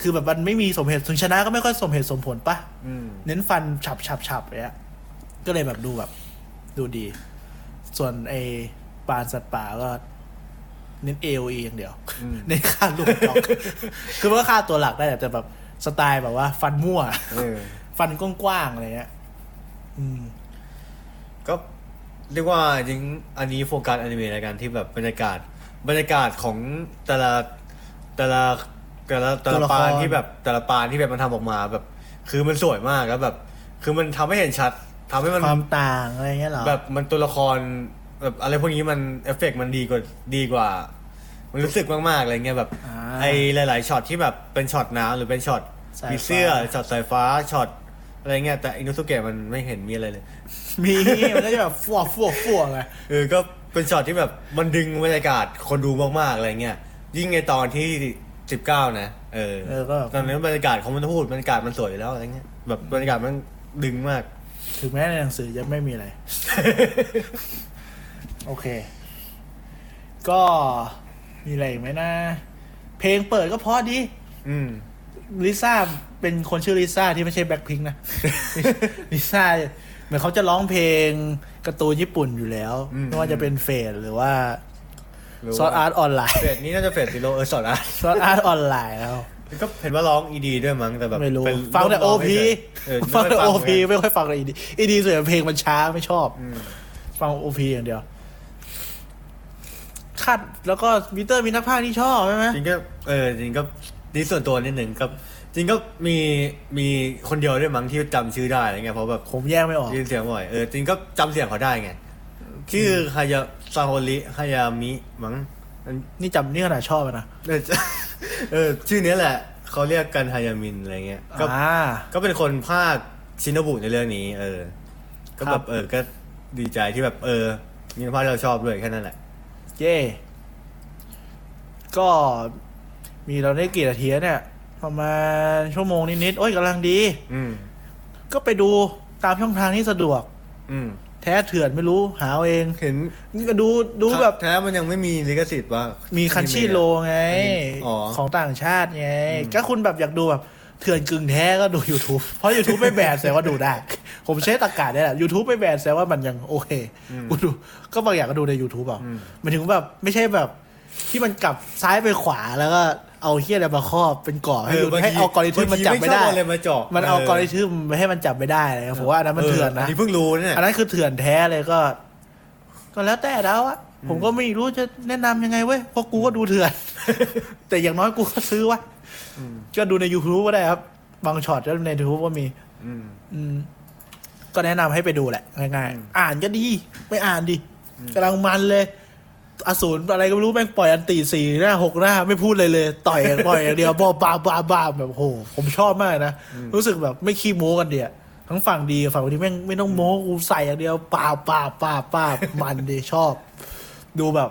A: คือแบบมันไม่มีสมเหตุถึงชนะก็ไม่ค่อยสมเหตุสมผลปะ
B: อืม
A: เน้นฟันฉับฉับฉับอย่างเงี้ยก็เลยแบบดูแบบ ดูดี ส่วนไอ้ปานสัตว์ป่าก็ เน้นเอโออย่างเดียว
B: อืม
A: เน้นฆ่าลูก
B: [laughs]
A: จอก คือว่าฆ่าตัวหลักได้แหละแต่แบบสไตล์แบบว่า ฟันมั่ว
B: เออ
A: ฟันกว้างๆอะไรเงี้ยอืม
B: ก็เรียกว่าจริงอันนี้โฟกัสอนิเมะแล้วกันที่แบบบรรยากาศ บรรยากาศของแต่ละแต่ละแต่ละแต่
A: ตัว
B: ละ
A: ละคร
B: ปานที่แบบแต่ละปานที่แบบมันทำออกมาแบบ คือมันสวยมากแล้วแบบ คือมันทำให้เห็นชัดทำให้มัน
A: ความต่างอะไรเงี้ยเหรอ
B: แบบมันตัวละครแบบอะไรพวกนี้มันเอฟเฟกต์มันดีกว่าดีกว่า มันรู้สึกมากๆอะไรเงี้ยแบบ
A: า
B: ไอ้หลาย ๆช็อตที่แบบเป็นช็อตน้ำหรือเป็นช็อต
A: สายฟ้ามี
B: มีเสื้อช็อตสายฟ้าช็อตอะไรเงี้ยแต่อินุสุเกะมันไม่เห็นมีอะไรเลย
A: มีมันก็จะแบบฟัวฟัวฟัวไง
B: เออก็เป็นช็อตที่แบบมันดึงบรรยากาศคนดูมากๆอะไรเงี้ย ยิ่งในตอนที่สิบเก้านะ เออ
A: เออก็
B: ตอนนั้นบรรยากาศของมันพูดบรรยากาศมันสวยอยู่แล้วอะไรเงี้ย แบบบรรยากาศมันดึงมาก
A: ถึงแม้ในหนังสือจะไม่
B: [laughs]
A: มีอะไร โอเค ก็มีอะไรอีกไหมนะ เพลงเปิดก็เพราะดี
B: อืม
A: ลิซ่าเป็นคนชื่อลิซ่าที่ไม่ใช่แบ็คพิงค์
B: [laughs]
A: นะ ลิซ่าเหมือนเขาจะร้องเพลงการ์ตูนญี่ปุ่นอยู่แล้ว
B: อืม
A: ไม่ว่าจะเป็นเฟดหรือว่า
B: หว่
A: ซอสอาร์ตออนไลน์ [laughs]
B: เฟสนี้น่าจะเฟสซิโลเออสอดอาร์ต
A: ซอสอาร์ตออนไลน์แล้ว
B: ก็เห็นว่าร้องอีดีด้วยมั้งแต่แบบ
A: ไม่รู้
B: เป็น
A: ฟังแต่โอ
B: ร้
A: พี
B: เฉยเออ
A: ฟังแต่โอพี
B: ไม่ค่ยฟังเหมืนกัน
A: ไม่ค่อยฟังเลยอีดีอีดีส่วนใหญ่เพลงมันช้าไม่ชอบ
B: อืม
A: ฟังโอพีอย่างเดียว าดแล้วก็มิเตอร์มีนักภาคที่ชอบใช่ไหม
B: จริงก็เออจริงก็ดีส่วนตัวนิดหนึ่งก็จริงก็มีมีคนเดียวด้วยมั้งที่จำชื่อได้อะไรเงี้ยเพราะแบบ
A: ผมแยกไม่ออก
B: ยินเสียงบ่อยเออจริงก็จำเสียงเขาได้ไงชื่อฮายาซาโฮริฮายามิมั้งอัน
A: นี่จำนี่ขนาดชอบอะนะ
B: เออเออชื่อเนี้ยแหละเขาเรียกกันฮายามินอะไรเงี้ยก็
A: อ่า
B: ก็เป็นคนภาคชินบุในเรื่องนี้ เออ ก็
A: ค
B: แบ
A: รับ
B: บเออ ก็ดีใจที่แบบเออมีภาคที่เราชอบด้วยแค่นั้นแหละ
A: เย่ก็มีเราได้กี่นาทีแล้วเนี่ย ประมาณชั่วโมงนิดๆโอ้ยกำลังดี
B: อืม
A: ก็ไปดูตามช่องทางที่สะดวก
B: อืม
A: แท้เถื่อนไม่รู้หาเอาเอง
B: เห็น
A: ก็ดูดูแบบ
B: แท้มันยังไม่มีลิขสิทธิ์ว่า
A: มี
B: มี
A: คันชิโลไง
B: อ๋อ
A: ของต่างชาติไง ก็คุณแบบอยากดูแบบเถื่อนกึ่งแท้ก็ดู YouTube เพราะ YouTube ไม่แบนแสดงว่าดูได้ [laughs] ผมใช้ตะกาได้แหละ YouTube ไม่แบนแสดงว่ามันยังโอเคกูดูก็บางอย่างก็ดูใน YouTube อ่ะมันถึงแบบไม่ใช่แบบ ที่มันกลับซ้ายไปขวาแล้วก็เอาเฮียอะไรมาครอบเป็นกรอบให้ดูให้เอากริทึมมันจับไม่ได้
B: บางทีชออะไรมาจอบ
A: มันเอากริทึมให้มันจับไม่ได้เลยครับผมว่าอันนั้นมันเถื่อนนะ
B: นี่เพิ่งรู้เนี่ย
A: อันนั้นคือเถื่อนแท้เลยก็ ก็แล้วแต่แล้วอะผมก็ไม่รู้จะแนะนำยังไงเว้ยเพราะกูก็ดูเถื่อน [laughs] แต่อย่างน้อยกูก็ซื้อวะก็ดูใน YouTube ก็ได้ครับ บางช็อตก็ใน YouTube ก็มี
B: อืม
A: อืม ก็แนะนำให้ไปดูแหละง่ายๆอ่านก็ดี ไม่อ่านดิกำลังมันเลย อสูรอะไรก็ไม่รู้แม่งปล่อยอันตีสี่หน้าหกหน้า ไม่พูดเลยเลย ต่อยอย่างปล่อยอย่างเดียว [laughs] บอบบาบบาบบาบแบบโหผมชอบมากนะ รู้สึกแบบไม่ขี้โม้กันเดียทั้งฝั่งดีกับฝั่งที่แม่งไม่ต้องโม้กูใส่อย่างเดียวปาบปาบปาบปาบมันดี [laughs] ชอบ ดูแบบ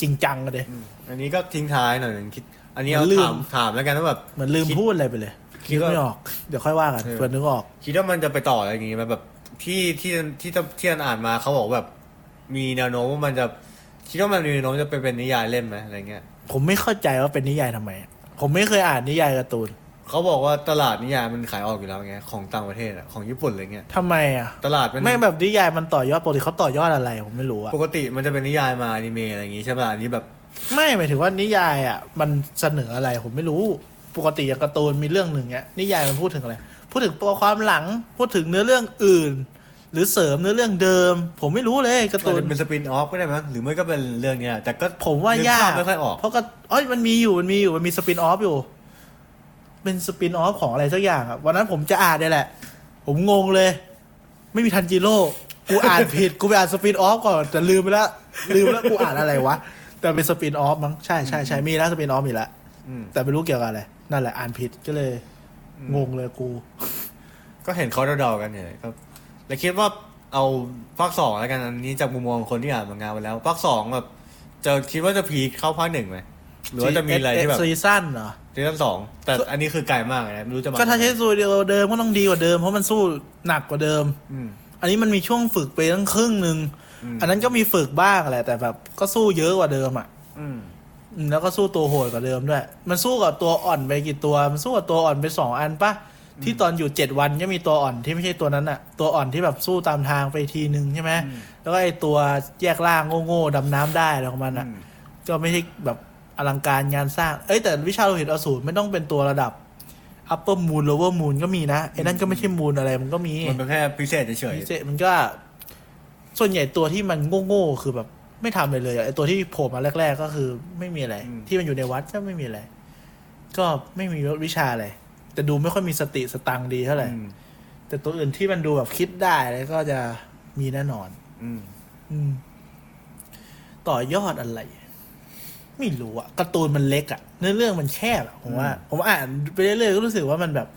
A: จริงจังกันเลย
B: อันนี้ก็ทิ้งท้ายหน่อยหนึ่งคิด อันนี้เอา
A: ลืม
B: ถามถามแล้วกันว่าแบบ
A: เหมือนลืมพูดอะไรไปเลย
B: คิ
A: คิด
B: ดว่า
A: ไม่ออก เดี๋ยวค่อยว่ากัน
B: เออ
A: เผื่อนึกออก
B: คิดว่ามันจะไปต่ออะไรอย่างงี้ไหมแบบที่ที่ที่ที่อ่านมาเขาบอกแบบ มีแนวโน้มว่ามันจะคิดว่ามันมีแนวโน้มจะไปเป็นนิยายเล่มไหมอะไรเงี้ย
A: ผมไม่เข้าใจว่าเป็นนิยายทำไมอะผมไม่เคยอ่านนิยายการ์ตูน
B: เขาบอกว่าตลาดนิยายมันขายออกอยู่แล้วไงของต่างประเทศอะของญี่ปุ่นอะไรเงี้ย
A: ทำไมอ่ะ
B: ตลาดมัน
A: ไม่แบบนิยายมันต่อยอดปกติเขาต่อยอดอะไร ผมไม่รู้อ่ะ
B: ปกติมันจะเป็นนิยายมาอนิเมะอะไรอย่างงี้ใช่ป่ะอันนี้แบบ
A: ไม่หมายถึงว่านิยายอ่ะ มันเสนออะไรผมไม่รู้ ปกติอย่างการ์ตูนมีเรื่องหนึ่งเนี้ยนิยายมันพูดถึงอะไร พูดถึงตัวความหลัง พูดถึงเนื้อเรื่องอื่น หรือเสริมเนื้อเรื่องเดิม ผมไม่รู้เลยการ์
B: ตั
A: ตู
B: วน เป็นสปินออฟก็ได้มั้งหรือไม่ก็เป็นเรื่องเนี้ยแต่ก็
A: ผมว่า
B: นึ
A: ยา
B: ภ
A: ก
B: พไม่ค่อยออก
A: เพราะก็เอ้ยมันมีอยู่มันมีอยู่มันมีสปินออฟอยู่ เป็นสปินออฟของอะไรสักอย่างอะวันนั้นผมจะอ่านเนี่ยแหละ ผมงงเลย ไม่มีทันจิโร่กูอ่านผิด กูไปอ่านสปินออฟก่อนแต่ลืมไปแล้วลืมไปแล้วกูอ่านอะไรวะ แต่เป็นสปินออฟมั้งใช่ใช่ใช่มีแล้วสปินออฟมีแล้ว
B: อืม
A: แต่ไม่รู้เกี่ยวกับอะไรนั่นแหละอ่านผิดก็เลย งงเลยกู
B: ก็เห็นเขาเดาๆกันเนี่ยครับ แล้วคิดว่าเอาภาคสองแล้วกันอันนี้จากมุมมองของคนที่อ่านมังงะมาแล้วภาคสองแบบจะคิดว่าจะพีคเข้าภาคหนึ่งไหมหรือว่าจะมีอะไรที่แบบ
A: GSX ซีซั่นเหรอ
B: ซีซั่นสองแต่อันนี้คือไกลมากเลยนะไม่รู้จะมา
A: ก็ถ้าใช้สูตรเดิมก็ต้องดีกว่าเดิมเพราะมันสู้หนักกว่าเดิม
B: อืม
A: อันนี้มันมีช่วงฝึกไปตั้งครึ่งหนึ่ง
B: อืม
A: อันนั้นก็มีฝึกบ้างแหละแต่แบบก็สู้เยอะกว่าเดิมอ่ะ
B: อืม
A: อืมแล้วก็สู้ตัวโหดกว่าเดิมด้วย มันสู้กับตัวอ่อนไปกี่ตัว มันสู้กับตัวอ่อนไปสองอันปะที่ตอนอยู่เจ็ดวันก็มีตัวอ่อนที่ไม่ใช่ตัวนั้นอ่ะ ตัวอ่อนที่แบบสู้ตามทางไปทีนึงใช่ไหมแล้วก็ไอตัวแยกล่างโง่ๆดำน้ำได้อะไรของมันอ่ะ
B: อืม
A: ก็ไม่ใช่แบบอลังการงานสร้าง เอ้ยแต่วิชาโลหิตอสูรไม่ต้องเป็นตัวระดับ upper moon lower moon ก็มีนะไอ้นั่นก็ไม่ใช่ moon อะไรมันก็มี
B: มันเป็นแค่พิเศษเฉย
A: พิเศษมันก็ ส่วนใหญ่ตัวที่มันโง่ๆคือแบบ ไม่ทำเลยเลยอะไอตัวที่โผล่มาแรก ๆ ก็คือไม่มีอะไร ที่มันอยู่ในวัดก็ไม่มีอะไร ก็ไม่มีวิชาอะไร แต่ดูไม่ค่อยมีสติสตังค์ดีเท่า
B: ๆ
A: ไหร่
B: อืม
A: แต่ตัวอื่นที่มันดูแบบคิดได้แล้วก็จะมีแน่นอน
B: อืม
A: อืม ต่อยอดอะไร ไม่รู้อะการ์ตูนมันเล็กอะเนื้อเรื่องมันแคบอะผมว่า ผมอ่านไปเรื่อยๆก็รู้สึกว่ามันแบบ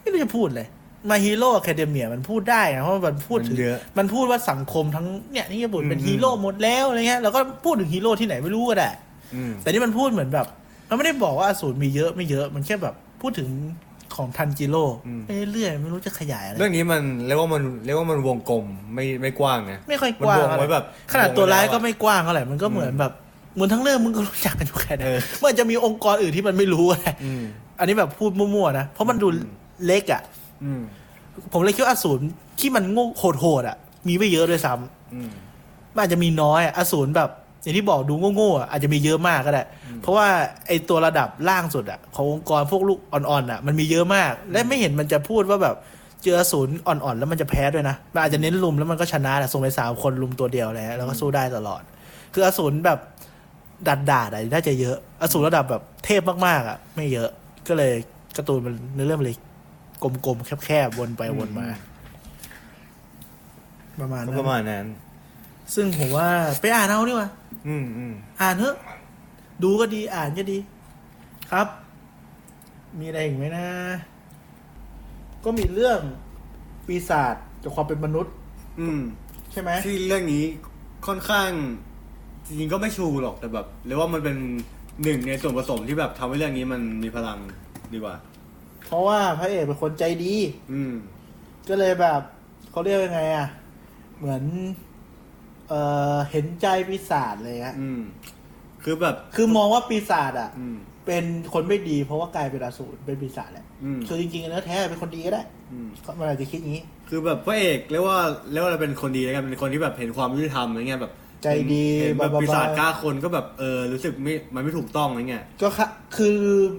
A: ไม่รู้จะพูดเลยมาฮีโร่อะคาเดเมียมันพูดได้นะเพราะมันพูดถึง
B: เยอะ
A: มันพูดว่าสังคมทั้งเนี่ยนี่ญี่ปุ่นเป็น
B: อืม
A: ฮีโร่หมดแล้วอะไรเงี้ยแล้วก็พูดถึงฮีโร่ที่ไหนไม่รู้ก็ได้
B: อืม
A: แต่นี่มันพูดเหมือนแบบ มันไม่ได้บอกว่าอสูรมีเยอะไม่เยอะ มันแค่แบบพูดถึงของทันจิโร่ไปเรื่อยๆไม่รู้จะขยายอะไร
B: เรื่องนี้มันเรียกว่ามันเรียกว่ามันวงกลมไม่ไม่กว้างนะ
A: ไม่ค่อยกว้าง
B: มันวงไว้
A: อะไร
B: แบบ
A: ขนาดตัวร้ายก็
B: วงไว้แล้วอะ
A: ไม่กว้างเท่าไหร่มันก็เหมือนแบบเหมือนทั้งเรื่องมึงก็รู้จักกันอยู่แค่นั้น
B: เออ
A: มันอาจจะมีองค์กรอื่นที่มันไม่รู้อะไร
B: อืม
A: อันนี้แบบพูดมั่วๆนะ เพราะมันดูเล็กอ่ะ
B: อืม
A: ผมเลยคิดว่าอสูรที่มันโง่โหดๆอ่ะ มีไม่เยอะด้วยซ้ำ
B: อืม
A: มันอาจจะมีน้อยอะอสูรแบบ อย่างที่บอกดูโง่ๆอะอาจจะมีเยอะมากก็ได้ เพราะว่าไอตัวระดับล่างสุดอ่ะขององค์กรพวกลูกอ่อนๆอ่ะมันมีเยอะมาก และไม่เห็นมันจะพูดว่าแบบเจออสูรอ่อนๆ แล้วมันจะแพ้ด้วยนะมันอาจจะเน้นลุมแล้วมันก็ชนะแหละส่งไปสามคนลุมตัวเดียวเลยฮะแล้วก็สู้ได้ตลอด คืออสูรแบบ ดัดดาดๆอะน่าจะเยอะอสูรระดับแบบเทพมากๆอ่ะ ไม่เยอะ ก็เลยการ์ตูนมันเนื้อเรื่องมันเลยกลมๆแคบๆวนไปวนมา ประมาณ
B: ก็
A: นั้
B: ประมาน ณนั้น
A: ซึ่งผมว่าไปอ่านเอาดีกว่า
B: อืมอืม
A: อ่านเถอะดูก็ดีอ่านก็ดี ครับ มีอะไรอีกไหมนะ ก็มีเรื่องปีศาจกับความเป็นมนุษย์
B: อืม
A: ใช่ไหม
B: ที่เรื่องนี้ค่อนข้างจริงๆก็ไม่ชูหรอกแต่แบบเรียกว่ามันเป็นหนึ่งในส่วนผสมที่แบบทำให้เรื่องนี้มันมีพลังดีกว่า
A: เพราะว่าพระเอกเป็นคนใจดี
B: อืม
A: ก็เลยแบบเขาเรียกยังไงอ่ะ เหมือน เออเห็นใจปีศาจเลยฮะ
B: อืม คือแบบ
A: คือมองว่าปีศาจอ่ะ
B: อืม
A: เป็นคนไม่ดี เพราะว่ากลายเป็นอสูรเป็นปีศาจแหละ
B: อืม
A: คือจริงๆเนื้อแท้เป็นคนดีก็ได้
B: อืม
A: เขามันอาจจะคิดอย่างนี้
B: คือแบบพระเอกเรียกว่าเรียกว่าเราเป็นคนดีแล้วกันเป็นคนที่แบบเห็นความยุติธรรมอะไรเงี้ยแบบ
A: ใจดี
B: เห็นแบบ
A: บาบาบา
B: ปีศาจกล้าคนก็แบบเออรู้สึกไม่มันไม่ถูกต้องอะไรเงี้ย
A: ก็ค่ะคือ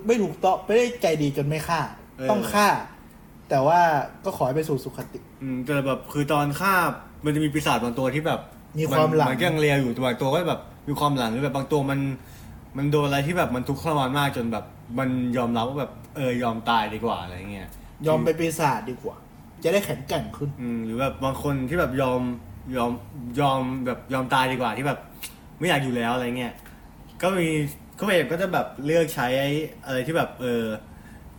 A: ไม่ถูกต้องไม่ได้ใจดีจนไม่ฆ่า
B: เออ
A: ต้องฆ่า แต่ว่าก็ขอให้ไปสู่สุขติ
B: อืมแต่แบบคือตอนฆ่ามันจะมีปีศาจบางตัวที่แบบ
A: มีความหลัง
B: นก็ยังเลียอยู่แต่บางตัวก็แบบมีความหลังหรือแบบบางตัวมัน มันโดนอะไรที่แบบมันทุกข์ทรมานมากจนแบบ มันยอมรับว่าแบบเออยอมตายดีกว่าอะไรเงี้ย
A: ยอมเป็นปีศาจดีกว่า จะได้แข็งแกร่งขึ้น
B: อืมหรือแบบบางคนที่แบบยอมยอมยอมแบบยอมตายดีกว่าที่แบบ ไม่อยากอยู่แล้วอะไรเงี้ยก็มีก็เอกก็จะแบบเลือกใช้ไอ้อะไรที่แบบ เออ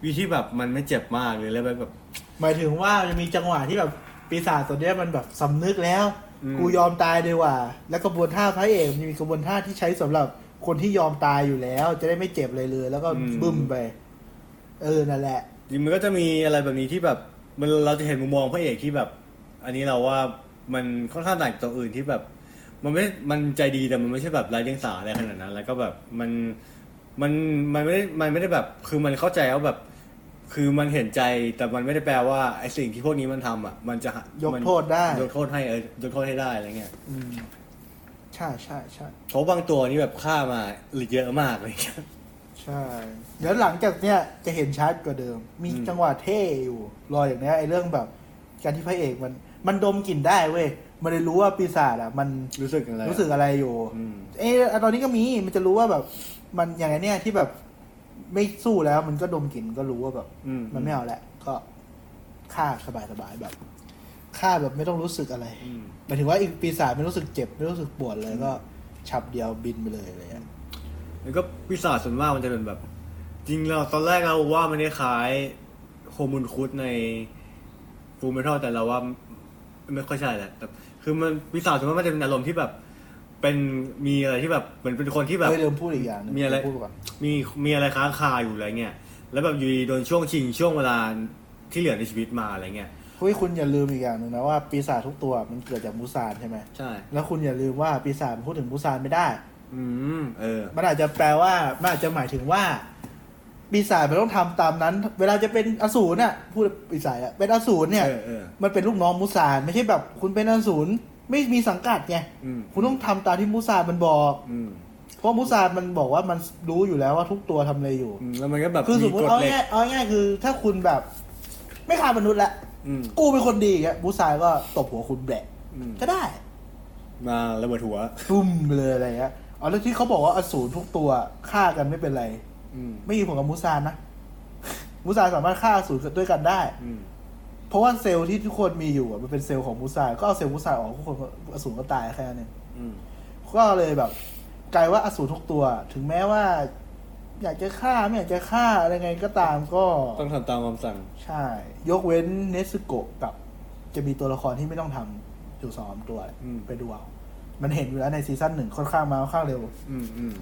B: วิธีแบบมันไม่เจ็บมากหรืออะไรแบบ
A: หมายถึงว่าจะมีจังหวะที่แบบปีศาจตัวเนี้ยมันแบบสำนึกแล้ว
B: อืม
A: กูยอมตายดีกว่า แล้วกระบวนท่าพระเอกมันมีกระบวนท่าที่ใช้สำหรับคนที่ยอมตายอยู่แล้ว จะได้ไม่เจ็บเลยเลย แล้วก็บึ้มไป เออนั่นแหละ
B: จริงมันก็จะมีอะไรแบบนี้ที่แบบ มันเราจะเห็นมุมมองพระเอกที่แบบ อันนี้เราว่ามันค่อนข้างต่างจากตัวอื่นที่แบบ มันไม่มันใจดีแต่มันไม่ใช่แบบไร้เดียงสาอะไรขนาดนั้น แล้วก็แบบมันมันมันไม่ได้มันไม่ได้แบบ คือมันเข้าใจว่าแบบ คือมันเห็นใจแต่มันไม่ได้แปลว่าไอ้สิ่งที่พวกนี้มันทำอ่ะ มันจะ
A: ยก
B: มัน
A: โทษได้
B: ยกโทษให้เออยกโทษให้ได้อะไรเงี้ย
A: อืมใช่ใช่ใช่
B: เพราะบางตัวนี่แบบฆ่ามาหรือเยอะมากเลย
A: ใช่ เดี๋ยวหลังจากเนี้ยจะเห็นชัดกว่าเดิม มี
B: อืม
A: จังหวะเท่อยู่ รออย่างเนี้ยไอ้เรื่องแบบการที่พระเอกมัน มันดมกลิ่นได้เว้ยมันเลยรู้ว่าปีศาจอ่ะ มัน
B: รู้สึกอะไรอะ
A: รู้สึกอะไรอยู่
B: อืม
A: เอ้ยตอนนี้ก็มี มันจะรู้ว่าแบบ มันอย่างไอเนี้ยที่แบบไม่สู้แล้ว มันก็ดมกลิ่นก็รู้ว่าแบบ
B: อืม
A: มันไม่เอาแหละ ก็ฆ่าสบายๆแบบฆ่าแบบไม่ต้องรู้สึกอะไร
B: อืม
A: หมายถึงว่าอีกปีศาจไม่รู้สึกเจ็บ ไม่รู้สึกปวดเลยก็ฉับเดียวบินไปเลยอะไรเงี้ย
B: แล้วก็ปีศาจส่วนมากมันจะเป็นแบบ จริงเราตอนแรกเราว่ามันคล้ายโฮมุนคุดในฟูเมทัลแต่เราว่าไม่ค่อยใช่แหละแต่คือมันปีศาจส่วนมากมันจะเป็นอารมณ์ที่แบบ เป็นมีอะไรที่แบบเหมือนเป็นคนที่แบบ
A: เฮ้ยลืมพูดอีกอย่างหนึง
B: มีอะไร
A: พูดปก่อน
B: มีมีอะไรค้างคาอยู่อะไรเงี้ยแล้วแบบอยู่ดีโดนช่วงชิงช่วงเวลาที่เหลือในชีวิตมาอะไรเงี้ย
A: เฮ้ยคุณอย่าลืมอีกอย่างหนึ่งนะว่าปีศาจทุกตัวมันเกิดจากมูซานใช่ไหม
B: ใช่
A: แล้วคุณอย่าลืมว่าปีศาจมันพูดถึงมูซานไม่ได้
B: อืมเออ
A: มันอาจจะแปลว่ามันอาจจะหมายถึงว่า ปีศาจมันต้องทำตามนั้น เวลาจะเป็นอสูรน่ะพูดปีศาจอะเป็นอสูรเนี่ย
B: เออเออ
A: มันเป็นลูกน้องมูซานไม่ใช่แบบ คุณเป็นอสูรไม่มีสังกัดไง
B: อืม
A: คุณต้องทำตามที่มูซานมันบอก
B: อืม
A: เพราะมูซานมันบอกว่ามันรู้อยู่แล้วว่าทุกตัวทำอะไรอยู่
B: อืมแล้วมันก็แบบ
A: คือสมมติ
B: กฎ
A: เอา
B: เหล็ก
A: ง่ายเอาง่ายคือ ถ้าคุณแบบ ไม่ฆ่ามนุษย์ละ
B: อืม
A: กูเป็นคนดีอย่างเงี้ยมูซานก็ตบหัวคุณแบะ
B: อืม
A: ก็ได้
B: มาระเบิดหัว
A: ตุ้มไปเลยอะไรเงี้ยอ๋อแล้วที่เขาบอกว่าอสูรทุกตัวฆ่ากันไม่เป็นไร
B: อืม
A: ไม่มีผลกับมูซานนะ มูซานสามารถฆ่าอสูรด้วยกันได้
B: อืม
A: เพราะว่าเซลล์ที่ทุกคนมีอยู่อะมันเป็นเซลล์ของมูซานก็เอาเซลล์มูซานออกทุกคนก็อสูรก็ตายแค่นั้นเอง
B: อืม
A: ก็เลยแบบ กลายว่าอสูรทุกตัว ถึงแม้ว่า อยากจะฆ่าไม่อยากจะฆ่าอะไรไงก็ตามก็
B: ต้องทำตามคำสั่ง
A: ใช่ ยกเว้นเนสโกะกับ จะมีตัวละครที่ไม่ต้องทำอยู่สองสามตัว
B: อืม
A: ไปดูเอามันเห็นอยู่แล้วในซีซั่นหนึ่งค่อนข้างมาค่อนข้างเร็ว
B: อืมอืม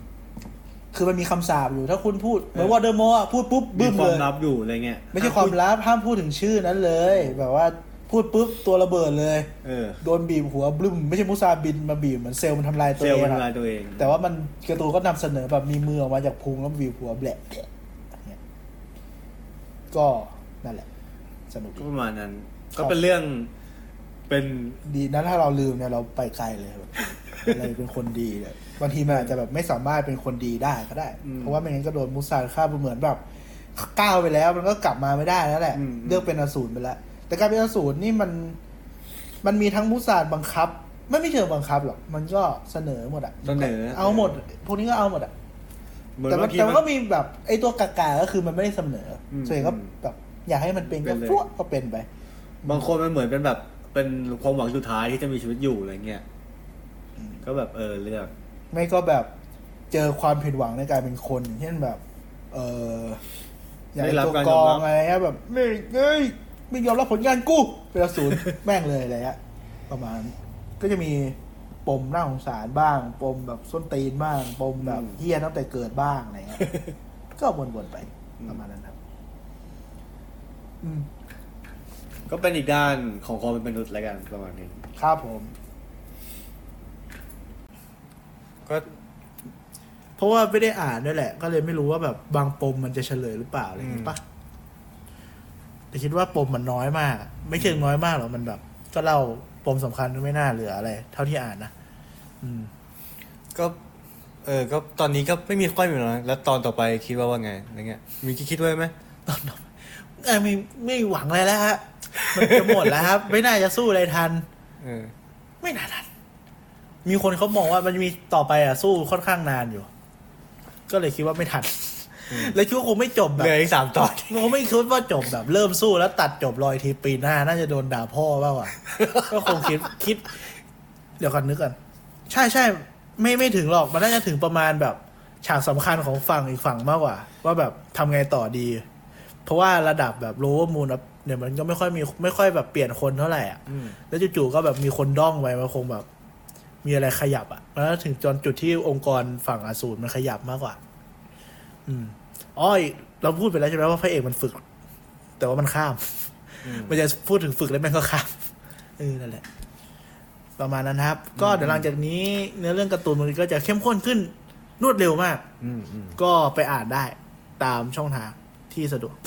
A: คือมันมีคำสาปอยู่ถ้าคุณพูดเหมือน
B: เออ
A: วอเดอร์มอร์อะพูดปุ๊บ
B: มี
A: บึ้ม
B: ค
A: เล
B: วาม
A: ย
B: ลับอยู่อะไรเงี้ย
A: ไม่ใช่ความลับห้ามพูดถึงชื่อนั้นเลย แบบว่าพูดปุ๊บตัวระเบิดเลย
B: เออ
A: โดนบีบหัวบลึ้มไม่ใช่มุซาบินมาบีบเหมือนเซลล์มันทำลายตัว
B: เซล
A: เอ
B: ล์
A: ง
B: มันทำลาย
A: อะ
B: ตัวเอง
A: แต่ว่ามันการะตูนก็นำเสนอแบบมีมือออกมาจากพุงแล้วบีบหัวแบละอย่างเงี้ยก็นั่นแหละ สนุก
B: ก็
A: ดี
B: ประมาณนั้น
A: ครับ
B: ก็เป็นเรื่องเป็น
A: ดีนะถ้าเราลืมเนี่ยเราไปไกลเลยแบบอะไรเป็นคนดีเนี่ยบางทีมันอาจจะแบบไม่สามารถเป็นคนดีได้ก็ได้ เพราะว่าไม่งั้นก็โดนมุซาฆ่าเหมือนแบบก้าวไปแล้ว มันก็กลับมาไม่ได้แล้วแหละ เลือกเป็นอสูรไปแล้วแต่การเป็นอสูรนี่มัน มันมีทั้งมุซาบังคับ ไม่ไม่เชิงบังคับหรอก มันก็เสนอหมดอะ
B: เสนอ
A: เอาหมด พวกนี้ก็เอาหมดอะ
B: เหมือน
A: แต่มัน
B: เมื่อกี้
A: แต่มัน
B: มั
A: ก็
B: น
A: มีแบบไอ้ตัวกากาก็คือมันไม่ได้เสนออ
B: ม
A: ส่วนใหญ่ก็แบบอยากให้มันเป็น
B: เป็
A: ก็
B: นเลย
A: ฟัวก็เป็นไป
B: บางคนมันเหมือนเป็นแบบเป็นความหวังสุดท้ายที่จะมีชีวิตอยู่อะไรเงี้ย
A: อืม
B: ก็แบบเออเลือก
A: ไม่ก็แบบเจอความผิดหวังในการเป็นคนอย่างเช่นแบบ เอออย่างไอ้ตัว
B: ได้รับการ
A: ก
B: ยอ
A: อ
B: มรั
A: ง
B: บ
A: อะไรเงี้ยแบบไม่เอ้ยไม่ยอมรับผลงานกูเป็นศู
B: [laughs]
A: นย์ แม่งเลยอะไรเงี้ยประมาณ ก็จะมีปมหน้าสงสารบ้าง ปมแบบส้นตีนบ้าง ปมแบบเฮี้ยตั้งแต่เกิดบ้างอะไร
B: [laughs]
A: เงี้ย ก็วนๆไปประมาณนั้นครับ อืม
B: ก็เป็นอีกด้านของความเป็นมนุษย์ละกันประมาณนี้
A: ครับผม
B: ก็
A: เพราะว่าไม่ได้อ่านด้วยแหละ ก็เลยไม่รู้ว่าแบบบางปมมันจะเฉลยหรือเปล่าอะไรอย่างงี้ปะแต่คิดว่าปมมันน้อยมาก ไม่เชิงน้อยมากหรอกมันแบบ ก็เล่าปมสำคัญไม่น่าเหลืออะไร เท่าที่อ่านนะ [laughs] อืม
B: ก็ เออ ก็ตอนนี้ก็ไม่มีค่อยมีแล้วนะแล้วตอนต่อไปคิดว่าว่าไงอะไรเงี้ย มีคิดคิดไว้ไหม
A: เอ้ยไม่ไม่หวังอะไรแล้วฮะมันจะหมดแล้วครับ ไม่น่าจะสู้อะไรทัน
B: เออ
A: ไม่น่าทัน มีคนเขามองว่ามันมีต่อไปอ่ะสู้ค่อนข้างนานอยู่ ก็เลยคิดว่าไม่ทัน แล้วคิดว่าคงไม่จบแบบ
B: เหลืออีกสามตอน
A: ผมไม่คิดว่าจบแบบเริ่มสู้แล้วตัดจบรอยทีปีหน้า น่าจะโดนด่าพ่อบ้างว่ะ [laughs] ก็คงคิดคิด เดี๋ยวก่อนนึกก่อนใช่ใช่ไม่ไม่ถึงหรอก มันน่าจะถึงประมาณแบบ ฉากสำคัญของฝั่งอีกฝั่งมากกว่า ว่าแบบทำไงต่อดี เพราะว่าระดับแบบโลว์มูนเนี่ยมันก็ไม่ค่อยมีไม่ค่อยแบบเปลี่ยนคนเท่าไหร่อ่ะ แล้วจู่ๆก็แบบมีคนด้องไปมันคงแบบ มีอะไรขยับอ่ะมันก็ถึงจนจุดที่องค์กรฝั่งอาสูรมันขยับมากกว่า อืมอ้อยเราพูดไปแล้วใช่ไหมว่าพระเอกมันฝึก แต่ว่ามันข้าม
B: อืม
A: มันจะพูดถึงฝึกแล้วแม่งก็ข้ามเออนั่นแหละ ประมาณนั้นครับ ก็เดี๋ยวหลังจากนี้เนื้อเรื่องการ์ตูนมันก็จะเข้มข้นขึ้นรวดเร็วมาก
B: อืมอืม
A: ก็ไปอ่านได้ตามช่องทางที่สะดวก [laughs]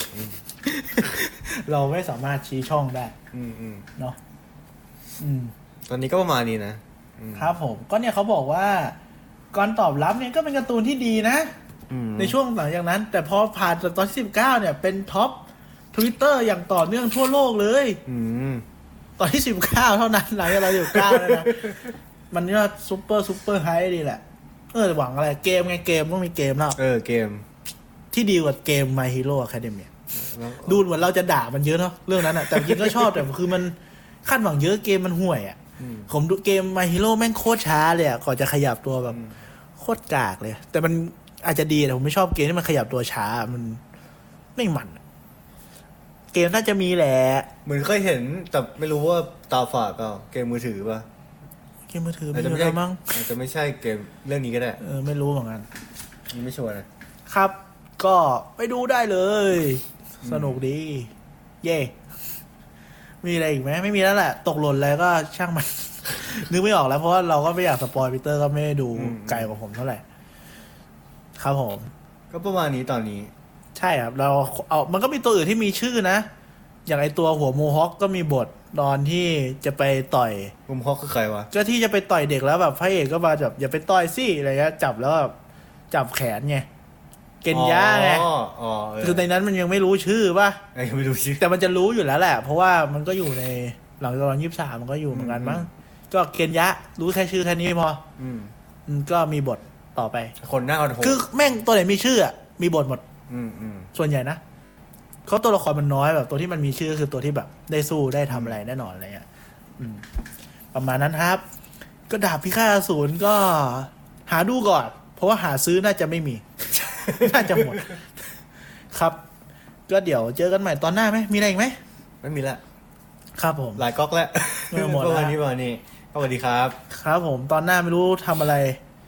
A: เราไม่สามารถชี้ช่องได้
B: อืมอืม
A: เนาะอืม
B: ตอนนี้ก็ประมาณนี้นะอืม
A: ครับผมก็เนี่ยเขาบอกว่าการตอบรับเนี่ยก็เป็นการ์ตูนที่ดีนะ
B: อืม
A: ในช่วงหลังจากนั้น แต่พอผ่านตอนที่สิบเก้าเนี่ยเป็นท็อปทวิตเตอร์อย่างต่อเนื่องทั่วโลกเลย
B: อืม
A: ตอนที่สิบเก้าเท่านั้นหลังจากเราอยู่เก้าแล้วนะ มันก็ซูเปอร์ซูเปอร์ไฮดีแหละ เออหวังอะไรเกมไงเกมต้องมีเกมแล้ว
B: เออ เกม
A: ที่ดีกว่าเกม My Hero Academia
B: แล้ว
A: ดูเหมือนเราจะด่ามันเยอะเนาะเรื่องนั้นอะแต่จริงก็ชอบ แต่คือมันคาดหวังเยอะเกมมันห่วยอะผมดูเกม My Hero แม่งโคตรช้าเลยอะก่อนจะขยับตัวแบบ โคตรกากเลย แต่มันอาจจะดีแต่ผมไม่ชอบเกมที่มันขยับตัวช้ามันไม่มันอะเกมน่าจะมีแหละ
B: เหมือนเคยเห็น แต่ไม่รู้ว่าตาฝาดเปล่า เกมมือถือป่ะ
A: เกมมือถือไม่
B: อาจจะ
A: รู้
B: ไม่
A: แล้
B: ใช่
A: วมั้ง
B: อาจจะไม่ใช่เกมเรื่องนี้ก็ได้
A: เออไม่รู้เหมือนกัน
B: ไม่ชัวร์นะครับ
A: ก็ไปดูได้เลย สนุกดี เย่มีอะไรอีกไหมไม่มีแล้วแหละ ตกหล่นอะไรก็ช่างมัน [laughs] นึกไม่ออกแล้วเพราะว่าเราก็ไม่อยากสปอยพีเตอร์ก็ไม่ได้ดูไกลกว่าผมเท่าไหร่ ครับผม
B: ก็ประมาณนี้ตอนนี้
A: ใช่ครับ เราเอามันก็มีตัวอื่นที่มีชื่อนะ อย่างไอตัวหัวโมฮอคก็มีบทตอนที่จะไปต่อย
B: มุมฮอกคือใครวะ
A: ก็ที่จะไปต่อยเด็กแล้วแบบพระเอกก็มาแบบอย่าไปต่อยสิอะไรเงี้ยจับแล้วแบบจับแขนไงเกนย่าไง
B: อ๋ออ๋อเออ
A: คือในนั้นมันยังไม่รู้ชื่อป่ะ
B: ไอ้ยังไม่รู้ชื่อ
A: แต่มันจะรู้อยู่แล้วแหละ เพราะว่ามันก็อยู่ในหลังจากตอนยี่สามมันก็อยู่เหมือนกันมั้ง ก็เคนยะ รู้แค่ชื่อแค่นี้พอ
B: อืม
A: อืมก็มีบทต่อไป
B: คนหน้าคนโหด
A: คือแม่งตัวไหนมีชื่ออะมีบทหมด
B: อืมอืม
A: ส่วนใหญ่นะเขาตัวละครมันน้อยแบบ ตัวที่มันมีชื่อคือตัวที่แบบ ได้สู้ได้ทำอะไรแน่นอนอะไรเงี้ยอืม ประมาณนั้นครับ ก็ดาบพิฆาตอสูรก็ หาดูก่อน เพราะว่าหาซื้อน่าจะไม่มี [laughs] น่าจะหมด ครับ ก็เดี๋ยวเจอกันใหม่ตอนหน้าไหมมีอะไรอีกไหม
B: ไม่มีละ
A: ครับผม
B: หลายก๊อกแล้ว
A: เออหมดแล้ว
B: ประมาณนี้ประมาณนี้ก็สวัสดีครับ
A: ครับ ผมตอนหน้าไม่รู้ทำอะไร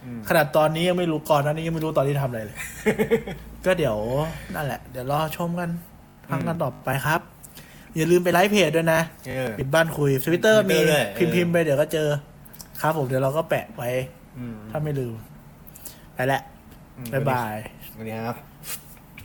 B: อืม
A: ขนาดตอนนี้ยังไม่รู้ก่อนหนั้านนี้ยังไม่รู้ตอนที่ทำอะไรเลย
B: [laughs]
A: ก็เดี๋ยวนั่นแหละ เดี๋ยวรอชมกันฟังกันต่อไปครับ อย่าลืมไปไลฟ์เพจด้วยนะ
B: เออ
A: ปิดบ้านคุยทวิตเตอร์
B: Twitter
A: มี
B: ด้วย
A: พิมพ์
B: เออ
A: พิมพ์ไปเดี๋ยวก็เจอ ครับผมเดี๋ยวเราก็แปะไว้
B: อืม
A: ถ้าไม่ลืม ไปละ บ๊ายบาย
B: สวัสดีครับ